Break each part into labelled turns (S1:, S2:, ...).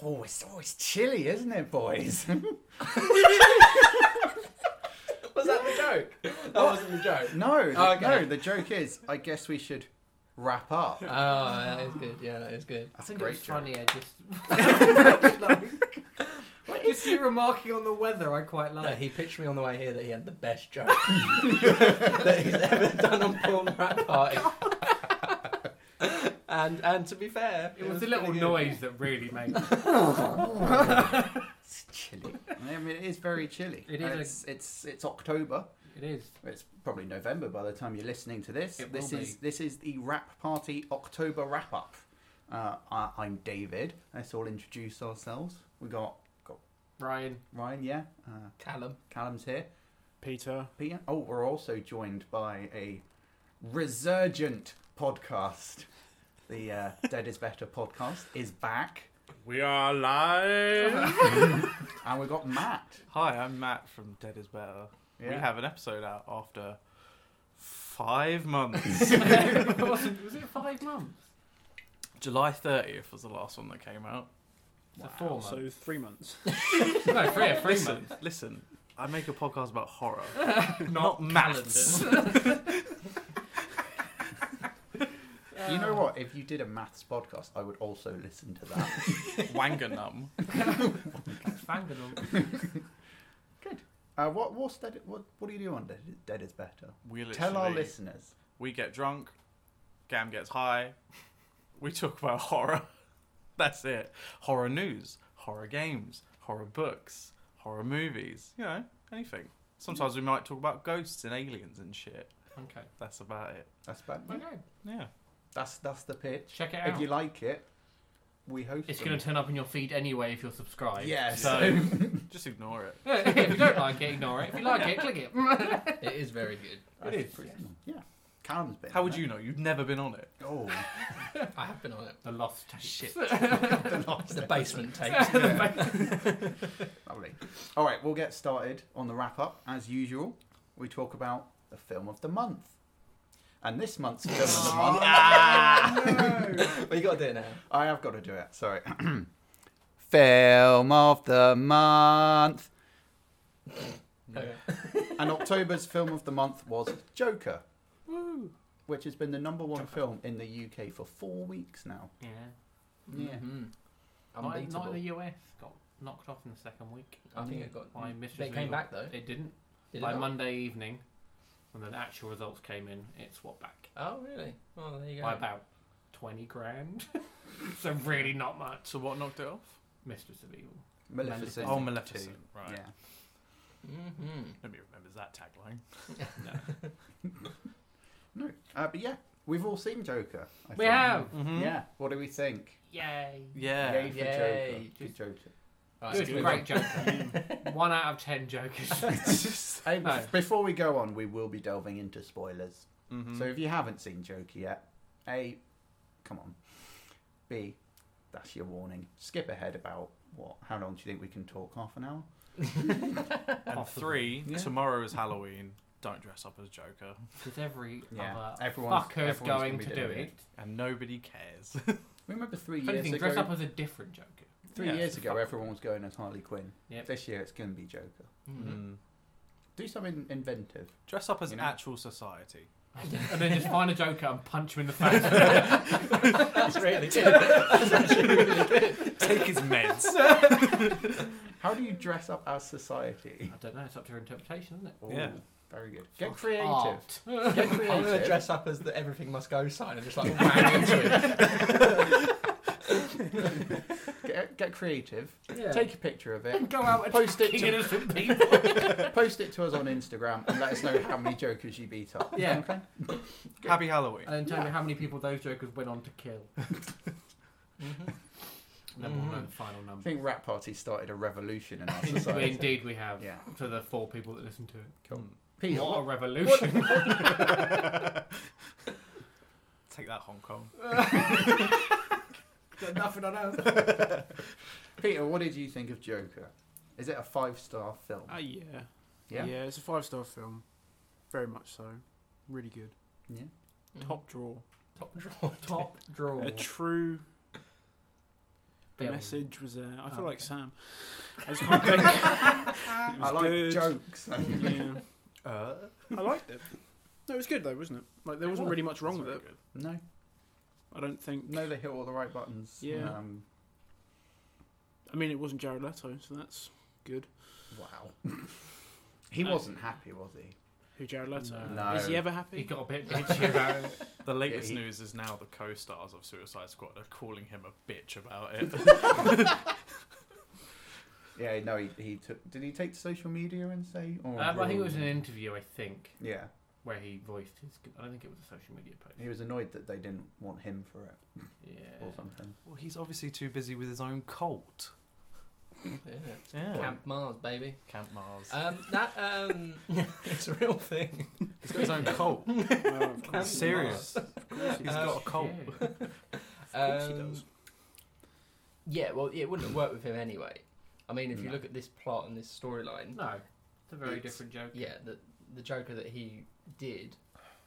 S1: Oh, it's always chilly, isn't it, boys?
S2: Was that the joke? That wasn't the joke.
S1: no, th-
S2: Okay.
S1: no. The joke is, I guess we should wrap up.
S2: Oh, that is good. Yeah, that is good.
S3: I
S1: That's a
S3: think
S1: great
S3: it's
S1: joke.
S3: funny. I just like, like just you remarking on the weather. I quite
S4: Oh.
S2: No,
S3: like.
S2: he pitched me on the way here that he had the best joke that he's ever done on porn
S4: Oh,
S2: rap party. and and to be fair,
S4: It was the
S2: pretty
S4: little
S2: good.
S4: noise that really made
S1: It's chilly. I mean, it is very chilly.
S4: It is
S1: And
S4: a-
S1: It's, it's it's October.
S4: it is.
S1: It's probably November by the time you're listening to this.
S4: It
S1: this
S4: will
S1: is this is the Rap Party October wrap up. Uh, I, I'm David. Let's all introduce ourselves. We got
S4: Ryan,
S1: Ryan, yeah. Uh,
S2: Callum.
S1: Callum's here.
S5: Peter.
S1: Peter. Oh, we're also joined by a resurgent podcast. The uh, Dead is Better podcast is back,
S5: We are live.
S1: and we got Matt.
S5: Hi, I'm Matt from Dead Is Better. We
S1: Yeah.
S5: have an episode out after five months.
S4: It wasn't- was it five months?
S5: July 30th was the last one that came out.
S4: It's a four months.
S6: So three months.
S4: no, three or three
S5: listen,
S4: months.
S5: listen. I make a podcast about horror,
S4: Not
S5: not maths.
S1: you know what? If you did a maths podcast, I would also listen to that.
S5: Wanganum.
S4: Fanganum.
S1: uh, what what's Dead? What what do you do on Dead, Dead is Better?
S5: We literally,
S1: Tell our listeners.
S5: We get drunk. Gam gets high. We talk about horror. That's it. Horror news, horror games, horror books, horror movies. You know, anything. Sometimes we might talk about ghosts and aliens and shit.
S4: Okay.
S5: That's about it.
S1: That's about it.
S4: Okay.
S5: Yeah.
S1: That's that's the pitch.
S4: Check it
S1: If
S4: out.
S1: you like it, we host.
S4: It's
S1: them.
S4: going to turn up in your feed anyway if you're subscribed.
S1: Yeah.
S4: So
S1: So
S5: Just ignore it.
S4: if you don't like it, ignore it. If you like it, click it.
S2: It is very good.
S1: it is. Yeah. Callum's been.
S5: How
S1: on
S5: would
S1: it.
S5: you know? You've never been on it.
S1: Oh,
S2: I have been on it.
S4: The lost tape.
S2: Shit.
S1: the last
S2: It's the basement tape.
S1: Lovely. All right, we'll get started on the wrap up as usual. We talk about the film of the month. And this month's film of the month. Ah!
S2: we got to do it now.
S1: I have got to do it. Sorry. film of the month.
S2: No.
S1: And October's film of the month was Joker. Which has been the number one film in the UK for four weeks now.
S4: Yeah.
S1: Yeah.
S2: Mhm.
S4: Not, not in
S2: Unbeatable.
S4: the US. Got knocked off in the second week.
S2: I think it got.
S4: My mistress
S2: Mm. They
S4: was
S2: came
S4: all-
S2: back though.
S4: It didn't.
S2: Did it
S4: By
S2: not?
S4: Monday evening, when the actual results came in, it swapped back
S2: Oh really? Oh, there you
S4: by
S2: go.
S4: about twenty grand. so really not much.
S5: So what knocked it off?
S4: Mistress of Evil.
S1: Maleficent.
S5: Oh, Maleficent. Right.
S1: Yeah.
S2: Mm-hmm.
S5: Nobody remembers that tagline.
S1: No. Uh, but yeah, we've all seen Joker. I
S4: We
S1: think.
S4: have.
S5: Mm-hmm.
S1: Yeah. What do we think?
S4: Hmm? Yay.
S5: Yeah.
S1: Yay for
S2: Yay.
S1: Joker. Good Joker.
S4: Good, great Joker. One out of ten Jokers.
S1: Hey,
S4: No.
S1: Before we go on, we will be delving into spoilers.
S5: Mhm.
S4: Hmm.
S1: So if you haven't seen Joker yet, A, come on. B, that's your warning. Skip ahead about what? How long do you think we can talk? Half an hour?
S5: and
S4: Possible.
S5: three.
S1: Yeah.
S5: Tomorrow is Halloween. Don't dress up as Joker.
S4: Because every
S1: Yeah,
S4: other
S1: everyone's-
S4: fucker is
S1: everyone's gonna
S4: going
S1: be
S4: to do
S1: doing
S4: it.
S1: it.
S5: And nobody cares.
S1: Remember three
S4: If
S1: years
S4: anything,
S1: ago?
S4: dress up as a different Joker.
S1: three
S5: Yeah,
S1: years
S4: it's
S1: ago,
S4: fuck-
S1: everyone was going as Harley Quinn.
S4: Yep.
S1: This year, it's going to be Joker. Mm-hmm.
S5: Mm.
S1: Do something inventive.
S5: Dress up as
S1: You know?
S5: actual society.
S4: and then just find a Joker and punch him in the face.
S2: That's really good.
S5: Take his meds.
S1: How do you dress up as society?
S4: I don't know. It's up to your interpretation, isn't it?
S5: Yeah.
S1: Very good. Get
S4: Fuck
S1: creative.
S4: art.
S1: Get
S2: I'm gonna
S1: creative.
S2: dress up as the everything must go sign and just like bang into it.
S1: Get, get creative.
S2: Yeah.
S1: Take a picture of it.
S4: And go out and
S1: Post it
S4: kick
S1: to-
S4: innocent people.
S1: Post it to us on Instagram and let us know how many jokers you beat up.
S4: Yeah.
S1: Okay.
S5: Happy Halloween.
S4: and then tell me how many people those Jokers went on to kill.
S2: Mm-hmm.
S4: And then we'll know the final
S1: I
S4: number.
S1: think Rat Party started a revolution in our
S4: We,
S1: society.
S4: indeed, we have.
S1: Yeah.
S4: For the four people that listen to it.
S1: Cool.
S5: Mm.
S1: Peter,
S4: what a
S1: what,
S4: revolution.
S5: Take that, Hong Kong.
S3: Got nothing on earth.
S1: Peter, what did you think of Joker? Is it a five star film?
S6: Ah, yeah.
S1: Yeah?
S6: it's a five star film. Very much so. Really good.
S1: Yeah. Mm-hmm.
S6: Top draw.
S2: top draw.
S4: Top draw.
S6: A true. The
S4: Yeah, we-
S6: message was there. I feel
S4: Oh, okay.
S6: like Sam. I just can't think. It
S1: I
S6: was
S1: like
S6: good.
S1: jokes.
S6: Yeah.
S5: Uh,
S6: I liked it. No, it was good though, wasn't it? Like there wasn't really much wrong with it.
S1: no,
S6: I don't think.
S1: no, they hit all the right buttons.
S6: Yeah.
S1: Um,
S6: I mean, it wasn't Jared Leto, so that's good.
S1: wow. he
S6: Uh,
S4: No.
S1: wasn't happy, was he?
S6: Who Jared Leto?
S1: No.
S6: Is he ever
S4: He
S6: happy?
S4: got a bit bitchy about it.
S5: The latest
S1: he-
S5: news is now the co-stars of Suicide Squad are calling him a bitch about it.
S1: Yeah, no, he, he took. Did he take to social media and say? Or
S6: Uh,
S4: Um, I think it was an interview, I think,
S1: Yeah,
S4: where he voiced his. I don't think it was a social media post.
S1: he was annoyed that they didn't want him for it
S4: Yeah.
S1: or something.
S5: well, he's obviously too busy with his own cult.
S2: Yeah.
S5: Yeah.
S2: Camp Mars, baby.
S5: Camp Mars.
S2: Um, that um, it's a real thing.
S5: he's got his own cult.
S6: Well, of
S5: I'm
S6: course.
S5: serious.
S6: Of
S5: He's
S6: course he
S5: got a cult.
S4: Yeah.
S6: does. Of course he
S2: Um,
S6: does.
S2: Yeah, well, it wouldn't have worked with him anyway. I mean, if you
S1: No.
S2: look at this plot and this storyline,
S4: No, it's a very
S2: It's-
S4: different joke.
S2: yeah, the the Joker that he did,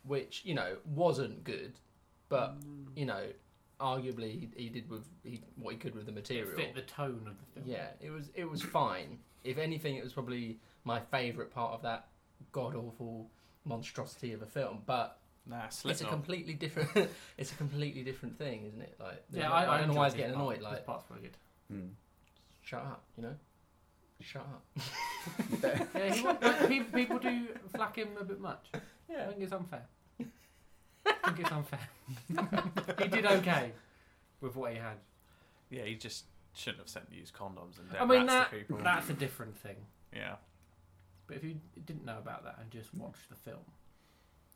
S2: which you know wasn't good, but
S6: Mm.
S2: you know, arguably he, he did with he, what he could with the
S4: It
S2: material.
S4: fit the tone of the film.
S2: Yeah, it was it was fine. If anything, it was probably my favourite part of that god awful monstrosity of a film. But
S5: Nah,
S2: it's a
S5: Slipknot.
S2: completely different. it's a completely different thing, isn't it? Like,
S4: Yeah,
S2: no-
S4: I, I,
S2: don't know why I was
S4: enjoyed
S2: getting
S4: this part.
S2: annoyed. Like,
S4: this part's really good.
S1: Hmm.
S2: shut up, you know, shut up.
S4: yeah, he, was- like, people, people do flack him a bit much. I think it's unfair. I think it's unfair. he did okay with what he had.
S5: Yeah, he just shouldn't have sent used condoms and dead
S4: I mean
S5: rats
S4: that
S5: to people.
S4: that's a different thing.
S5: Yeah.
S4: But if you didn't know about that and just watched the film,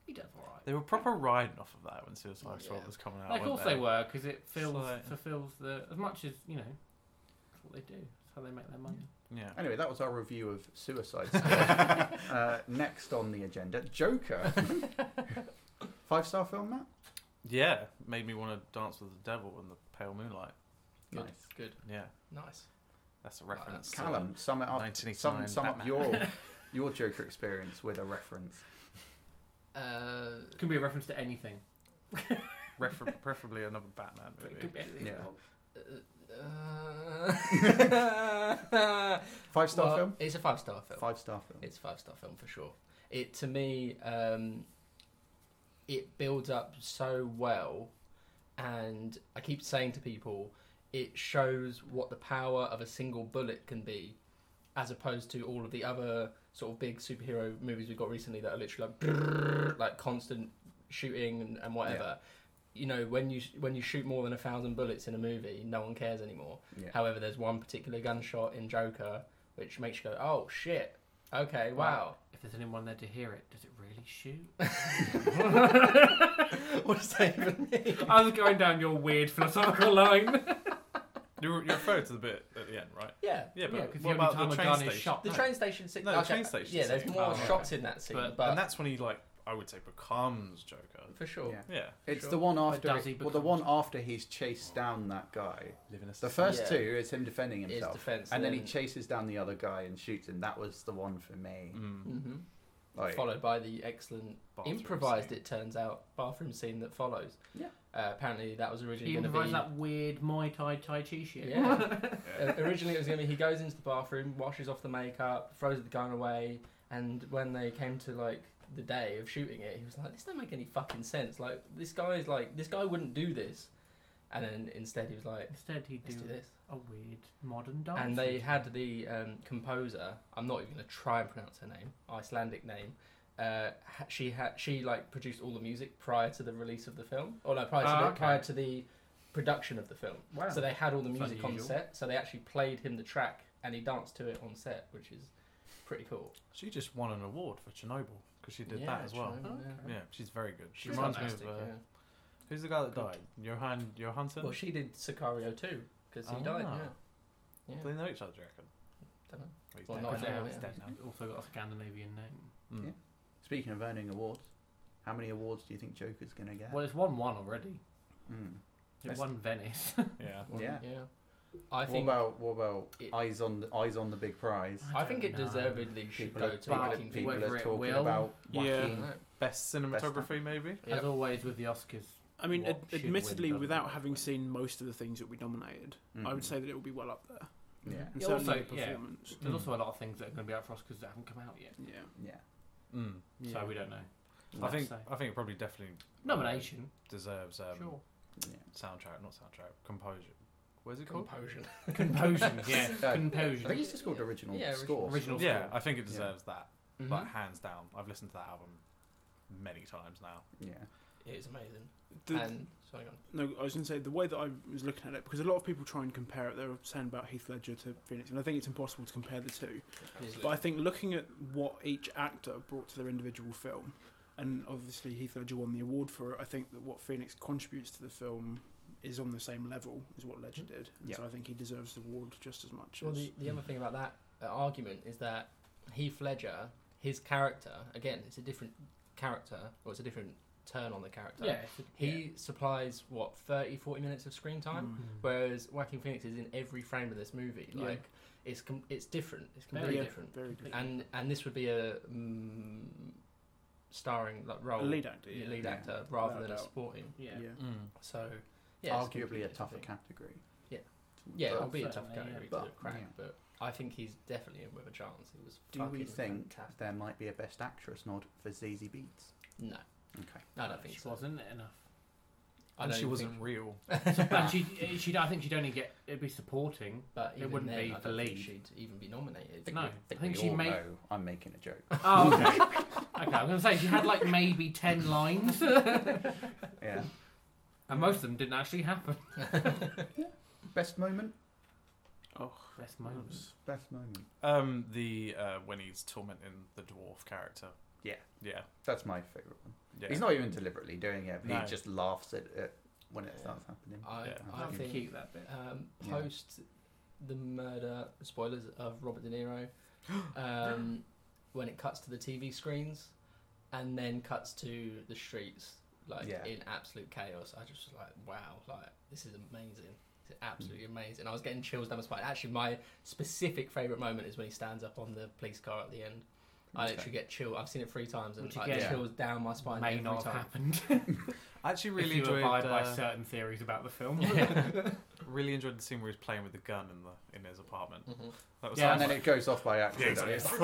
S4: he does all right.
S5: They were proper riding off of that when Suicide
S2: Yeah.
S5: Squad was coming out.
S4: Like, of
S5: weren't
S4: course they were, because it feels,
S5: Slight.
S4: fulfills the as much as you know. That's what they do. That's how they make their money.
S5: Yeah.
S1: Anyway, that was our review of Suicide Squad. uh, next on the agenda, Joker. Five star film, Matt.
S5: Yeah, made me want to dance with the devil in the pale moonlight.
S2: Good,
S1: Nice.
S2: good,
S5: Yeah,
S2: nice.
S5: that's a reference. to
S1: Callum, sum it up. Sum,
S5: 1989
S1: sum up
S5: Batman.
S1: your your Joker experience with a reference.
S2: Uh,
S4: It can be a reference to anything.
S5: Refer- preferably another Batman
S4: But it
S5: movie.
S4: could be anything.
S1: Yeah.
S2: uh,
S1: Five star
S2: well, uh,
S1: film.
S2: It's a five star film.
S1: Five star film.
S2: It's a five star film for sure. It to me, um, it builds up so well, and I keep saying to people, it shows what the power of a single bullet can be, as opposed to all of the other sort of big superhero movies we've got recently that are literally like brrrr, like constant shooting and, and whatever. You know, when you when you shoot more than a thousand bullets in a movie, no one cares anymore.
S1: Yeah.
S2: However, there's one particular gunshot in Joker which makes you go, "Oh shit! Okay, wow."
S4: Wow. If there's anyone there to hear it, does it really shoot?
S2: what does that even mean?
S4: I was going down your weird philosophical line.
S5: You were- you referred to the bit at the end, right?
S2: Yeah.
S5: Yeah, but
S4: Yeah, 'cause the
S5: what
S4: only
S5: about
S4: time
S5: the
S4: a
S5: train
S4: gun is
S5: station?
S4: shot-
S1: Oh.
S2: The
S4: No.
S2: train station scene.
S5: No, the train station
S2: Yeah, there's
S5: scene.
S2: more
S4: Oh, right.
S2: shots in that scene, but,
S4: But-
S5: and that's when he like I would say becomes Joker.
S2: for sure.
S1: Yeah.
S5: Yeah,
S1: It's
S2: Sure.
S1: the one
S4: Or
S1: after.
S4: does he
S1: well, the
S4: become-
S1: one after he's chased down that guy.
S5: living
S1: The first
S2: Yeah.
S1: two is him defending
S2: Is
S1: himself,
S2: defense, Mm-hmm.
S1: and then he chases down the other guy and shoots him. That was the one for me.
S5: Mm.
S2: hmm
S1: Like,
S2: Followed by the excellent
S5: Bathroom
S2: improvised,
S5: scene.
S2: it turns out, bathroom scene that follows.
S1: Yeah.
S2: Uh, apparently, that was
S4: He
S2: originally going to be.
S4: improvised that weird Muay Thai Tai Chi shit.
S2: Yeah.
S5: Yeah.
S2: Uh, originally, it was going to be he goes into the bathroom, washes off the makeup, throws the gun away, and when they came to like the day of shooting it, he was like, "This don't make any fucking sense. Like this guy is like this guy wouldn't do this," and then instead he was like,
S4: Instead, he'd
S2: "Let's
S4: do
S2: do this."
S4: a weird modern dance.
S2: And they had the um, composer. I'm not even going to try and pronounce her name. Icelandic name. Uh, ha- she had she like produced all the music prior to the release of the film, or no, prior to,
S4: Ah,
S2: the,
S4: okay.
S2: prior to the production of the film.
S4: Wow.
S2: So they had all the
S4: It's
S2: music on
S4: unusual.
S2: set. So they actually played him the track, and he danced to it on set, which is pretty cool.
S5: She just won an award for Chernobyl because she did
S2: Yeah,
S5: that as well.
S2: Chernobyl,
S4: Okay.
S5: Yeah, she's very good. She
S2: She's
S5: reminds me of
S2: fantastic,
S5: uh,
S2: yeah.
S5: who's the guy that died? Johan Johansson.
S2: Well, she did Sicario too because he died.
S5: Ah.
S2: Yeah.
S5: Do
S2: yeah.
S5: they know each other, do you reckon?
S2: Dunno.
S5: Well, he's
S2: Well,
S5: dead
S2: not
S5: now.
S4: Because
S2: now,
S4: they-
S2: yeah.
S4: they've also got a Scandinavian name.
S5: Mm.
S1: Yeah. Speaking of earning awards, how many awards do you think Joker's going to get?
S4: Well, it's one one already.
S1: Mm.
S4: It
S1: That's-
S4: won Venice.
S5: Yeah.
S2: Well,
S1: Yeah.
S2: I
S1: what
S2: think
S1: about what about
S2: it-
S1: eyes on the, eyes on the big prize?
S2: I think it
S4: No.
S2: deservedly should
S1: People
S2: go
S1: are,
S2: to
S1: people, are-
S2: Whacking
S1: people
S2: People.
S4: Whether
S1: are
S4: it
S1: talking
S4: will.
S1: about
S5: Yeah.
S2: I
S1: whacking.
S2: don't know.
S5: Best cinematography, maybe.
S2: Yep.
S4: As always with the Oscars,
S6: I mean,
S1: What
S6: ad-
S1: should
S6: admittedly,
S1: win, doesn't
S6: without
S1: win.
S6: having seen most of the things that we nominated, I
S1: Mhm.
S6: would say that it will be well up there.
S1: Yeah.
S6: Mm. And
S4: Yeah,
S6: certainly
S4: also,
S6: the
S4: yeah.
S6: performance.
S4: There's
S2: Mm.
S4: also a lot of things that are going to be out for us because they haven't come out yet,
S6: Yeah.
S1: Yeah.
S5: Mm.
S4: so we don't know.
S5: I
S4: I'd
S5: think
S4: say.
S5: I think it probably definitely
S4: Nomination,
S5: deserves um,
S4: sure.
S1: Yeah.
S5: soundtrack, not soundtrack, composure. What is it called?
S2: Composure.
S4: Composion, yeah,
S1: No,
S4: composion.
S1: I think it's just called original
S2: Yeah,
S1: score.
S4: original
S5: Yeah,
S4: score.
S5: I think it
S1: Yeah.
S5: deserves that.
S2: Mhm.
S5: Like hands down, I've listened to that album many times now.
S1: Yeah.
S2: It is amazing.
S6: The-
S2: and sorry, go on.
S6: No, I was going to say the way that I was looking at it because a lot of people try and compare it. They were saying about Heath Ledger to Phoenix, and I think it's impossible to compare the two. But I think looking at what each actor brought to their individual film, and obviously Heath Ledger won the award for it, I think that what Phoenix contributes to the film is on the same level as what Ledger did. And
S1: Yeah.
S6: So I think he deserves the award just as much
S2: Well,
S6: as.
S2: the, the other thing about that uh, argument is that Heath Ledger, his character, again, it's a different character, or it's a different turn on the character.
S4: Yeah, it's a-
S2: uh, He supplies, what, 30, 40 minutes of screen time?
S6: Mm.
S4: Mm.
S2: Whereas Joaquin Phoenix is in every frame of this movie.
S6: Yeah.
S2: Like, it's com- it's different. It's
S4: Very
S2: completely
S6: yeah,
S2: different.
S6: Very good.
S2: And and this would be a mm, starring like role
S6: A lead actor.
S2: yeah,
S6: Yeah.
S2: lead
S1: Yeah.
S2: actor rather
S6: Without
S2: than
S6: a
S2: a
S6: doubt.
S2: supporting.
S4: yeah.
S6: Yeah.
S2: So yeah, it's completely
S1: Arguably a
S2: different
S1: tougher
S2: thing.
S1: category.
S2: Yeah. Yeah, it'll
S4: But-
S2: be a tough
S4: Certainly,
S2: category
S4: yeah.
S2: to
S1: But-
S2: crack,
S1: yeah.
S2: but I think he's definitely in with a chance. It was.
S1: Do we
S2: fucking
S1: think
S2: fantastic.
S1: there might be a best actress nod for ZZ Beats?
S2: No,
S1: Okay.
S2: I don't think
S4: she
S2: so.
S4: wasn't enough.
S2: I
S5: and
S2: don't
S5: she
S2: think-
S5: wasn't real.
S4: but she, she'd, I think she'd only get it'd be supporting.
S2: But
S4: It
S2: even
S4: wouldn't
S2: then,
S4: be
S2: I
S4: the
S2: don't think
S4: lead.
S2: She'd even be nominated.
S4: No,
S1: we-
S4: I
S1: think,
S4: think
S1: we
S4: she
S1: all
S4: made-
S1: know I'm making a joke.
S4: Oh, okay. okay, I'm gonna say she had like maybe ten lines, and
S1: Yeah.
S4: most of them didn't actually happen.
S1: Best moment?
S4: Best moments.
S1: Best moment.
S5: Um, the uh, when he's tormenting the dwarf character.
S1: Yeah.
S5: Yeah.
S1: That's my favourite one.
S5: Yeah.
S1: He's not even deliberately doing it, but
S5: No.
S1: he just laughs at it when it
S2: Yeah.
S1: starts happening.
S2: I,
S5: Yeah.
S2: I
S1: Fucking
S2: think
S4: cute that bit.
S2: um,
S1: Yeah.
S2: post the murder spoilers of Robert De Niro um, when it cuts to the TV screens and then cuts to the streets like
S1: Yeah.
S2: in absolute chaos. I just was like, wow, like this is amazing. It's absolutely
S1: Hmm.
S2: amazing. And I was getting chills down my spine. Actually, my specific favourite moment is when he stands up on the police car at the end. I
S1: Okay.
S2: literally get chill. I've seen it three times and
S4: Which
S2: like,
S4: again,
S2: chills down my spine
S4: May
S2: every
S4: not have
S2: time.
S4: happened.
S5: I actually really
S4: if you
S5: enjoyed.
S4: abide by
S5: uh,
S4: certain theories about the film.
S5: really enjoyed the scene where he's playing with the gun in the in his apartment.
S2: Mhm.
S5: That was
S4: Yeah,
S1: and
S5: so
S1: then it goes off by
S5: Yeah,
S1: accident.
S5: exactly.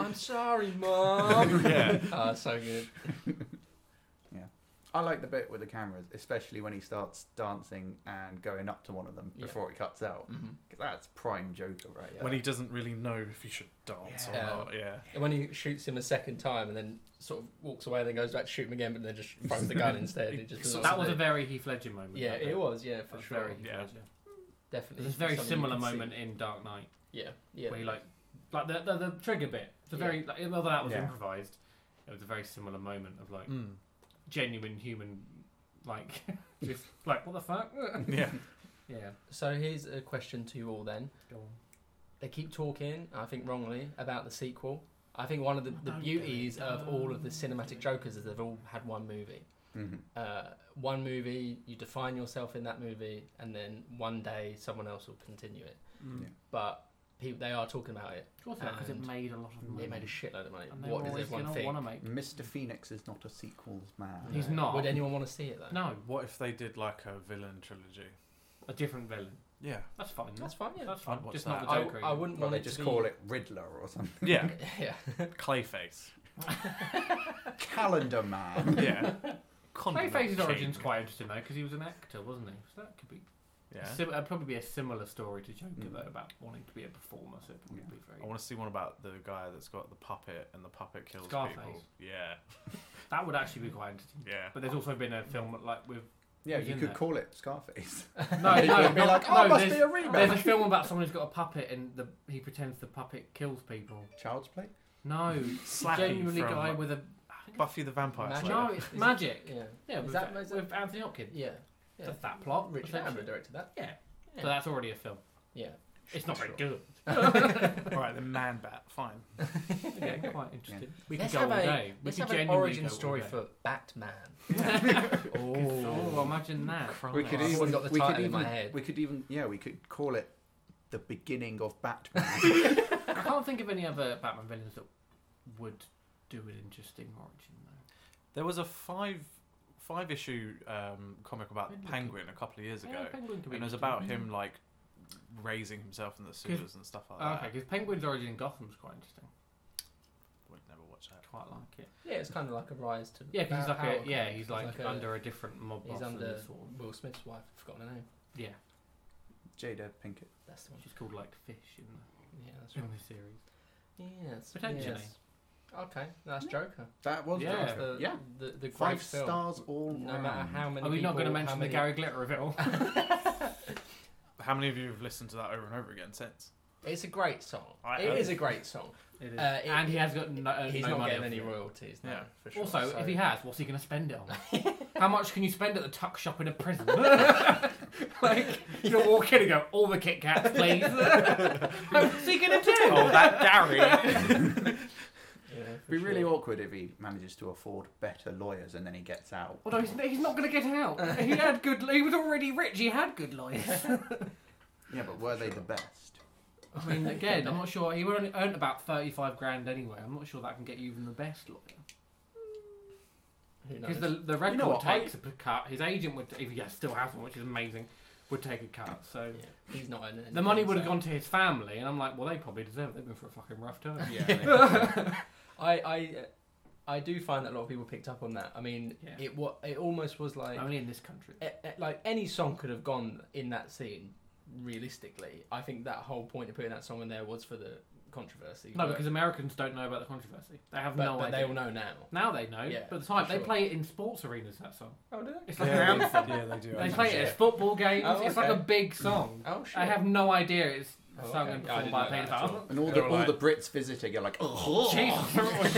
S2: I'm sorry, mom.
S5: Yeah.
S2: Ah, so good.
S1: I like the bit with the cameras, especially when he starts dancing and going up to one of them
S2: Yeah.
S1: before it cuts out.
S2: Mhm.
S1: 'Cause That's prime Joker right
S2: Yeah.
S1: there.
S5: when he doesn't really know if he should dance
S2: Yeah.
S5: or not. Yeah.
S2: And when he shoots him a second time and then sort of walks away and then goes back to shoot him again, but then just throws the gun instead. It just doesn't
S4: that
S2: want
S4: was
S2: to
S4: a
S2: do.
S4: very Heath Ledger moment.
S2: yeah,
S4: that
S2: it
S4: bit.
S2: was yeah
S4: That
S2: for
S4: was
S2: sure,
S4: Very Heath
S5: Yeah.
S4: Ledger.
S2: definitely.
S4: There's a very
S2: Something you
S4: similar
S2: can see.
S4: moment in Dark Knight
S2: Yeah, yeah.
S4: where you like, like the the, the trigger bit. The
S2: Yeah.
S4: very like, although that was
S1: Yeah.
S4: improvised, it was a very similar moment of like
S5: Mm.
S4: genuine human, like just like what the fuck?
S5: Yeah.
S4: yeah,
S2: So here's a question to you all then.
S4: go on.
S2: They keep talking, I think wrongly, about the sequel. I think one of the, the
S4: Don't do
S2: beauties
S4: it.
S2: of all of the
S4: Don't do
S2: cinematic
S4: it.
S2: jokers is they've all had one movie.
S1: hmm
S2: uh, one movie, you define yourself in that movie, and then one day someone else will continue it.
S6: Mm.
S1: Yeah.
S2: But people, they are talking about it.
S4: because Uh, it
S2: And
S4: made a lot of money.
S2: It made a shitload of money.
S4: and they
S2: What
S4: were
S2: does
S4: always
S2: everyone
S4: gonna
S2: think?
S4: wanna make?
S1: Mr. Phoenix is not a sequels man.
S4: He's not.
S2: Would anyone want to see it though?
S4: No,
S5: What if they did like a villain trilogy?
S4: a different villain.
S5: Yeah.
S4: That's fine.
S2: that's fine. Yeah,
S4: That's fine.
S5: watch
S4: Just
S5: that.
S4: not
S2: I,
S4: the Joker.
S2: I wouldn't
S1: Well,
S2: want
S1: they
S2: it
S1: just
S2: to be...
S1: call it Riddler or something.
S5: Yeah.
S2: yeah,
S5: Clayface.
S1: Calendar Man.
S5: Yeah. Condiment
S4: Clayface's
S5: King.
S4: origin's quite interesting though, because he was an actor, wasn't he? So that could be.
S5: Yeah.
S4: Sim- it'd probably be a similar story to Joker
S1: Mm.
S4: though, about wanting to be a performer. So it'd probably
S1: Yeah.
S4: be very.
S5: I want to see one about the guy that's got the puppet and the puppet kills
S4: Scarface.
S5: people. Yeah.
S4: That would actually be quite interesting.
S5: Yeah.
S4: But there's also been a film like with
S1: Yeah,
S4: He's
S1: you
S4: in
S1: could
S4: there.
S1: call it Scarface.
S4: no,
S1: People
S4: no,
S1: would be
S4: not-
S1: like, oh,
S4: no,
S1: it must
S4: there's-
S1: be a remake.
S4: There's a film about someone who's got a puppet and the, he pretends the puppet kills people.
S1: Child's Play?
S4: No,
S5: Slappy
S4: genuinely
S5: from
S4: guy with a.
S5: Buffy the Vampire
S2: Magic.
S5: Slayer.
S4: No, it's magic.
S2: yeah.
S4: Yeah,
S2: Is
S4: with,
S2: that-
S4: that,
S2: is
S4: with Anthony Hopkins.
S2: yeah. yeah.
S4: That's that plot.
S2: Richard
S4: essentially.
S2: Attenborough directed that.
S4: Yeah.
S2: Yeah.
S4: So that's already a film.
S2: yeah.
S4: It's not very
S2: Sure.
S4: good.
S5: All right, the Man Bat. Fine.
S4: yeah, quite interesting. We
S2: Let's
S4: could go
S2: have
S4: all
S2: a-
S4: day. We
S2: Let's
S4: could
S2: have an
S4: genuinely
S2: origin
S4: go all
S2: story
S4: day.
S2: for Batman.
S4: Oh, imagine that.
S1: We could
S5: Crime.
S2: I've
S1: even,
S2: already got the
S1: we could
S2: title in
S1: even,
S2: my head.
S1: we could even, yeah, we could call it the beginning of Batman.
S4: I can't think of any other Batman villains that would do an interesting origin though.
S5: There was a five five issue um, comic about
S4: Penguin.
S5: Penguin a couple of years ago,
S4: Yeah, Penguin could
S5: and
S4: be
S5: it was
S4: interesting.
S5: about him like raising himself in the sewers and stuff like
S4: Oh,
S5: that.
S4: okay, because Penguin's origin in Gotham's quite interesting.
S5: Would never watch that.
S4: Quite like it.
S2: Yeah, it's kind of like a rise to.
S4: Yeah, because he's
S2: power
S4: like a
S2: comic.
S4: yeah, he's like,
S2: a-
S4: under a different mob boss
S2: He's
S4: than
S2: under
S4: this sort of-
S2: Will Smith's wife. I've forgotten her name.
S4: Yeah,
S1: Jada Pinkett.
S2: That's the one.
S4: she's called like Fish in
S2: Yeah, that's
S4: the,
S2: right.
S4: in the series.
S2: Yes,
S4: Potentially.
S2: yes. Okay, that's Joker.
S1: That was
S4: Yeah.
S1: Joker.
S2: The,
S1: yeah.
S2: The, the great
S1: Five
S2: film.
S1: stars all
S2: No
S1: round.
S2: matter how many.
S4: Mm. Are we not going to
S2: people,
S4: mention
S2: how
S4: the
S2: many-
S4: Gary Glitter reveal?
S5: How many of you have listened to that over and over again since?
S2: It's a great song.
S5: I-
S2: it
S5: I-
S2: is a great song.
S4: it is.
S2: Uh, it-
S4: and he has got no, uh,
S2: he's
S4: no
S2: not
S4: money
S2: getting
S4: off
S2: any
S4: it.
S2: royalties. No,
S5: Yeah.
S2: for sure.
S4: Also,
S2: so-
S4: if he has, what's he going to spend it on? How much can you spend at the tuck shop in a prison? like, you'll walk in and go, all the Kit Kats, please. What's he going to do?
S5: oh, that Gary.
S2: Yeah, for
S1: It'd be really
S2: sure.
S1: awkward if he manages to afford better lawyers and then he gets out.
S4: Although he's, he's not going to get out. He had good. He was already rich. He had good lawyers.
S1: Yeah, but were they the best?
S4: I mean, again, I'm not sure. He only earned about thirty-five grand anyway. I'm not sure that can get you even the best lawyer
S2: Who knows?
S4: because the the record
S1: know what, I-
S4: takes a cut. His agent would, if he still has one, which is amazing, would take a cut. So.
S2: Yeah, he's not earning
S4: The money
S2: anything,
S4: would have
S2: so-
S4: gone to his family, and I'm like, well, they probably deserve it. They've been for a fucking rough time.
S2: I I uh, I do find that a lot of people picked up on that. I mean,
S4: Yeah.
S2: it what it almost was like
S4: Only in this country.
S2: eh, eh, like any song could have gone in that scene. Realistically, I think that whole point of putting that song in there was for the controversy.
S4: No,
S2: but-
S4: because Americans don't know about the controversy. They have
S2: but,
S4: no
S2: but
S4: idea.
S2: they all know now.
S4: Now they know.
S2: Yeah,
S4: but the time
S2: for
S4: they
S2: sure.
S4: play it in sports arenas, that song.
S2: Oh, do
S4: It's like
S5: yeah,
S4: an
S5: they,
S4: anthem.
S5: yeah, they do. Mm.
S4: They play it at football games.
S2: Oh,
S4: It's like a
S2: okay.
S4: big song.
S2: Oh shit!
S4: I have no idea it's
S2: Oh,
S4: sung
S2: okay.
S4: and
S2: I
S4: performed
S2: didn't
S4: by
S2: know that
S4: a paid
S2: at all.
S1: And all
S5: They
S1: the
S5: were
S1: all
S5: like-
S1: the Brits visiting are like, oh,
S4: Jesus.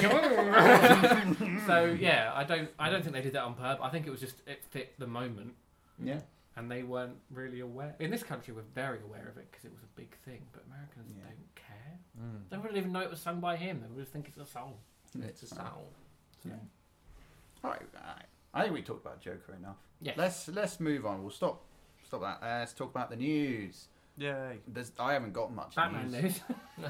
S4: so yeah, I don't. I don't think they did that on purpose. I think it was just it fit the moment,
S1: yeah.
S4: and they weren't really aware. In this country, we're very aware of it because it was a big thing. But Americans
S1: Yeah.
S4: don't care. They wouldn't even know it was sung by him. They would just think it's a song.
S2: It's a sound.
S4: So.
S1: Yeah. All right, all right. I think we talked about Joker enough.
S4: Yes.
S1: Let's let's move on. We'll stop stop that. Uh, let's talk about the news.
S5: Yay.
S1: There's I haven't got much
S4: Batman
S1: news.
S4: news.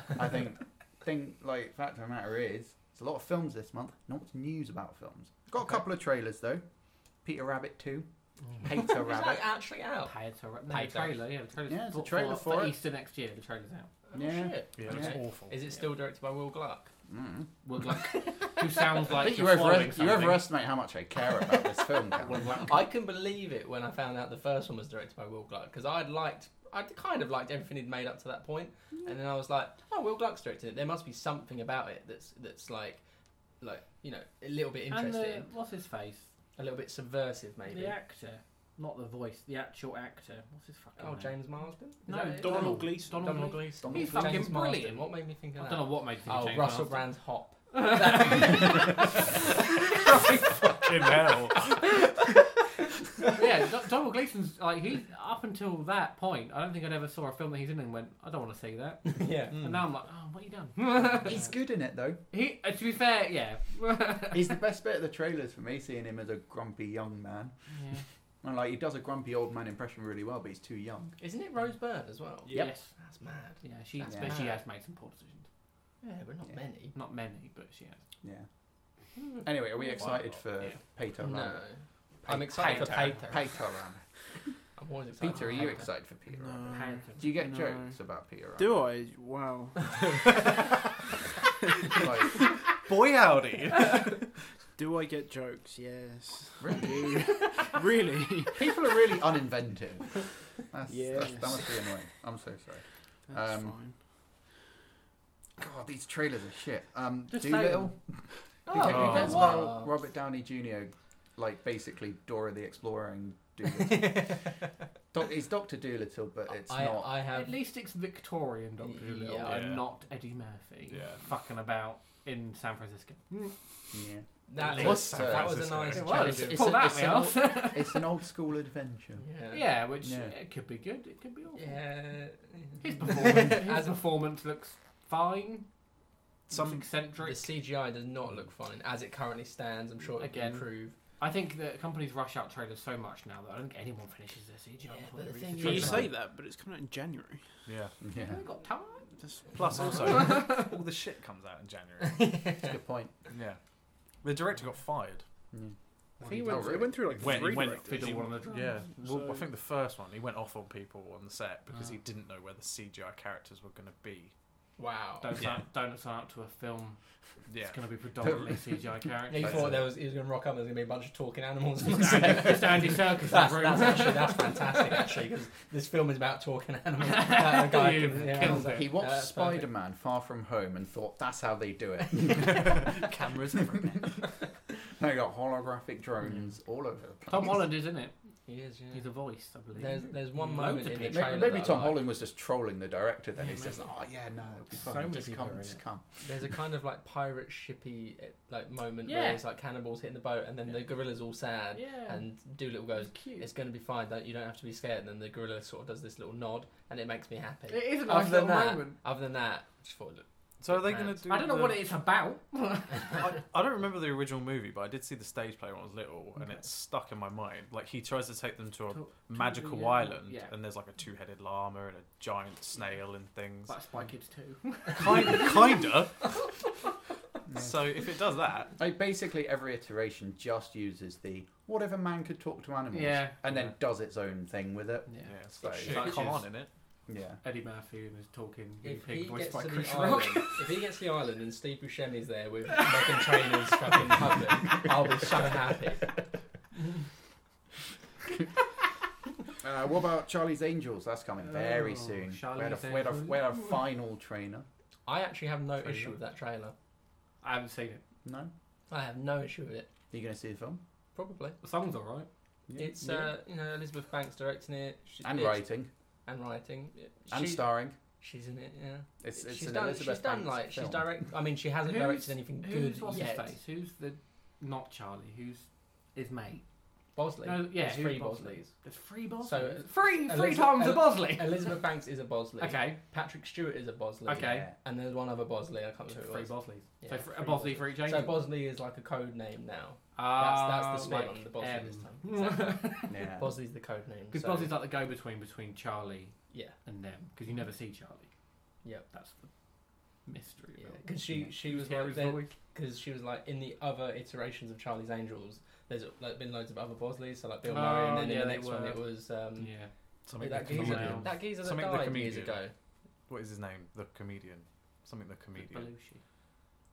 S1: I think thing like fact of the matter is, it's a lot of films this month. Not much news about films. Got
S2: Okay.
S1: a couple of trailers though. Peter Rabbit two.
S4: Mm.
S1: Peter
S2: Is
S1: Rabbit.
S2: that actually
S1: Oh.
S2: out?
S4: Paid to no,
S2: Paid
S4: the trailer, yeah, the trailer's
S1: Yeah, there's a
S4: for-
S1: trailer
S4: for, for
S1: for it.
S4: Easter next year. The trailer's out.
S2: Oh,
S1: Yeah.
S2: shit.
S5: Yeah,
S2: Okay.
S5: it's awful.
S2: Is it still directed by Will Gluck?
S1: Mm.
S4: Will Gluck, who sounds
S1: I
S4: like
S1: think you,
S4: you're swallowing
S1: over, you
S4: something.
S1: overestimate how much I care about this film. Cameron.
S4: Will Gluck.
S2: I can believe it when I found out the first one was directed by Will Gluck because I'd liked, I'd kind of liked everything he'd made up to that point, and then I was like, oh, Will Gluck's directed it. There must be something about it that's that's like, like you know, a little bit
S4: And
S2: interesting,
S4: the, what's his face?
S2: a little bit subversive maybe.
S4: The actor, not the voice. The actual actor. What's his fucking
S2: Oh,
S4: name?
S2: James Marsden? Is
S4: No,
S2: that it?
S4: Donald
S6: Donald Gleason.
S4: Donald,
S2: Donald
S4: Gleason.
S2: Gleason.
S4: He's
S2: James
S4: fucking
S2: Marsden.
S4: brilliant.
S2: What made me think of
S4: I
S2: that?
S4: don't know what made him.
S2: Oh,
S4: James
S2: Russell
S4: Marsden.
S2: Brand's Hop.
S5: Fucking hell.
S4: yeah, Do- Donald Gleason's like he up until that point. I don't think I'd ever saw a film that he's in and went, I don't want to see that.
S2: yeah.
S4: And now I'm like, oh, what you done?
S1: He's good in it though.
S4: he, uh, to be fair, yeah.
S1: He's the best bit of the trailers for me, seeing him as a grumpy young man.
S4: Yeah.
S1: And like he does a grumpy old man impression really well, but he's too young.
S2: Isn't it Rose Byrne as well?
S1: Yep.
S4: Yes.
S2: That's mad.
S4: Yeah, she,
S2: That's
S4: but she
S2: bad.
S4: has made some poor decisions.
S2: Yeah, but not
S1: Yeah.
S2: many.
S4: Not many, but she has.
S1: Yeah. Anyway, are we
S4: Why
S1: excited
S4: not?
S1: for
S4: Yeah.
S1: Peter
S2: No.
S1: Rabbit?
S2: I'm excited for
S5: Pater.
S2: Pater.
S1: Peter Rabbit.
S2: I'm always excited.
S1: Peter,
S2: for
S1: are you
S2: Pater.
S1: excited for Peter
S6: No.
S1: Rabbit?
S4: Apparently.
S1: Do you get
S6: No.
S1: jokes about Peter Rabbit?
S6: Do I? Wow.
S1: Like,
S5: Boy, howdy.
S6: Do I get jokes? Yes.
S1: really?
S6: really?
S1: People are really uninventive. That's, that's,
S6: Yes.
S1: that must be annoying. I'm so sorry.
S6: That's
S1: Um,
S6: fine.
S1: God, these trailers are shit. Um,
S4: Just
S1: Doolittle. Who
S2: Oh,
S1: technically
S5: that's
S1: is
S2: what?
S1: now Robert Downey Jr. like basically Dora the Explorer and Doolittle. Doc, he's Doctor Doolittle, but it's
S2: I,
S1: not.
S2: I have.
S4: At least it's Victorian Doctor
S2: Yeah.
S4: Dolittle
S5: Yeah.
S4: and not Eddie Murphy
S5: Yeah.
S4: fucking about in San Francisco.
S1: yeah.
S2: That
S5: It
S2: was,
S5: was
S2: that was a
S5: San
S2: nice
S5: Francisco.
S4: It
S2: challenge.
S4: was.
S2: It's
S4: Pull
S2: a-
S4: that,
S2: it's an
S4: Miles.
S2: old-
S1: It's an old school adventure.
S2: Yeah.
S4: yeah, which
S1: Yeah.
S4: it could be good. It could be awful.
S2: Yeah.
S4: His performance, his performance looks fine. Some
S5: Some-
S2: The
S4: eccentric.
S2: CGI does not look fine as it currently stands. I'm sure it can
S4: Again,
S2: improve.
S4: I think that companies rush out trailers so much now that I don't think anyone finishes their CGI.
S2: Yeah,
S4: before
S2: but
S4: they
S2: the
S4: release
S2: thing
S4: the
S6: You
S2: is-
S4: trailer.
S6: say that, but it's coming out in January.
S5: Yeah.
S1: Yeah,
S4: Have we got time?
S6: That's
S5: Plus, also, all the shit comes out in January.
S1: that's a good point.
S5: Yeah. The director got fired.
S1: Yeah.
S6: I think it went,
S2: Oh, really?
S6: it went through like
S5: When
S6: three
S5: he went
S6: directors.
S4: Fiddle on the drum.
S5: Yeah, well,
S6: So-
S5: I think the first one he went off on people on the set because
S4: Ah.
S5: he didn't know where the CGI characters were going to be.
S2: Wow.
S4: Don't
S5: Yeah.
S4: sign, don't sign up to a film.
S5: Yeah,
S4: It's going to be predominantly CGI characters.
S2: He thought there was he was going to rock up. and There's going to be a bunch of talking animals. on the
S4: Just
S2: set.
S4: Andy- just Andy Serkis
S2: That's,
S4: in the
S2: that's
S4: room.
S2: actually that's fantastic actually because this film is about talking animals. That guy
S4: You
S2: can- yeah, I
S4: killed
S2: was like,
S1: He watched
S2: yeah, that's perfect.
S1: Spider Man Far From Home and thought that's how they do it.
S5: cameras. everywhere.
S1: they got holographic drones all over the place.
S4: Tom Holland is in it.
S2: He is. Yeah.
S4: He's a voice, I believe.
S2: There's there's one
S4: Loads
S2: moment in
S4: of
S2: the
S4: people.
S2: trailer.
S1: Maybe,
S2: that
S1: maybe
S2: I
S1: Tom
S2: like.
S1: Holland was just trolling the director. Then
S4: Yeah,
S1: he says,
S4: maybe.
S1: "Oh yeah, no, it'll be
S2: So
S1: fine.
S2: many
S1: just
S2: people
S1: come,
S2: are in
S1: just
S2: it.
S1: come."
S2: There's a kind of like pirate shippy eh, like moment
S4: Yeah.
S2: where it's like cannibals hitting the boat and then the gorilla's all sad
S4: yeah.
S2: and Doolittle goes,
S4: it's cute.
S2: "It's going to be fine. Don't you don't have to be scared." And then the gorilla sort of does this little nod and it makes me happy.
S4: it is a nice
S2: Other
S4: little
S2: than that,
S4: moment.
S2: other than that, I just thought, look,
S5: So are they
S2: Big
S5: going
S2: fans.
S5: to do?
S4: I don't know
S5: the-
S4: what it's about.
S5: I, I don't remember the original movie, but I did see the stage play when I was little, and
S4: Okay.
S5: it's stuck in my mind. Like he tries to take them to a
S4: To-
S5: magical
S4: the, uh,
S5: island,
S4: yeah.
S5: and there's like a two-headed llama and a giant snail and things.
S4: Like Spy Kids 2.
S5: kind, kinda. So if it does that,
S1: Like basically, every iteration just uses the whatever man could talk to animals,
S4: Yeah.
S1: and then
S4: Yeah.
S1: does its own thing with it.
S4: Yeah.
S5: yeah, it's
S1: So-
S5: got shit
S4: Like,
S5: come
S4: it's-
S5: on in it.
S1: Yeah,
S4: Eddie Murphy and his talking guinea
S2: if he,
S4: pig voiced
S2: gets
S4: by
S2: to
S4: Chris
S2: the
S4: Rock.
S2: island, if he gets to the island and Steve Buscemi's there with fucking trainers fucking public, I'll be so happy.
S1: Uh, what about Charlie's Angels? That's coming very
S4: Oh,
S1: soon.
S4: Charlie's
S1: we're, the, we're, the,
S4: Angels.
S1: we're our final trainer.
S2: I actually have no
S5: Trailer.
S2: issue with that trailer.
S4: I haven't seen it.
S1: No, are
S2: I have no issue with it.
S1: you going to see the film?
S2: Probably.
S4: The song's alright.
S1: Yeah.
S2: It's uh, you know Elizabeth Banks directing it she,
S1: and
S2: it's-
S1: writing
S2: and writing It-
S1: and
S2: she-
S1: starring.
S2: She's in it, yeah.
S1: It's, it's
S2: she's
S1: an
S2: done.
S1: Elizabeth
S2: she's done
S1: Banks
S2: like
S1: film.
S2: she's direct. I mean, she hasn't
S4: Who's-
S2: directed anything
S4: Who's
S2: good
S4: what's his
S2: yet.
S4: face? Who's the not Charlie? Who's his mate?
S2: Bosley.
S4: No, yeah,
S2: There's
S4: who's
S2: three
S4: Bosley?
S2: Bosleys.
S4: There's three Bosleys.
S2: So, uh,
S4: three, three
S2: Eliza-
S4: times a
S2: Eli-
S4: Bosley.
S2: Elizabeth Banks is a Bosley.
S4: Okay,
S2: Patrick Stewart is a Bosley.
S4: Okay.
S2: And there's one other Bosley. I can't
S4: three
S2: remember who it was.
S4: Bosleys.
S2: Yeah,
S4: so fr- a
S2: three
S4: Bosley for each
S2: Bosleys.
S4: angel.
S2: So Bosley is like a code name now.
S4: Ah,
S2: that's the spin on the Bosley
S4: M.
S2: this time.
S1: Yeah. yeah.
S2: Bosley's the code name.
S4: Because
S2: so-
S4: Bosley's like the go-between between Charlie
S2: yeah,
S4: and them, because you never see Charlie.
S2: Yep.
S4: that's the mystery.
S2: yeah.
S4: of it.
S2: Because she she was
S4: Hear
S2: like
S4: his
S2: there,
S4: voice.
S2: because she was like in the other iterations of Charlie's Angels. There's like been loads of other Bosleys, so like Bill Murray, and
S4: Oh,
S2: then
S4: yeah,
S2: in the
S4: they
S2: next one
S4: were.
S2: it was um,
S4: Yeah,
S5: Something
S2: that
S5: the
S2: geezer
S4: someone
S5: comedian.
S4: else.
S2: that geezer that
S5: Something the
S2: died years
S5: comedian.
S2: ago.
S5: What is his name? The comedian. Something the comedian.
S4: Belushi.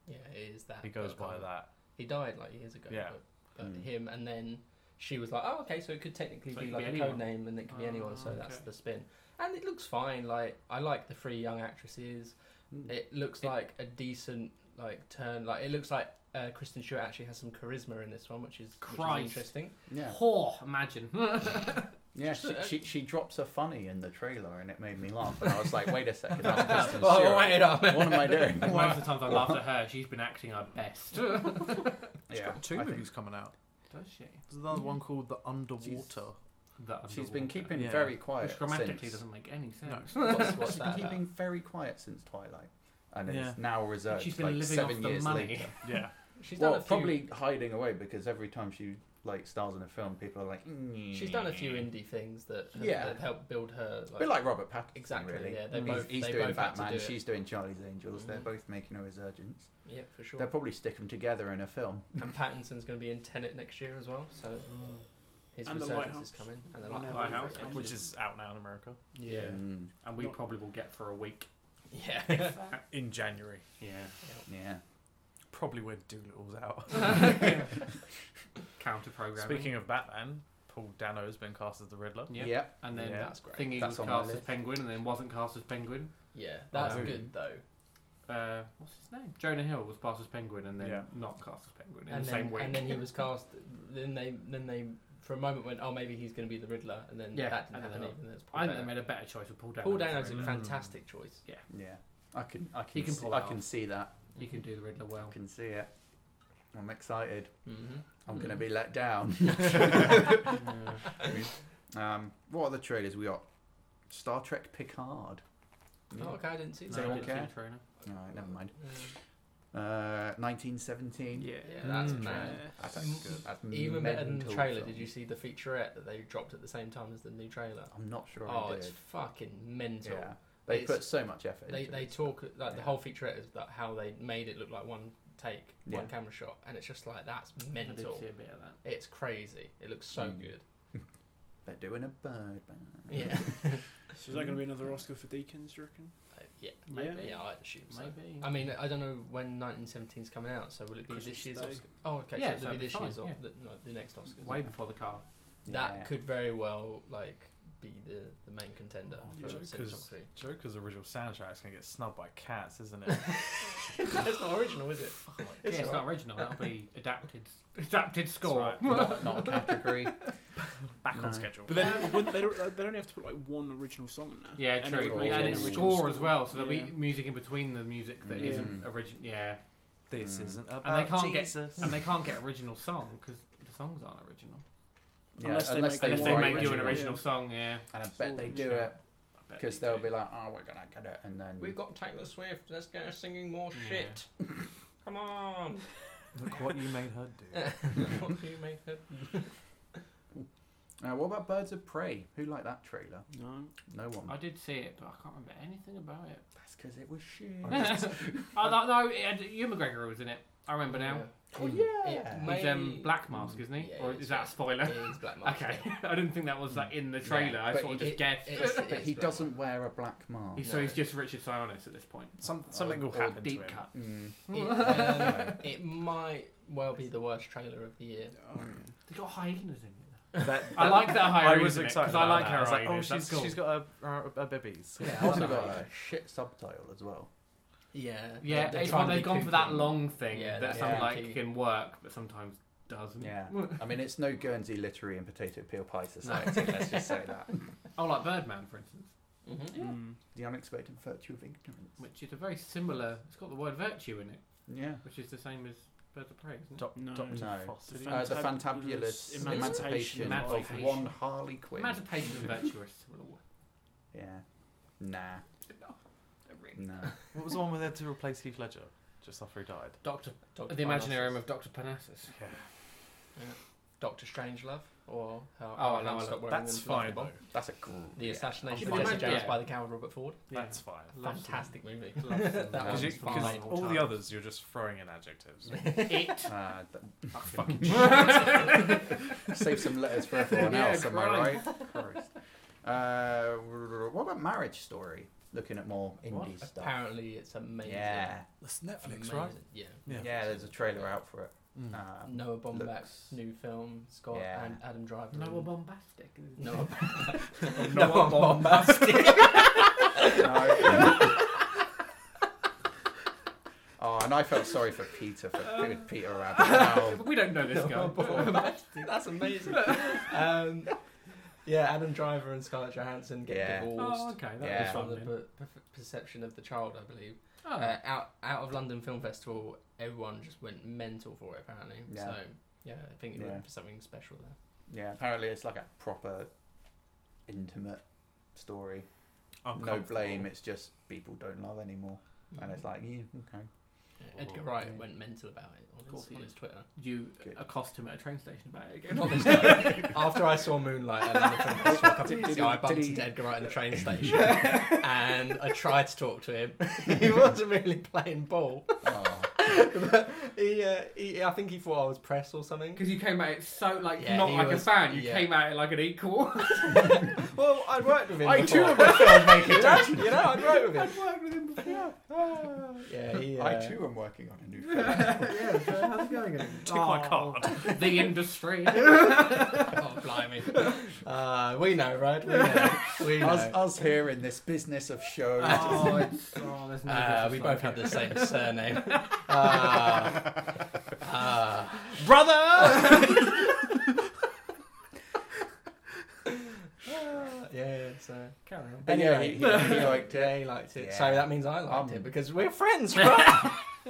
S2: Yeah, it is that.
S5: He goes
S2: but I
S5: by
S2: can't-
S5: that.
S2: He died like years ago.
S5: Yeah.
S2: But, but
S1: Mm.
S2: him and then she was like, oh okay, so it could technically
S4: So it
S2: be
S4: could
S2: like
S4: be
S2: a
S4: anyone.
S2: code name and it could be anyone. So
S4: Oh,
S2: that's
S4: okay.
S2: the spin. And it looks fine. Like I like the three young actresses.
S1: Hmm.
S2: It looks
S4: It-
S2: like a decent like turn. Like it looks like uh, Kristen Stewart actually has some charisma in this one, which is, which is
S4: Christ.
S2: interesting.
S1: Yeah,
S4: Whore, imagine.
S1: yeah. She, she, she drops a funny in the trailer, and it made me laugh. And I was like, "Wait a second, that's Kristen
S2: oh
S1: Stewart.
S2: wait up!
S1: What am I doing?"
S4: Most of the times I laughed at her, she's been acting her best. Does
S5: She's
S1: Yeah,
S5: got two
S1: I think
S5: movies coming out.
S4: she?
S5: There's another one called The Underwater.
S4: That
S1: She's been
S4: underwater.
S1: keeping
S5: Yeah.
S1: very quiet
S4: Which grammatically
S1: since.
S4: doesn't make any sense.
S2: What's, what's
S1: She's been
S2: that? about?
S1: keeping very quiet since Twilight, and
S5: Yeah.
S1: it's now reserved
S4: She's been
S1: like
S4: living
S1: seven
S4: off the
S1: years
S4: money.
S1: later.
S5: Yeah.
S2: She's
S1: well,
S2: done a few.
S1: probably hiding away because every time she like stars in a film, people are like, mm.
S2: She's done a few indie things that have,
S1: Yeah.
S2: that have helped build her.
S1: A
S2: Like,
S1: bit like Robert Pattinson,
S2: Exactly,
S1: Really.
S2: yeah, they
S1: he's,
S2: both-
S1: he's
S2: they
S1: doing
S2: both had to
S1: Batman.
S2: do it.
S1: she's doing Charlie's Angels. They're
S2: Mhm.
S1: both making a resurgence.
S2: yeah, for sure.
S1: They'll probably stick them together in a film.
S2: And Pattinson's going to be in Tenet next year as well, so his
S6: And The
S2: resurgence
S6: Lighthouse.
S2: is coming. And the
S6: Yeah.
S2: Lighthouse,
S4: Lighthouse,
S2: yeah.
S5: Which is out now in America.
S2: yeah,
S1: Mm,
S4: And we
S6: Not-
S4: probably will get for a week.
S2: yeah.
S5: Uh, In January.
S4: Yeah.
S1: yeah.
S5: Probably when Doolittle's out.
S4: Counter programming.
S5: Speaking of Batman, Paul Dano's been cast as the Riddler.
S4: Yeah.
S1: Yep.
S4: And then
S5: Yeah.
S2: That's great.
S4: thingy
S1: That's
S4: was
S1: on my
S4: cast as
S1: list.
S4: Penguin and then wasn't cast as Penguin.
S2: yeah, that's
S5: Oh.
S2: good though.
S4: Uh, what's his name? Jonah Hill was cast as Penguin and then
S5: Yeah.
S4: not cast as Penguin in
S2: and
S4: the
S2: then,
S4: same week.
S2: And then he was cast. Then they, then they, for a moment went, oh, maybe he's going to be the Riddler, and then
S4: Yeah,
S2: that didn't
S4: and
S2: happen.
S4: then not.
S2: Even though it's Paul
S4: I think they
S2: Dano.
S4: made a better choice with Paul Dano.
S2: Paul
S4: for
S2: Dano's
S4: it.
S2: a
S5: Mm.
S2: fantastic choice.
S1: Yeah. I can. I can.
S4: He can
S1: see,
S4: pull
S1: I
S4: it
S1: can
S4: off.
S1: see that.
S4: He can do the Riddler well.
S1: I can see it. I'm excited.
S2: Mm-hmm.
S1: I'm
S2: Mm.
S1: gonna be let down. um, what other trailers we got? Star Trek Picard.
S2: Oh, okay, I didn't see
S1: Does
S2: that.
S1: anyone
S4: I didn't see the
S1: care?
S4: trailer.
S1: Alright, never mind.
S2: Mm.
S1: Uh, 1917.
S6: Yeah.
S2: Yeah, that's
S5: Mm.
S2: mad.
S1: That's
S2: Mm.
S1: good. That's
S2: Even better than the
S1: mental
S2: trailer,
S1: film.
S2: did you see the featurette that they dropped at the same time as the new trailer?
S1: I'm not sure.
S2: Oh,
S1: I
S2: it's
S1: did.
S2: fucking mental.
S1: Yeah, they
S2: It's-
S1: put so much effort.
S2: They
S1: into
S2: they
S1: it.
S2: talk like the
S1: Yeah.
S2: whole featurette is about how they made it look like one take, one
S1: Yeah.
S2: camera shot, and it's just like that's
S4: I did
S2: mental.
S4: see a bit of that.
S2: It's crazy. It looks so
S1: Mm.
S2: good.
S1: They're doing a bird band.
S2: Yeah.
S6: So is that going to be another Oscar for Deacons? Do you reckon?
S2: Uh, yeah.
S4: Maybe.
S2: Yeah, I'd assume so.
S4: Maybe.
S2: I mean, I don't know when 1917's coming out, so will it be
S6: Christmas
S2: this year's
S6: Day.
S2: Oscar? Oh, okay, so
S4: Yeah,
S2: it'll
S4: that'd
S2: be
S4: be
S2: this
S4: fine,
S2: year's or
S4: yeah.
S2: the, no, the next Oscars.
S4: Way before the car.
S2: That
S1: Yeah.
S2: could very well like be the, the main contender
S5: Oh,
S2: for
S5: yeah, 'cause-
S2: cinematography.
S5: Joker's original soundtrack's gonna get snubbed by cats, isn't it?
S2: That's not original, is it?
S4: yeah, it's not original. That'll be adapted. Adapted score.
S5: right.
S1: not, not a category.
S5: Back
S1: No.
S5: on schedule.
S6: But then they don't, they don't have to put like one original song in there.
S4: Yeah,
S6: And it
S4: true.
S6: would
S1: Yeah,
S6: make
S4: and
S6: it
S1: it's
S4: it's
S6: an
S1: original
S4: score as well, so there'll
S6: Yeah.
S4: be music in between the music that
S6: Yeah.
S4: not original. Yeah,
S5: this isn't about
S4: and they can't
S5: Jesus.
S4: get and they can't get original song because the songs aren't original.
S1: Yeah,
S6: Unless they make-
S4: Unless they
S1: were
S4: make you an
S6: original.
S4: original
S6: Yeah.
S4: song, yeah.
S1: And I bet they do it because they'll be like, oh, we're going to get it. And then
S2: We've got Taylor Swift. Let's get her singing more
S4: Yeah.
S2: shit. Come on.
S5: Look what you made her do.
S2: what do you make it?
S1: Now, what about Birds of Prey? Who liked that trailer?
S6: No.
S1: No one.
S4: I did see it, but I can't remember anything about it.
S1: That's because it was shit.
S4: oh, no, no, it had Ewan McGregor was in it. I remember now.
S1: Oh,
S2: Mm.
S1: yeah.
S2: It
S1: He's,
S4: He's
S2: may-
S4: um, Black Mask, isn't he?
S2: Yeah,
S4: or
S2: it's
S4: is that a
S2: Black-
S4: spoiler?
S2: it is Black Mask.
S4: Okay, I didn't think that was like in the
S1: Yeah,
S4: trailer. I
S1: but
S4: sort of
S2: it-
S4: just guessed.
S2: it- it's-
S1: but
S2: it's
S1: he
S2: Black
S1: doesn't wear a black mask.
S4: He- so he's
S2: no.
S4: just Richard Sionis at this point.
S5: Some, something will
S4: Or
S5: happen
S4: deep
S5: to him.
S4: cut.
S1: Mm.
S2: It, um, it might well be the worst trailer of the year.
S6: Oh,
S4: They got hyenas in it.
S5: That-
S4: I like that
S5: I
S4: hyenas
S5: was
S4: in it, 'cause
S5: excited.
S4: I
S5: about
S4: like
S5: that.
S4: her
S5: I was like, oh,
S4: hyenas,
S5: she's,
S4: that's cool.
S5: she's got a, a, a babies.
S1: Yeah, I also
S4: Nice.
S1: got a shit subtitle as well.
S2: Yeah.
S4: Yeah,
S2: they're
S4: it's
S2: trying
S4: when
S2: to
S4: they've
S2: be
S4: gone for that
S2: kooky.
S4: long thing
S2: Yeah,
S4: that
S2: that's
S4: some
S2: kooky.
S4: like can work, but sometimes doesn't.
S1: Yeah. I mean, it's no Guernsey Literary and Potato Peel Pie Society, let's just say that.
S4: Oh, like Birdman, for instance,
S2: Mhm.
S6: Mm.
S1: The unexpected virtue of ignorance.
S4: which is a very similar. It's got the word virtue in it,
S1: Yeah.
S4: which is the same as Birds of Prey, isn't it?
S5: Doc-
S6: No.
S5: Doctor
S1: No.
S5: Foster.
S6: The
S1: Uh, the fantabulous
S6: Fantabulous
S1: emancipation,
S6: Emancipation
S1: of
S4: of-
S1: one Harley Quinn.
S4: Emancipation and virtue are similar words.
S1: Yeah. Nah. Nah.
S5: What was the one where they had to replace Heath Ledger just after he died?
S4: Doctor,
S2: Doctor
S4: the Imaginarium
S2: Parnassus.
S4: of Doctor Parnassus.
S5: Yeah.
S2: Doctor Strangelove or how
S4: Oh,
S2: how
S4: no,
S2: I
S4: I
S2: stopped
S4: love-
S2: wearing
S5: That's
S2: them to laugh
S5: fine.
S2: about.
S5: Though.
S1: That's a cool.
S2: The assassination
S5: I'm
S2: of Jesse
S5: fine.
S2: James
S4: Yeah.
S2: by the Coward Robert Ford.
S5: That's fine.
S4: Um,
S2: Fantastic movie.
S4: Love them.
S2: That
S5: Because
S2: one's
S5: you- because
S2: fine.
S5: all the others, you're just throwing in adjectives.
S4: It.
S1: Uh, th-
S4: fucking
S1: save some letters for everyone
S4: Yeah,
S1: else, am I right?
S4: Christ.
S1: Christ. Uh, what about Marriage Story? Looking at more indie
S2: What?
S1: stuff.
S2: Apparently, it's amazing.
S1: Yeah.
S5: That's
S2: Amazing. Yeah.
S5: Yeah.
S1: Yeah, there's a trailer out for it.
S5: Mm.
S1: Uh,
S2: Noah Baumbach's
S1: looks-
S2: new film, Scott
S1: Yeah.
S2: and Adam Driver.
S4: Noah
S2: and-
S4: bombastic.
S2: Noah
S1: Noah Bombastic. no. oh, and I felt sorry for Peter for good Peter Rabbit. Oh, Now,
S4: We don't know this guy.
S2: Noah Baumbach. That's amazing. um, yeah, Adam Driver and Scarlett Johansson get
S1: Yeah.
S2: divorced.
S4: Oh, okay, that
S1: Yeah.
S4: was
S2: from
S4: fun.
S2: the
S4: then.
S2: per- per- perception of the child, I believe.
S4: Oh,
S2: Uh, out out of London Film Festival, everyone just went mental for it apparently.
S1: Yeah.
S2: So yeah, I think it
S1: Yeah.
S2: went for something special there.
S1: yeah, apparently it's like a proper intimate story. no
S5: Uncomfortable.
S1: blame. It's just people don't love anymore, and it's like, yeah, okay.
S2: Yeah, Edgar Wright went mental about it on,
S4: Of course
S2: his,
S4: he
S2: on
S4: did.
S2: his Twitter.
S4: you
S1: Good.
S4: accost him at a train station about it again.
S2: Not this time. After I saw Moonlight at London Film Festival a couple of years ago, I bumped
S1: Did he-
S2: into Edgar Wright in the train station, and I tried to talk to him. he wasn't really playing ball.
S1: Oh,
S2: but he, uh, he, I think he thought I was press or something.
S4: Because you came at it so like
S2: Yeah,
S4: not
S2: he
S4: like
S2: was-
S4: a fan, you
S2: yeah.
S4: came at it like an equal.
S2: Well, I'd worked with him.
S1: I too
S2: before.
S1: am a filmmaker. don't
S2: you know, I'd worked with him. Yeah, he,
S1: you?
S2: uh,
S1: I too am working on a new film.
S4: how's it going?
S5: Take my card.
S4: The industry.
S2: Oh, blimey. Uh, we know, right? We know. We know.
S1: us, us here in this business of shows.
S4: oh, it's, oh, there's no
S2: Uh,
S4: business
S2: we
S4: like
S2: both
S4: it.
S2: have the same surname. Uh, uh,
S5: Brother!
S2: yeah, so.
S4: Uh, Carry on.
S1: But yeah, he, he, he liked it.
S2: Yeah, he liked it. So
S1: Yeah.
S2: that means I liked
S1: Um,
S2: it because we're friends, right?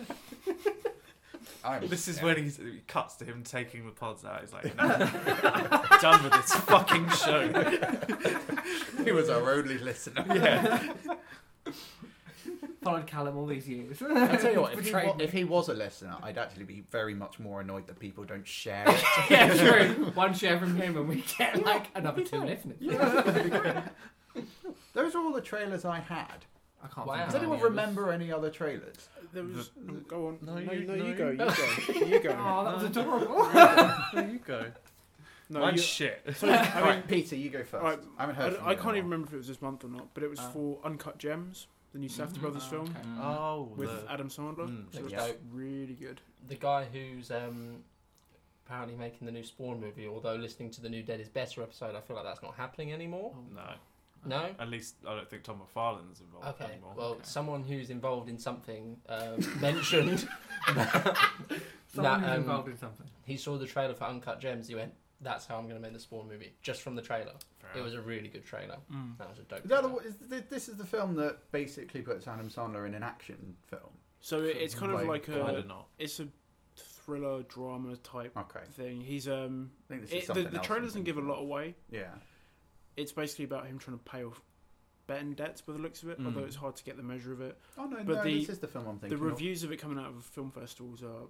S1: I'm-
S5: This is
S1: yeah.
S5: when he's, it cuts to him taking the pods out. He's like, "No, done with this fucking show.
S1: he was our only listener.
S4: Followed Callum all these years.
S1: I tell you what, if he,
S4: Betrayed
S1: wa-
S4: me.
S1: if he was a listener, I'd actually be very much more annoyed that people don't share it.
S4: yeah, true. One share from him, and we get like another two listeners.
S1: Those are all the trailers I had.
S4: I can't.
S2: Wow.
S4: Think
S1: Does
S4: of
S1: anyone
S4: any others.
S1: remember any other trailers?
S6: There was go on.
S5: No,
S6: No, no,
S5: you-
S6: no, you
S5: no.
S6: go, you go, you go.
S4: Oh, that
S2: Uh,
S4: was adorable.
S5: There you go.
S6: No,
S5: Mine's
S6: you,
S5: shit.
S6: so, I
S1: All
S6: mean,
S1: right, Peter, you go first.
S6: All right.
S1: I haven't heard. from
S6: I, I
S1: you in a
S6: can't even
S1: while.
S6: remember if it was this month or not, but it was
S1: Ah.
S6: for Uncut Gems, the new Safety
S2: Mhm.
S6: Brothers
S4: Oh,
S6: film
S4: Uh, okay.
S5: Oh,
S6: with
S5: the-
S6: Adam Sandler.
S5: Mm.
S6: So
S2: Looks
S6: it's
S2: dope.
S6: really good.
S2: the guy who's um, apparently making the new Spawn movie, although listening to the new Dead is Better episode, I feel like that's not happening anymore.
S5: No,
S2: No?
S5: at least I don't think Tom McFarlane's involved
S2: Okay.
S5: anymore.
S2: Well,
S4: Okay.
S2: someone who's involved in something um, mentioned that
S4: Someone who's
S2: um,
S4: involved in something.
S2: he saw the trailer for Uncut Gems. He went, "That's how I'm going to make the Spawn movie." Just from the trailer,
S5: Fair
S2: it
S5: enough.
S2: was a really good trailer.
S6: Mm.
S2: That was a dope.
S1: Is that the,
S2: trailer.
S1: one- is th- this is the film that basically puts Adam Sandler in an action film.
S6: So it, it's kind of
S1: Like,
S6: like
S5: Kinda
S6: a
S5: not.
S6: it's a thriller drama type
S1: Okay, I
S6: thing. He's um
S1: think this is
S6: it, the,
S1: something
S6: the
S1: else
S6: trailer
S1: I'm
S6: doesn't give a
S1: thinking
S6: lot away.
S1: Yeah,
S6: It's basically about him trying to pay off betting debts by the looks of it,
S5: Mm.
S6: although it's hard to get the measure of it.
S1: Oh no,
S6: But
S1: no
S6: the-
S1: this is the film I'm thinking.
S6: the
S1: of.
S6: reviews of it coming out of film festivals are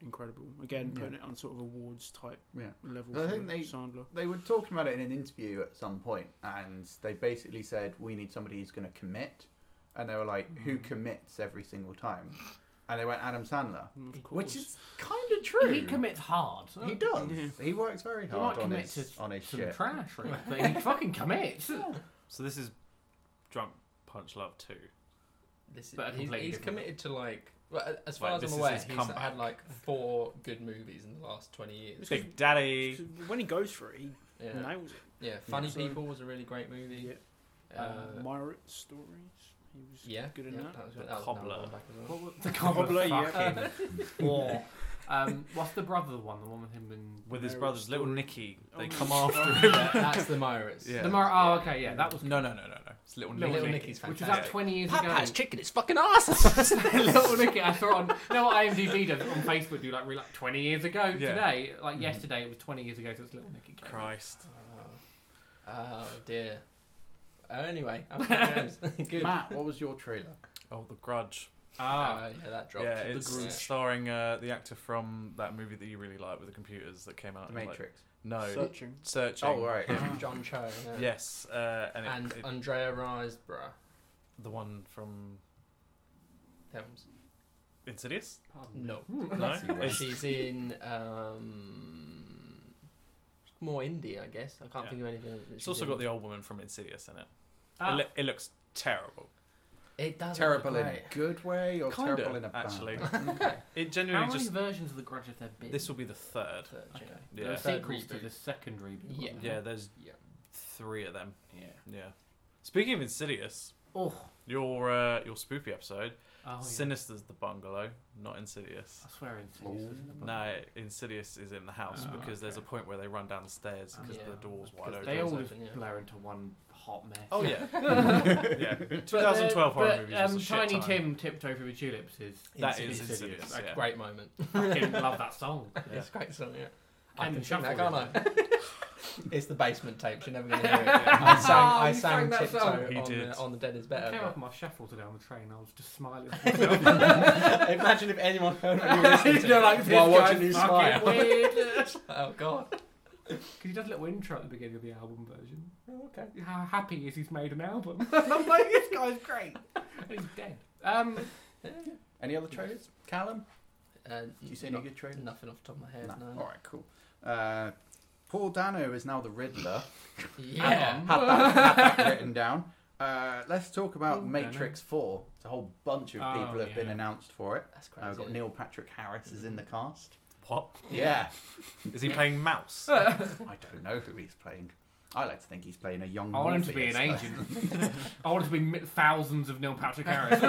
S6: incredible. Again,
S4: Mm.
S1: Yeah.
S6: putting it on sort of awards type
S1: Yeah.
S6: level
S1: I
S6: for
S1: think they-
S6: Sandler.
S1: They were talking about it in an interview at some point, and they basically said we need somebody who's going to commit, and they were like, who
S6: Mm-hmm.
S1: commits every single time? And they went Adam Sandler,
S6: Mm, Of
S1: which
S6: course.
S1: is kind of true.
S4: He commits hard.
S1: He does.
S6: Yeah.
S1: He works very
S4: He
S1: hard
S4: might
S1: on
S4: commit
S1: his
S4: to
S1: on his
S4: Some
S1: shit.
S4: trash, really, but he fucking commits.
S5: So this is Drunk Punch Love Two.
S2: This is,
S4: But a
S2: he's,
S4: completely
S2: he's
S4: different-
S2: committed to like. Well, a- as far
S5: Like,
S2: as
S5: this
S2: I'm
S5: is
S2: aware,
S5: his
S2: he's
S5: comeback.
S2: had like four good movies in the last twenty years.
S5: Big Daddy.
S6: 'Cause when he goes for it, he
S2: Yeah,
S6: nails it.
S2: yeah. Funny
S6: so-
S2: People was a really great movie. Yeah,
S6: uh,
S2: uh,
S6: Myrick stories. He was
S2: yeah.
S6: good in
S2: yeah,
S6: that.
S2: was
S5: The
S2: good. That was
S5: Cobbler.
S2: another one back as well.
S4: the
S6: Cobbler, yeah.
S4: Or, um, what's the brother one? The one with him and
S5: With his
S6: Marriage
S5: brothers, little
S6: Story.
S5: Nicky, they
S6: Oh,
S5: come
S6: no.
S5: after him.
S2: Yeah, that's the Myra's.
S5: Yeah.
S4: the Mar- Oh, okay, yeah, that was
S5: No, no, no, no, no. It's little
S4: Little
S5: Nicky.
S2: Little Nicky's
S4: which was
S2: fantastic.
S4: about twenty years ago.
S2: chicken is fucking awesome.
S4: Little Nicky, I saw on no IMDb does it on Facebook. You like re- like twenty years ago
S5: Yeah.
S4: today, like
S5: Mhm.
S4: yesterday. It was twenty years ago. So it's Little Nicky. came out.
S5: Christ.
S2: oh dear. Uh, anyway, I'm good.
S1: Matt, what was your trailer?
S5: Oh, The Grudge.
S4: Ah,
S2: Uh, yeah, that dropped.
S5: Yeah,
S2: The
S5: it's
S2: Grudge.
S5: starring uh, the actor from that movie that you really like with the computers that came out.
S1: The
S5: in, like-
S1: Matrix.
S5: no,
S6: Searching.
S5: Searching.
S1: Oh right.
S2: Yeah, John Cho. Yeah.
S5: Yes, uh, and, it,
S2: And
S5: it-
S2: Andrea Riseborough.
S5: the one from
S2: Films.
S5: Insidious.
S4: pardon me.
S2: No.
S5: No, It's-
S2: She's in um, more indie, I guess. I can't
S5: Yeah.
S2: think of anything. that
S5: it's
S2: she's
S5: also
S2: in.
S5: got the old woman from Insidious in it.
S4: Ah.
S5: It, loo- it looks terrible.
S2: It does look
S1: terrible in a
S2: great.
S1: good way or
S5: Kinda,
S1: terrible in a bad
S5: actually.
S1: way?
S2: Okay.
S5: It
S4: How
S5: genuinely
S4: many
S5: just.
S4: versions of The Grudge have there been?
S5: This will be the third.
S2: Third,
S4: Okay.
S2: yeah.
S5: Yeah.
S4: There are
S2: The third
S4: sequels to
S2: reboot.
S4: the second reboot.
S2: Yeah.
S4: wasn't there?
S5: Yeah, there's
S2: Yeah.
S5: three of them.
S4: Yeah.
S5: Yeah. Speaking of Insidious,
S4: Oh.
S5: your uh, your spoopy episode,
S4: Oh, yeah.
S5: Sinister's the bungalow, not Insidious.
S4: I swear Insidious was in the book.
S5: No, Insidious is in the house
S4: Oh,
S5: because there's a
S4: okay. Oh,
S5: point where they run downstairs
S4: Um,
S5: because
S2: Yeah.
S5: the door's wide
S2: Because
S5: open.
S4: They all
S2: Doors
S4: just
S2: open, yeah.
S4: blur into one hot mess.
S5: Oh yeah, yeah.
S4: But,
S5: 2012
S4: uh,
S5: horror
S4: but,
S5: movies
S4: Um,
S5: was a shit
S4: Tiny
S5: time.
S4: Tim tiptoe through the tulips is
S5: That
S4: Insidious.
S5: is Insidious,
S4: I
S5: yeah.
S2: Great moment.
S4: fucking love that song.
S5: Yeah.
S2: It's a great song, yeah.
S4: I
S2: I
S4: can
S2: can sing that,
S4: shuffle
S2: can't
S4: it.
S2: I? it's the basement tapes. You're never going to hear it.
S5: Yeah.
S2: I sang, I
S4: Oh, You sang
S2: sang
S4: that
S2: tiptoe
S4: song.
S5: He
S2: on,
S5: did.
S2: the, on the Dead Is
S4: I
S2: Better.
S4: came
S2: but-
S4: off my shuffle today on the train. I was just smiling.
S2: Imagine if anyone heard what you were listening to
S4: You're like,
S2: while
S4: "This
S2: watching
S4: guy's
S2: you
S4: fucking
S2: smile.
S4: weird.
S2: Oh god.
S4: Because he does a little intro at the beginning of the album version.
S2: okay.
S4: How happy is he's made an album? I'm like, this guy's great. And he's dead. Um,
S1: Any other trailers? Callum,
S2: Uh,
S1: did you see
S2: not-
S1: any good trailers?
S2: Nothing off the top of my head. No.
S1: All right, cool. Uh, Paul Dano is now the Riddler.
S2: Yeah.
S1: had that, had that written down. Uh, let's talk about
S4: Ooh,
S1: Matrix 4. It's a whole bunch of
S4: Oh,
S1: people have been
S4: yeah. Mm.
S1: announced for it.
S2: That's
S1: Uh,
S2: crazy.
S1: we've got Neil Patrick Harris is in the cast.
S5: What
S1: Yeah.
S5: is he playing Mouse?
S1: I don't know who he's playing. I like to think he's playing a young
S4: I want him to be an
S1: Morpheus.
S4: agent. I want to be mi- thousands of Neil Patrick Harris.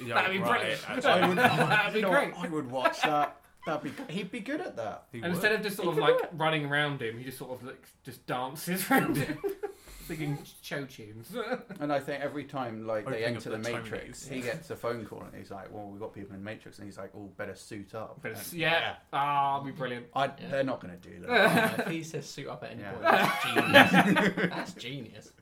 S5: Yeah,
S4: That'd be
S5: right,
S4: brilliant.
S5: actually.
S1: I would,
S4: That'd be
S1: you know what?
S4: great.
S1: I would watch that. That'd be, he'd be good at that.
S5: He
S4: and
S5: would.
S4: instead of just sort of like running around him, he just sort of like just dances around him, singing show tunes.
S1: And I think every time like they
S5: Opening up
S1: enter the,
S5: the
S1: Matrix,
S5: Tonys.
S1: he gets a phone call and he's like, "Well, we've got people in Matrix," and he's like, "Oh, better suit up."
S4: But
S1: And-
S4: it's, yeah, ah, it'd be brilliant.
S1: I,
S2: Yeah.
S1: They're not going to do that.
S2: if he says suit up at any
S1: Yeah.
S2: point, that's genius. that's genius.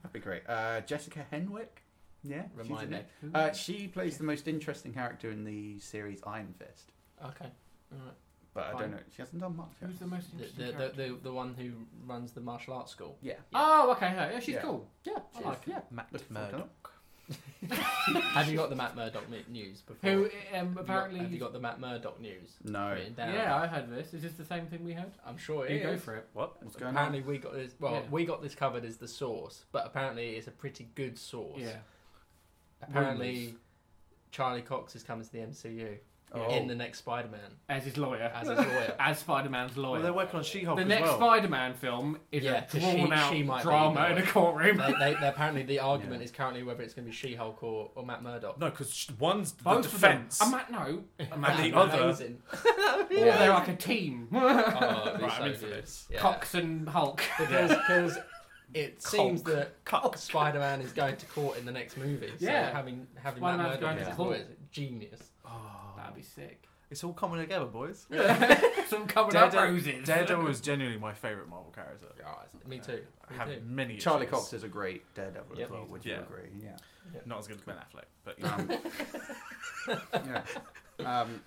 S1: That'd be great. Uh, Jessica Henwick. Yeah, she's
S2: Remind
S1: in
S2: me.
S1: it. Uh, she plays the most interesting character in the series Iron Fist,
S2: Okay. Alright.
S1: but I
S4: Fine.
S1: don't know. She hasn't done much. Yet.
S4: Who's the most
S2: The,
S4: interesting
S2: the, the,
S4: character?
S2: the, the one who runs the martial arts school.
S1: Yeah,
S4: Oh, okay, her. yeah, she's
S1: Yeah.
S4: cool.
S1: yeah,
S4: I
S1: she is.
S4: like her.
S1: yeah.
S5: Matt
S1: Looking forward to
S5: Murdock.
S2: Have you got the Matt Murdock mi- news before?
S4: Who
S2: Have
S4: um,
S2: you got-
S4: apparently?
S2: Have you got the Matt Murdock news?
S1: No.
S2: written down?
S4: yeah, I heard this. Is this the same thing we heard?
S2: I'm sure it
S4: You
S2: is.
S4: go for it.
S5: What?
S1: What's going on?
S2: Apparently we got this. Well,
S4: Yeah.
S2: we got this covered as the source, but apparently it's a pretty good source.
S4: Yeah.
S2: Apparently,
S4: Rumours.
S2: Charlie Cox is coming to the MCU
S1: Oh.
S2: in the next Spider-Man
S4: as his lawyer,
S2: as his lawyer.
S4: as Spider-Man's lawyer.
S5: Well, Oh, they're working on She-Hulk
S4: the
S5: as
S4: next
S5: well.
S4: Spider-Man film is
S2: Yeah,
S4: a
S2: 'cause she-
S4: drawn-out
S2: she might be
S4: drama
S2: the
S4: in a
S2: lawyer.
S4: courtroom.
S2: they, they, they- apparently, the argument is currently whether it's going to be She-Hulk or, or Matt Murdock.
S5: no, because one's the
S4: Both
S5: defense.
S4: of them. I'm at no.
S5: And
S4: Imagine.
S5: the other-
S2: Amazing.
S4: Or they're like a team.
S2: Oh, it'd be
S5: Right,
S2: so
S5: I'm in for
S2: good.
S5: this.
S2: Yeah.
S4: Cox and Hulk.
S2: because because it seems that
S5: Cock.
S2: Spider Man is going to court in the next movie. So
S4: Yeah.
S2: having having
S4: Spider-Man's
S2: Matt
S4: going
S2: Murdock
S1: to
S2: as his
S4: court.
S2: lawyer is genius.
S4: That'd be sick.
S5: It's all coming together, boys.
S4: Some covered up
S5: Daredevil,
S4: roses.
S5: Daredevil is genuinely my favourite Marvel character.
S2: Me too.
S5: I
S2: Me
S5: have
S2: too.
S5: many.
S1: Charlie
S5: issues.
S1: Cox is a great Daredevil
S2: Yep.
S1: as well. Would you
S5: Yeah.
S1: agree? Yeah.
S5: Not as good as Ben Affleck, but you know.
S1: Um, yeah. Um,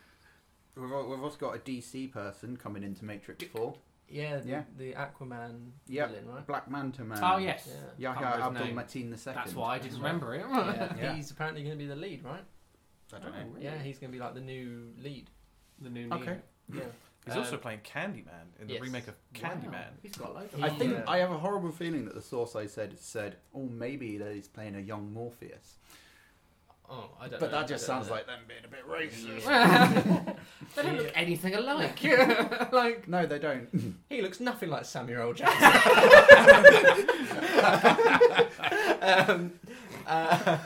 S1: we've, al- we've also got a DC person coming into Matrix 4.
S2: Yeah, the,
S1: Yeah.
S2: the Aquaman
S1: Yep.
S2: villain, right?
S1: Black Manta Man.
S4: Oh yes.
S2: Yeah.
S1: Yahya
S4: Can't remember his
S1: Abdul
S4: name.
S1: Mateen the second.
S4: That's why I didn't remember it.
S2: Yeah,
S1: Yeah.
S2: he's apparently going to be the lead, right?
S1: I don't know.
S2: Yeah, he's going to be like the new lead.
S4: The new
S1: Okay.
S2: Yeah,
S4: Neo.
S5: he's
S2: Um,
S5: also playing Candyman in the
S2: yes.
S5: remake of Candyman.
S4: Wow, He's got loads.
S1: I
S4: Of
S1: think
S5: Yeah.
S1: I have a horrible feeling that the source I said said, "Oh, maybe that he's playing a young Morpheus,"
S2: Oh, I don't.
S1: but
S2: know.
S1: that just
S2: I don't
S1: sounds
S2: know.
S1: like them being a bit racist.
S4: they don't look anything alike.
S1: like, no, they don't.
S2: He looks nothing like Samuel L. Jackson. um, um,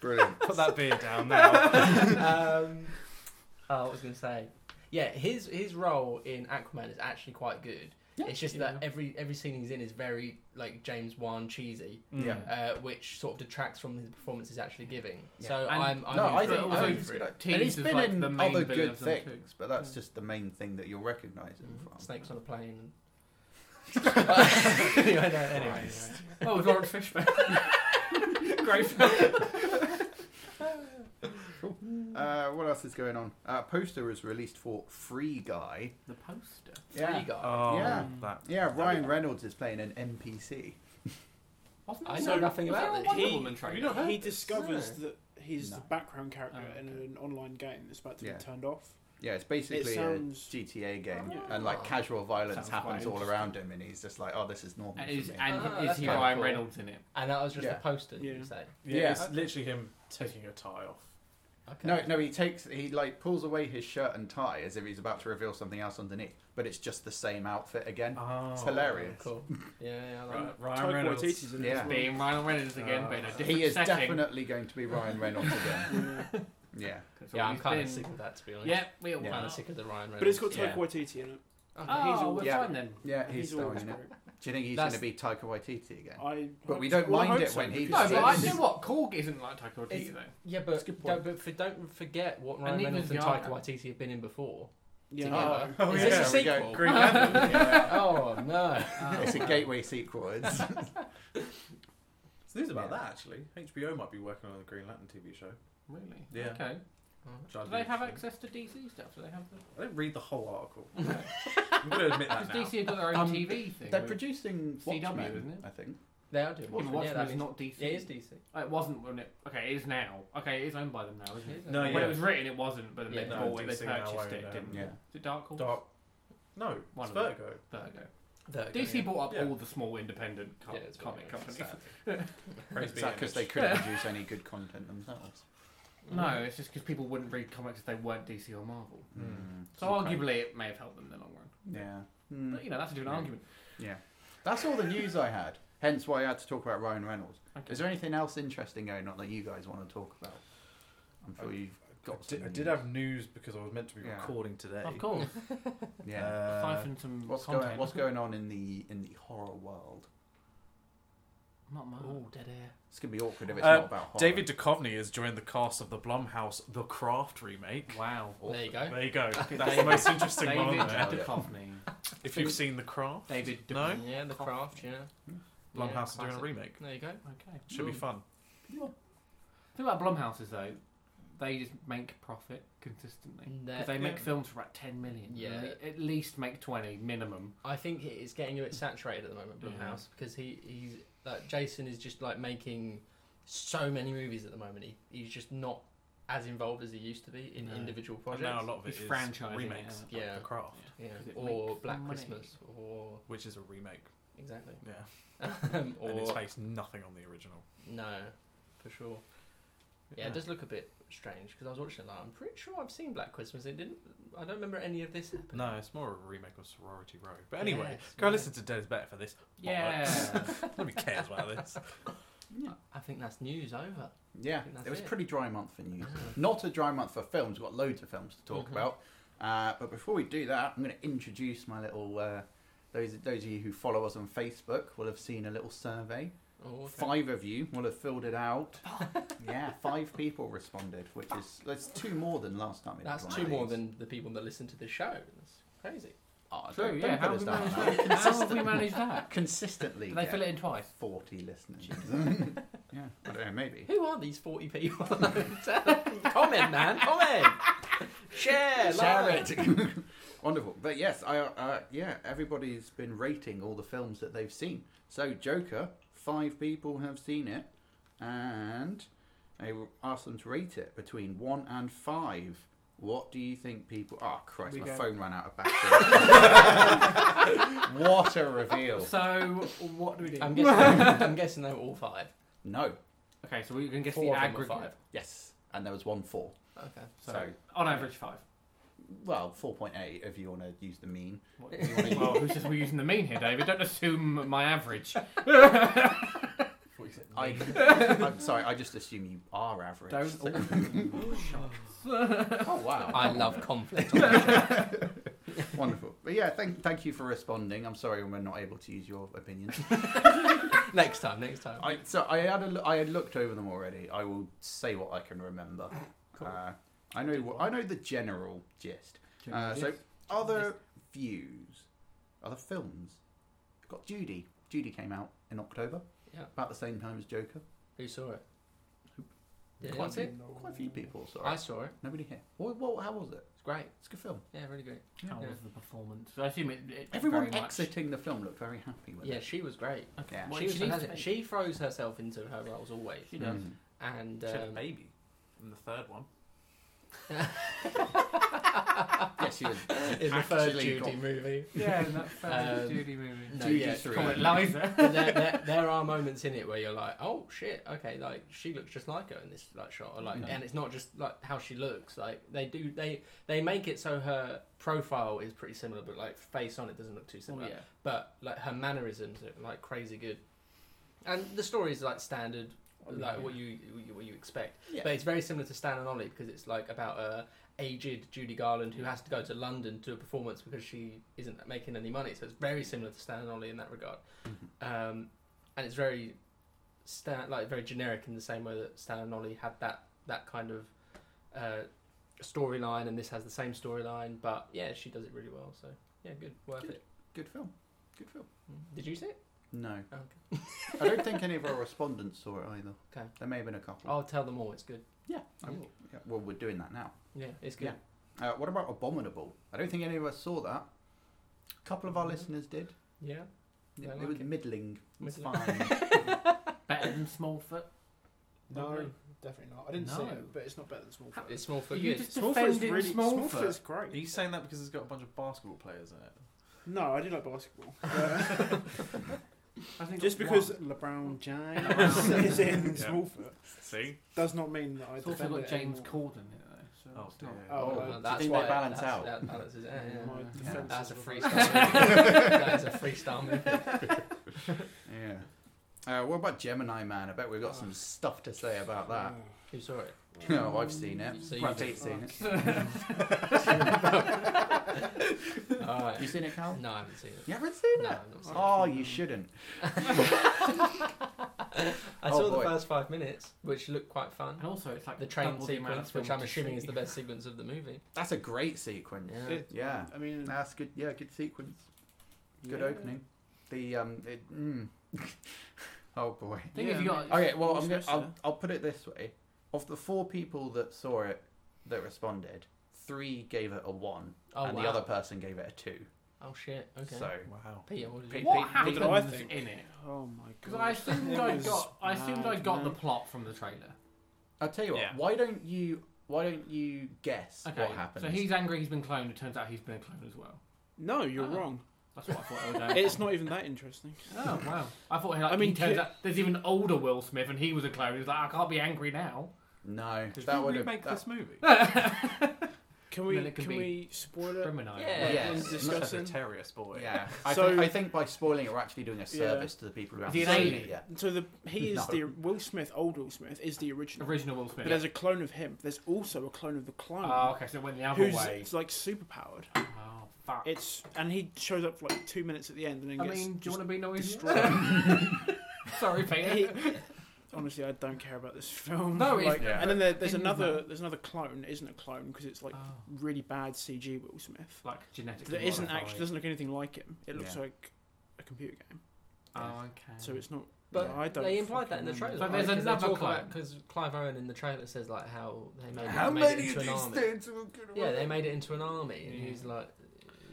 S1: Brilliant.
S5: Put that beer down now.
S2: um, oh, what was I going to say? Yeah, his his role in Aquaman is actually quite good. it's just that every every scene he's in is very like James Wan cheesy,
S5: Mm.
S1: Yeah.
S2: uh, which sort of detracts from his performance he's actually giving.
S1: Yeah.
S2: So
S4: And-
S2: I'm, I'm
S1: no,
S2: in
S1: I
S2: for it.
S1: think
S4: also
S1: I
S2: I'm in
S1: think
S2: for
S1: it's
S2: it.
S1: good.
S4: Teens
S1: and he's
S4: is
S1: been
S4: like
S1: in
S4: the main
S1: other
S4: villain
S1: good
S4: of them
S1: things,
S4: too. Mm.
S1: but that's just the main thing that you'll recognise him from.
S2: Snakes on a plane. anyway, no, anyway.
S4: Oh, with Lawrence Fishburne.
S5: Great film.
S1: Uh, what else is going on? Uh, poster was released for Free Guy.
S4: The poster.
S2: Free guy.
S5: Oh,
S1: Yeah.
S5: that.
S1: Yeah, Ryan Reynolds is playing an NPC.
S4: Wasn't
S2: I
S4: that
S2: know
S4: so-
S2: nothing
S4: was
S2: about
S4: that a
S2: this.
S4: Wonder
S6: He-
S4: Woman trailer?
S6: he discovers that he's
S1: No.
S6: the background character
S4: Oh,
S6: in an online game that's about to
S1: Yeah.
S6: be turned off.
S1: Yeah, it's basically
S6: It sounds-
S1: a GTA game,
S6: Yeah.
S1: and like casual violence
S6: Sounds quite
S1: happens all around him, and he's just like, "Oh, this is normal."
S4: And
S1: for
S4: is,
S1: me."
S4: and
S2: Ah,
S4: is
S2: that's
S4: he
S2: kinda
S4: Ryan
S2: cool.
S4: Reynolds in it?
S2: And that was just
S1: Yeah.
S2: the poster, did
S6: Yeah.
S2: you say?
S5: Yeah,
S1: Yeah.
S5: it's literally him taking a tie off.
S2: Okay.
S1: no, no, he takes he like pulls away his shirt and tie as if he's about to reveal something else underneath, but it's just the same outfit again.
S5: Oh,
S1: It's hilarious.
S2: Cool. Yeah, yeah. I like
S5: Right,
S2: that.
S5: Ryan
S6: Taika
S5: Reynolds.
S6: Waititi's in it
S1: Yeah.
S6: as well.
S4: Being Ryan Reynolds again, but in a
S5: Uh,
S4: different
S1: He is
S4: setting.
S1: definitely going to be Ryan Reynolds again.
S6: Yeah.
S1: yeah,
S4: 'Cause
S2: Yeah, I'm
S4: he's
S2: kind of
S4: been-
S2: sick of that, to be honest.
S4: Yep, we all
S1: Yeah.
S2: Kind
S4: are.
S2: of sick of the Ryan Reynolds.
S6: But it's got
S5: Yeah.
S6: Taika Waititi in it.
S4: Oh,
S6: He's all-
S4: we're
S1: Yeah.
S4: fine then.
S1: yeah, he's,
S6: all
S1: starring in it. Do you think he's going
S2: That's-
S1: to be Taika Waititi
S5: Oh.
S1: again?
S6: I
S1: But
S6: hope
S1: we don't
S6: so. Well, I
S1: mind
S6: hope
S1: it
S6: so,
S1: when he
S6: because
S4: No, but I
S1: It's-
S4: know what Korg isn't like Taika
S2: It's-
S4: Waititi though.
S1: oh,
S2: Yeah,
S6: That's
S2: but
S6: a good
S2: don't,
S6: point.
S2: but for, don't forget what Ryan
S4: And even
S2: Reynolds and
S4: the
S2: Taika
S4: other-
S2: Waititi have been in before.
S6: Yeah.
S2: Together.
S5: Oh,
S2: Is
S5: yeah,
S2: this a
S1: we go.
S2: sequel?
S5: Green Lantern. yeah.
S2: oh no!
S1: It's a gateway sequel. It's,
S5: There's news about
S1: Yeah.
S5: that actually. HBO might be working on the Green Lantern TV show.
S4: Really?
S5: Yeah.
S4: Okay.
S5: which
S4: Do
S5: I'd be
S4: they have
S5: interested in.
S4: access to DC stuff? Do they have the...
S5: I didn't read the whole article. I'm going to admit that now.
S4: Because DC have got their own
S1: Um,
S4: TV thing.
S1: they're
S4: with-
S1: producing
S4: CW,
S1: Watchmen,
S4: isn't it?
S1: I think.
S2: They are doing
S4: Yeah, but
S2: Watchmen. Yeah, that
S4: Watchmen's
S2: means-
S4: not DC.
S2: Yeah, it is DC.
S4: Oh, it wasn't when it. Okay, it is now. Okay, it is owned by them now, isn't
S2: It
S4: it?
S2: is
S5: No,
S2: owned
S4: When
S5: yeah.
S4: it was written, it wasn't, but then
S2: Yeah,
S4: they
S2: no,
S4: bought it,
S5: DC
S4: they
S5: now
S4: purchased
S5: own
S4: it,
S5: it.
S4: didn't
S1: Yeah.
S4: Is it Dark Horse?
S5: Dark. No,
S4: One
S5: it's
S4: of them.
S5: Virgo.
S4: Virgo.
S2: There we go,
S4: DC
S2: yeah.
S4: bought up
S5: Yeah.
S4: all the small independent co-
S2: Yeah, it's
S4: comic
S2: Virgo,
S4: companies.
S5: Sad. Praise
S1: Is
S5: be
S1: that because they
S5: image.
S1: couldn't produce any good content themselves?
S4: No, it's just because people wouldn't read comics if they weren't DC or Marvel.
S5: Hmm.
S1: Mm.
S4: So
S1: Okay.
S4: arguably, it may have helped them in the long run.
S1: Yeah. Mm.
S4: But you know, that's a different
S1: Yeah.
S4: argument.
S1: Yeah. That's all the news I had. Hence why I had to talk about Ryan Reynolds.
S4: Okay.
S1: Is there anything else interesting going on that you guys want to talk about? I'm sure you've
S5: I
S1: got
S5: did,
S1: some
S5: I did have news because I was meant to be
S1: Yeah.
S5: recording today.
S4: Of course.
S1: Yeah.
S5: Uh,
S4: Aside from some
S1: what's
S4: content.
S1: going what's going on in the in the horror world?
S4: Not much.
S2: Oh, dead air.
S1: It's gonna be awkward if it's
S5: Uh,
S1: not about horror.
S5: David Duchovny has joined the cast of the Blumhouse The Craft remake.
S4: Wow.
S2: There you go.
S5: There you go. That's the
S4: David-
S5: most interesting
S4: David
S5: one there.
S4: Duchovny.
S5: If you've seen The Craft,
S4: David Duchovny.
S5: no,
S2: Yeah, the craft. Yeah. Yeah,
S5: Blumhouse is doing a
S2: classic.
S5: remake.
S2: There you go.
S4: Okay.
S5: Should be
S4: Ooh.
S5: fun.
S4: The thing about Blumhouse is though, they just make profit consistently. 'Cause
S2: They're- um,
S4: they make
S5: Yeah.
S4: films for about ten million.
S2: Mm, Yeah.
S4: They at least make twenty minimum.
S2: I think it is getting a bit saturated at the moment, Blumhouse, because he he's like Jason is just like making so many movies at the moment. He, he's just not as involved as he used to be in
S4: No.
S2: individual
S5: And
S2: projects.
S5: now a lot of it
S4: He's
S5: is
S4: franchising it out.
S5: remakes, like
S2: Yeah.
S5: The Craft,
S2: yeah.
S4: 'Cause it
S2: or
S4: makes
S2: Black
S4: money.
S2: Christmas, or
S5: which is a remake.
S2: exactly,
S5: Yeah,
S2: um, or
S5: and it's based nothing on the original.
S2: no, for sure. Yeah, it does look a bit strange because I was watching it. Like, I'm pretty sure I've seen Black Christmas. It didn't. I don't remember any of this happening.
S5: No, it's more of a remake of Sorority Row. But anyway,
S2: Yes,
S5: go
S2: yeah.
S5: listen to Dead is Better for this.
S4: Yeah.
S5: bollocks. Nobody cares about this.
S2: I think that's news over.
S1: Yeah,
S2: think that's
S1: it was
S2: it.
S1: pretty dry month for news. Not a dry month for films. We've got loads of films to talk
S2: Mhm.
S1: about. Uh, but before we do that, I'm going to introduce my little. Uh, those those of you who follow us on Facebook will have seen a little survey.
S2: Oh, okay.
S1: Five of you will have filled it out. yeah, five people responded, which is that's two more than last time. we did
S2: That's
S1: one of
S2: two more
S1: these.
S2: than the people that listen to this show. That's crazy.
S1: Oh, don't-
S4: True,
S1: don't
S4: yeah.
S1: put
S4: How
S1: us
S4: have we
S1: down on
S4: managed that?
S1: that.
S4: How have we managed that?
S1: Consistently,
S4: Did they
S1: get
S4: fill it in twice?
S1: forty listeners. yeah, I don't know, maybe.
S2: Who are these 40 people? comment, man. Comment. Share.
S1: Share
S2: like.
S1: it. Wonderful. But yes, I uh, yeah, everybody's been rating all the films that they've seen. So Joker, five people have seen it, and I asked them to rate it between one and five. What do you think people? Oh Christ,
S6: We
S1: my
S6: go-
S1: phone ran out of battery. what a reveal!
S4: So what do we do?
S2: I'm guessing, I'm guessing they were all five.
S1: No.
S4: okay, so we can guess
S2: Four
S4: the
S2: of them were
S4: aggregate.
S2: five.
S1: Yes. And there was one four.
S2: Okay.
S4: So,
S1: So-
S4: on average five.
S1: Well, four point eight if you want to use the mean.
S4: What, you wanna- well, who's just we're using the mean here, David? Don't assume my average.
S1: I, I'm sorry, I just assume you are average. oh wow!
S2: I love conflict.
S1: Wonderful. But yeah, thank thank you for responding. I'm sorry when we're not able to use your opinions.
S2: next time, next time.
S1: I, so I had a l I had looked over them already. I will say what I can remember. Uh, I know what, I know the general gist. Uh, so other views, other films. We've got Judy. Judy came out in October.
S2: Yeah.
S1: About the same time as Joker.
S2: Who saw it? Did anyone
S1: Quite a,
S2: see
S1: few,
S2: it?
S1: quite a few people saw
S2: I
S1: it.
S2: saw it.
S1: Nobody here. What, what, how was it?
S2: It's great.
S1: It's a good film.
S2: Yeah, really great.
S4: How was the performance? I assume it. it
S1: Everyone
S4: very much-
S1: exiting the film looked very happy with
S2: Yeah,
S1: it.
S2: she was great.
S1: Yeah.
S4: Well,
S2: she, was
S4: she needs to
S2: fantastic.
S4: be.
S2: she throws herself into her roles always.
S4: She does.
S1: Mm.
S2: And
S5: She had a
S2: um,
S5: baby in the third one.
S1: Yes, she was.
S2: in the third
S1: actually
S2: Judy
S1: got-
S2: movie.
S4: Yeah, in that first
S2: Um,
S4: Judy movie.
S2: No,
S1: Judy
S2: yeah,
S1: three.
S4: Call it Liza.
S2: But there, there, there are moments in it where you're like, oh shit, okay, like she looks just like her in this like shot, or like,
S1: Yeah.
S2: and it's not just like how she looks. Like they do, they they make it so her profile is pretty similar, but like face on it doesn't look too similar.
S4: yeah.
S2: But like her mannerisms are like crazy good, and the story is like standard, like what you what you- what you expect.
S1: Oh, Yeah.
S2: But it's very similar to Stan and Ollie because it's like about a aged Judy Garland who has to go to London to a performance because she isn't making any money. So it's very similar to Stan and Ollie in that regard.
S1: Mm-hmm.
S2: Um, and it's very Stan like very generic in the same way that Stan and Ollie had that that kind of uh, storyline, and this has the same storyline. But yeah, she does it really well. So yeah, good, worth
S1: Good.
S2: it.
S1: Good film. Good film.
S2: Mm. Did you see it?
S1: No.
S2: Okay.
S1: I don't think any of our respondents saw it either.
S2: Okay. Oh,
S1: There may have been a couple.
S2: I'll tell them all. It's good.
S1: Yeah. I will. Yeah, well, we're doing that now.
S2: Yeah, it's good.
S1: Uh, what about Abominable? I don't think any of us saw that. A couple of our listeners did.
S2: Yeah.
S1: It,
S2: They
S1: it
S2: like
S1: was
S2: it.
S1: middling. It was
S2: Middling.
S1: fine.
S4: Better than Smallfoot.
S6: No, definitely not. I didn't see
S4: No.
S6: it, but it's not better than small. Foot.
S2: It's small for
S4: You
S2: good.
S4: just
S6: Small Foot's
S4: defending
S6: really Small
S4: Smallfoot.
S6: Foot's
S5: Are
S6: great.
S5: you saying that because it's got a bunch of basketball players in it?
S6: No, I do like basketball. but-
S4: I think
S6: Just
S4: one.
S6: because LeBron James
S4: LeBron
S6: is in
S5: Yeah.
S6: Smallfoot
S5: See?
S6: does not mean that I
S4: It's also
S6: defend
S4: got
S6: it
S4: James
S6: anymore.
S4: Corden in it though. So
S5: Oh,
S4: it's not-
S5: dear.
S6: Oh,
S1: Oh,
S6: uh,
S1: do you think they balance
S2: that's,
S1: out?
S2: That balances it out. Yeah.
S6: My
S4: Yeah.
S6: defense
S2: That's a
S6: is
S2: freestyle. move. that is a freestyle move.
S1: yeah. Uh, what about Gemini Man? I bet we've
S2: Oh.
S1: got some stuff to say about that.
S2: Who saw it?
S1: No, I've seen it.
S2: Oh. So you
S1: Brad
S2: did.
S1: Pitt's seen it.
S2: All
S1: You
S2: right.
S1: seen it, Cal?
S2: No, I haven't seen it.
S1: You haven't seen
S2: No,
S1: it?
S2: I've not seen
S1: Oh, you shouldn't.
S2: it.
S1: Oh,
S2: I saw
S1: boy.
S2: the first five minutes, which looked quite fun.
S4: And also, it's like
S2: The train
S4: double amount of
S2: sequence,
S4: film
S2: which I'm
S4: to
S2: assuming is
S4: see.
S2: the best sequence of the movie.
S1: That's a great sequence.
S2: Yeah.
S6: It-
S1: Yeah.
S6: I mean,
S1: That's good. Yeah, good sequence. Good
S6: yeah.
S1: opening. The um, it, mm. oh boy.
S4: I think
S6: Yeah,
S4: if you
S6: I
S4: got
S6: mean-
S1: Okay, well,
S6: Who's
S1: I'm gonna,
S6: this,
S1: I'll,
S6: sir?
S1: I'll put it this way: of the four people that saw it, that responded, three gave it a one,
S2: Oh,
S1: and
S2: wow.
S1: the other person gave it a two.
S2: Oh, shit. Okay.
S1: So
S5: Wow.
S2: Peter, what did
S1: Pete- Pete-
S2: you
S4: what
S1: Pete-
S6: What did I
S4: happens
S6: think?
S4: in it?
S6: Oh my
S4: Because I assumed
S6: It
S4: I
S6: was
S4: got, I assumed I
S6: mad,
S4: got
S6: man.
S4: the plot from the trailer.
S1: I'll tell you what.
S5: Yeah.
S1: Why don't you? Why don't you guess
S4: Okay,
S1: what happens?
S4: so he's angry. He's been cloned. It turns out he's been a clone as well.
S6: No, you're
S4: Oh.
S6: wrong.
S4: That's what I thought. I would
S6: It's not even that interesting.
S4: Oh wow! I thought he, like,
S6: I mean,
S4: he turns
S6: ki-
S4: out there's even older Will Smith, and he was a clone. He's like, I can't be angry now.
S1: no,
S5: Did
S1: that
S5: you
S1: would have.
S5: remake
S1: that-
S5: this movie?
S6: Can we?
S4: Then it
S6: Can,
S4: can be
S6: we spoil it?
S4: Criminal.
S2: Yeah.
S6: Rather than
S1: Yes.
S5: Such a
S6: Discussing.
S5: terrious boy.
S1: Yeah, I,
S6: So-
S1: think, I think by spoiling it, we're actually doing a service to the people who
S4: Is
S1: haven't
S4: he
S1: seen
S4: an
S1: it
S4: alien?
S1: yet.
S6: So the he is
S1: No.
S6: the Will Smith, old Will Smith, is the original.
S4: Original Will Smith.
S6: But there's a clone of him. There's also a clone of the clone,
S4: Oh, okay. So it went the other
S6: who's
S4: way.
S6: it's like superpowered.
S4: Oh fuck!
S6: It's and he shows up for like two minutes at the end and then
S4: I
S6: gets.
S4: mean, do you
S6: just
S4: want to be noisy?
S6: destroyed.
S4: Sorry, Peter.
S6: He- honestly, I don't care about this film.
S4: No, it's-
S6: like,
S1: Yeah.
S6: and then there, there's
S4: Things
S6: another
S4: matter.
S6: there's another clone. Isn't a clone because it's like
S4: Oh,
S6: really bad CG Will Smith.
S4: like genetically.
S6: That isn't
S4: modified.
S6: actually doesn't look anything like him. It looks
S1: Yeah.
S6: like a computer game.
S4: Oh, okay.
S6: So it's not.
S2: But
S6: I don't
S2: they implied that in the
S6: fucking
S2: trailer.
S6: remember.
S4: But there's another clone.
S2: because Clive Owen in the trailer says like how they made, it, made it into an army. Yeah, they made it into an army, and
S4: Yeah.
S2: he's like,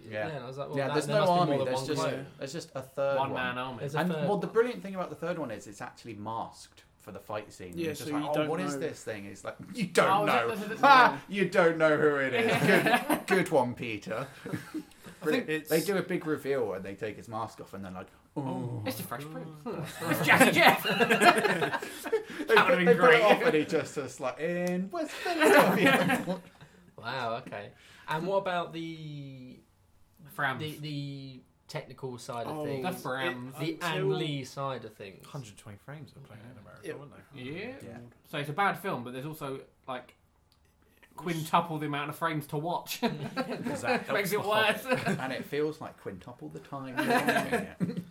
S1: Yeah.
S2: yeah. and I was like, well,
S1: yeah,
S2: that-
S1: there's
S2: there
S1: no
S2: must be
S1: army.
S2: more than
S1: There's
S2: one
S1: just
S2: clone.
S1: there's just a third
S4: one
S1: one.
S4: man army.
S2: There's a
S1: And
S2: third
S1: well, the
S2: one.
S1: brilliant thing about the third one is it's actually masked for the fight scene.
S6: Yeah,
S1: it's just
S6: so
S1: like,
S6: you
S1: oh,
S6: don't
S1: what is
S6: know."
S1: this thing? It's like you don't
S4: Oh, is that-
S1: know.
S4: that's- that's-
S1: ha! You don't know who it is. Good, good one, Peter. Brilliant.
S5: it's-
S1: They do a big reveal and they take his mask off and they're like, oh.
S4: It's the Fresh Prince. it's Jazzy Jeff.
S1: They,
S4: would've
S1: put-
S4: been
S1: they put it
S4: great.
S1: off and he just just like in West Philadelphia.
S2: Wow. Okay. And what about the
S4: Fram.
S2: the the technical side of
S6: Oh,
S2: things?
S4: The Frams.
S6: it-
S2: the
S6: until-
S2: Anne Lee side of things.
S5: 120 frames were playing in America,
S6: Yeah.
S5: weren't they?
S4: Yeah.
S1: Yeah.
S4: So it's a bad film, but there's also like quintuple the amount of frames to watch.
S5: Because that helps
S4: Makes
S5: the
S4: it worse.
S1: and it feels like quintuple the time. Yeah.
S2: Mm.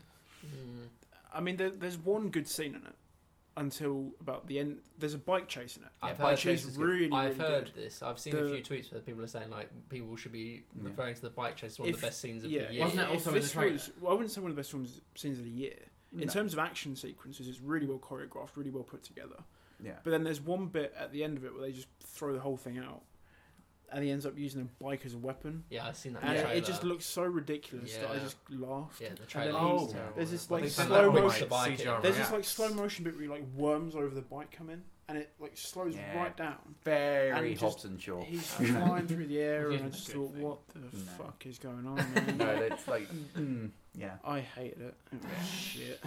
S6: I mean, there, there's one good scene in it until about the end. There's a bike chase in it.
S2: I've
S6: The bike
S2: heard
S6: chase
S2: this
S6: is
S2: is
S6: really, really
S2: I've heard
S6: good.
S2: this. I've seen a few
S6: The-
S2: tweets where people are saying like people should be
S1: Yeah.
S2: referring to the bike chase as one of
S6: If-
S2: the best scenes of
S6: Yeah,
S2: the year.
S4: Wasn't that
S6: if
S4: also in
S6: this
S4: the trailer?
S6: was- well, I wouldn't say one of the best films, scenes of the year. In
S1: No.
S6: terms of action sequences, it's really well choreographed, really well put together.
S1: yeah.
S6: But then there's one bit at the end of it where they just throw the whole thing out, and he ends up using a bike as a weapon,
S2: Yeah, I've seen that. in
S6: and
S2: the
S6: it-
S2: trailer.
S6: it just looks so ridiculous that I
S2: Yeah.
S6: just laughed.
S2: Yeah, the trailer.
S6: then
S2: looks
S6: he's-
S2: terrible.
S6: there's this,
S2: But
S6: like,
S2: they said
S6: slow
S2: that with
S6: motion-
S2: the bike in it.
S6: There's this like slow motion bit where he like worms over the bike coming, and it like slows
S1: Yeah.
S6: right down. And
S1: Very
S6: he just-
S1: Hobson Shaw.
S6: He's
S1: Yeah.
S6: flying through the air,
S4: Yeah,
S6: and I
S4: that's
S6: just
S4: a
S6: thought,
S4: good thing.
S6: what the
S1: No.
S6: fuck is going on? Man?
S1: no, it's like, mm, yeah.
S6: I hated it. It was shit.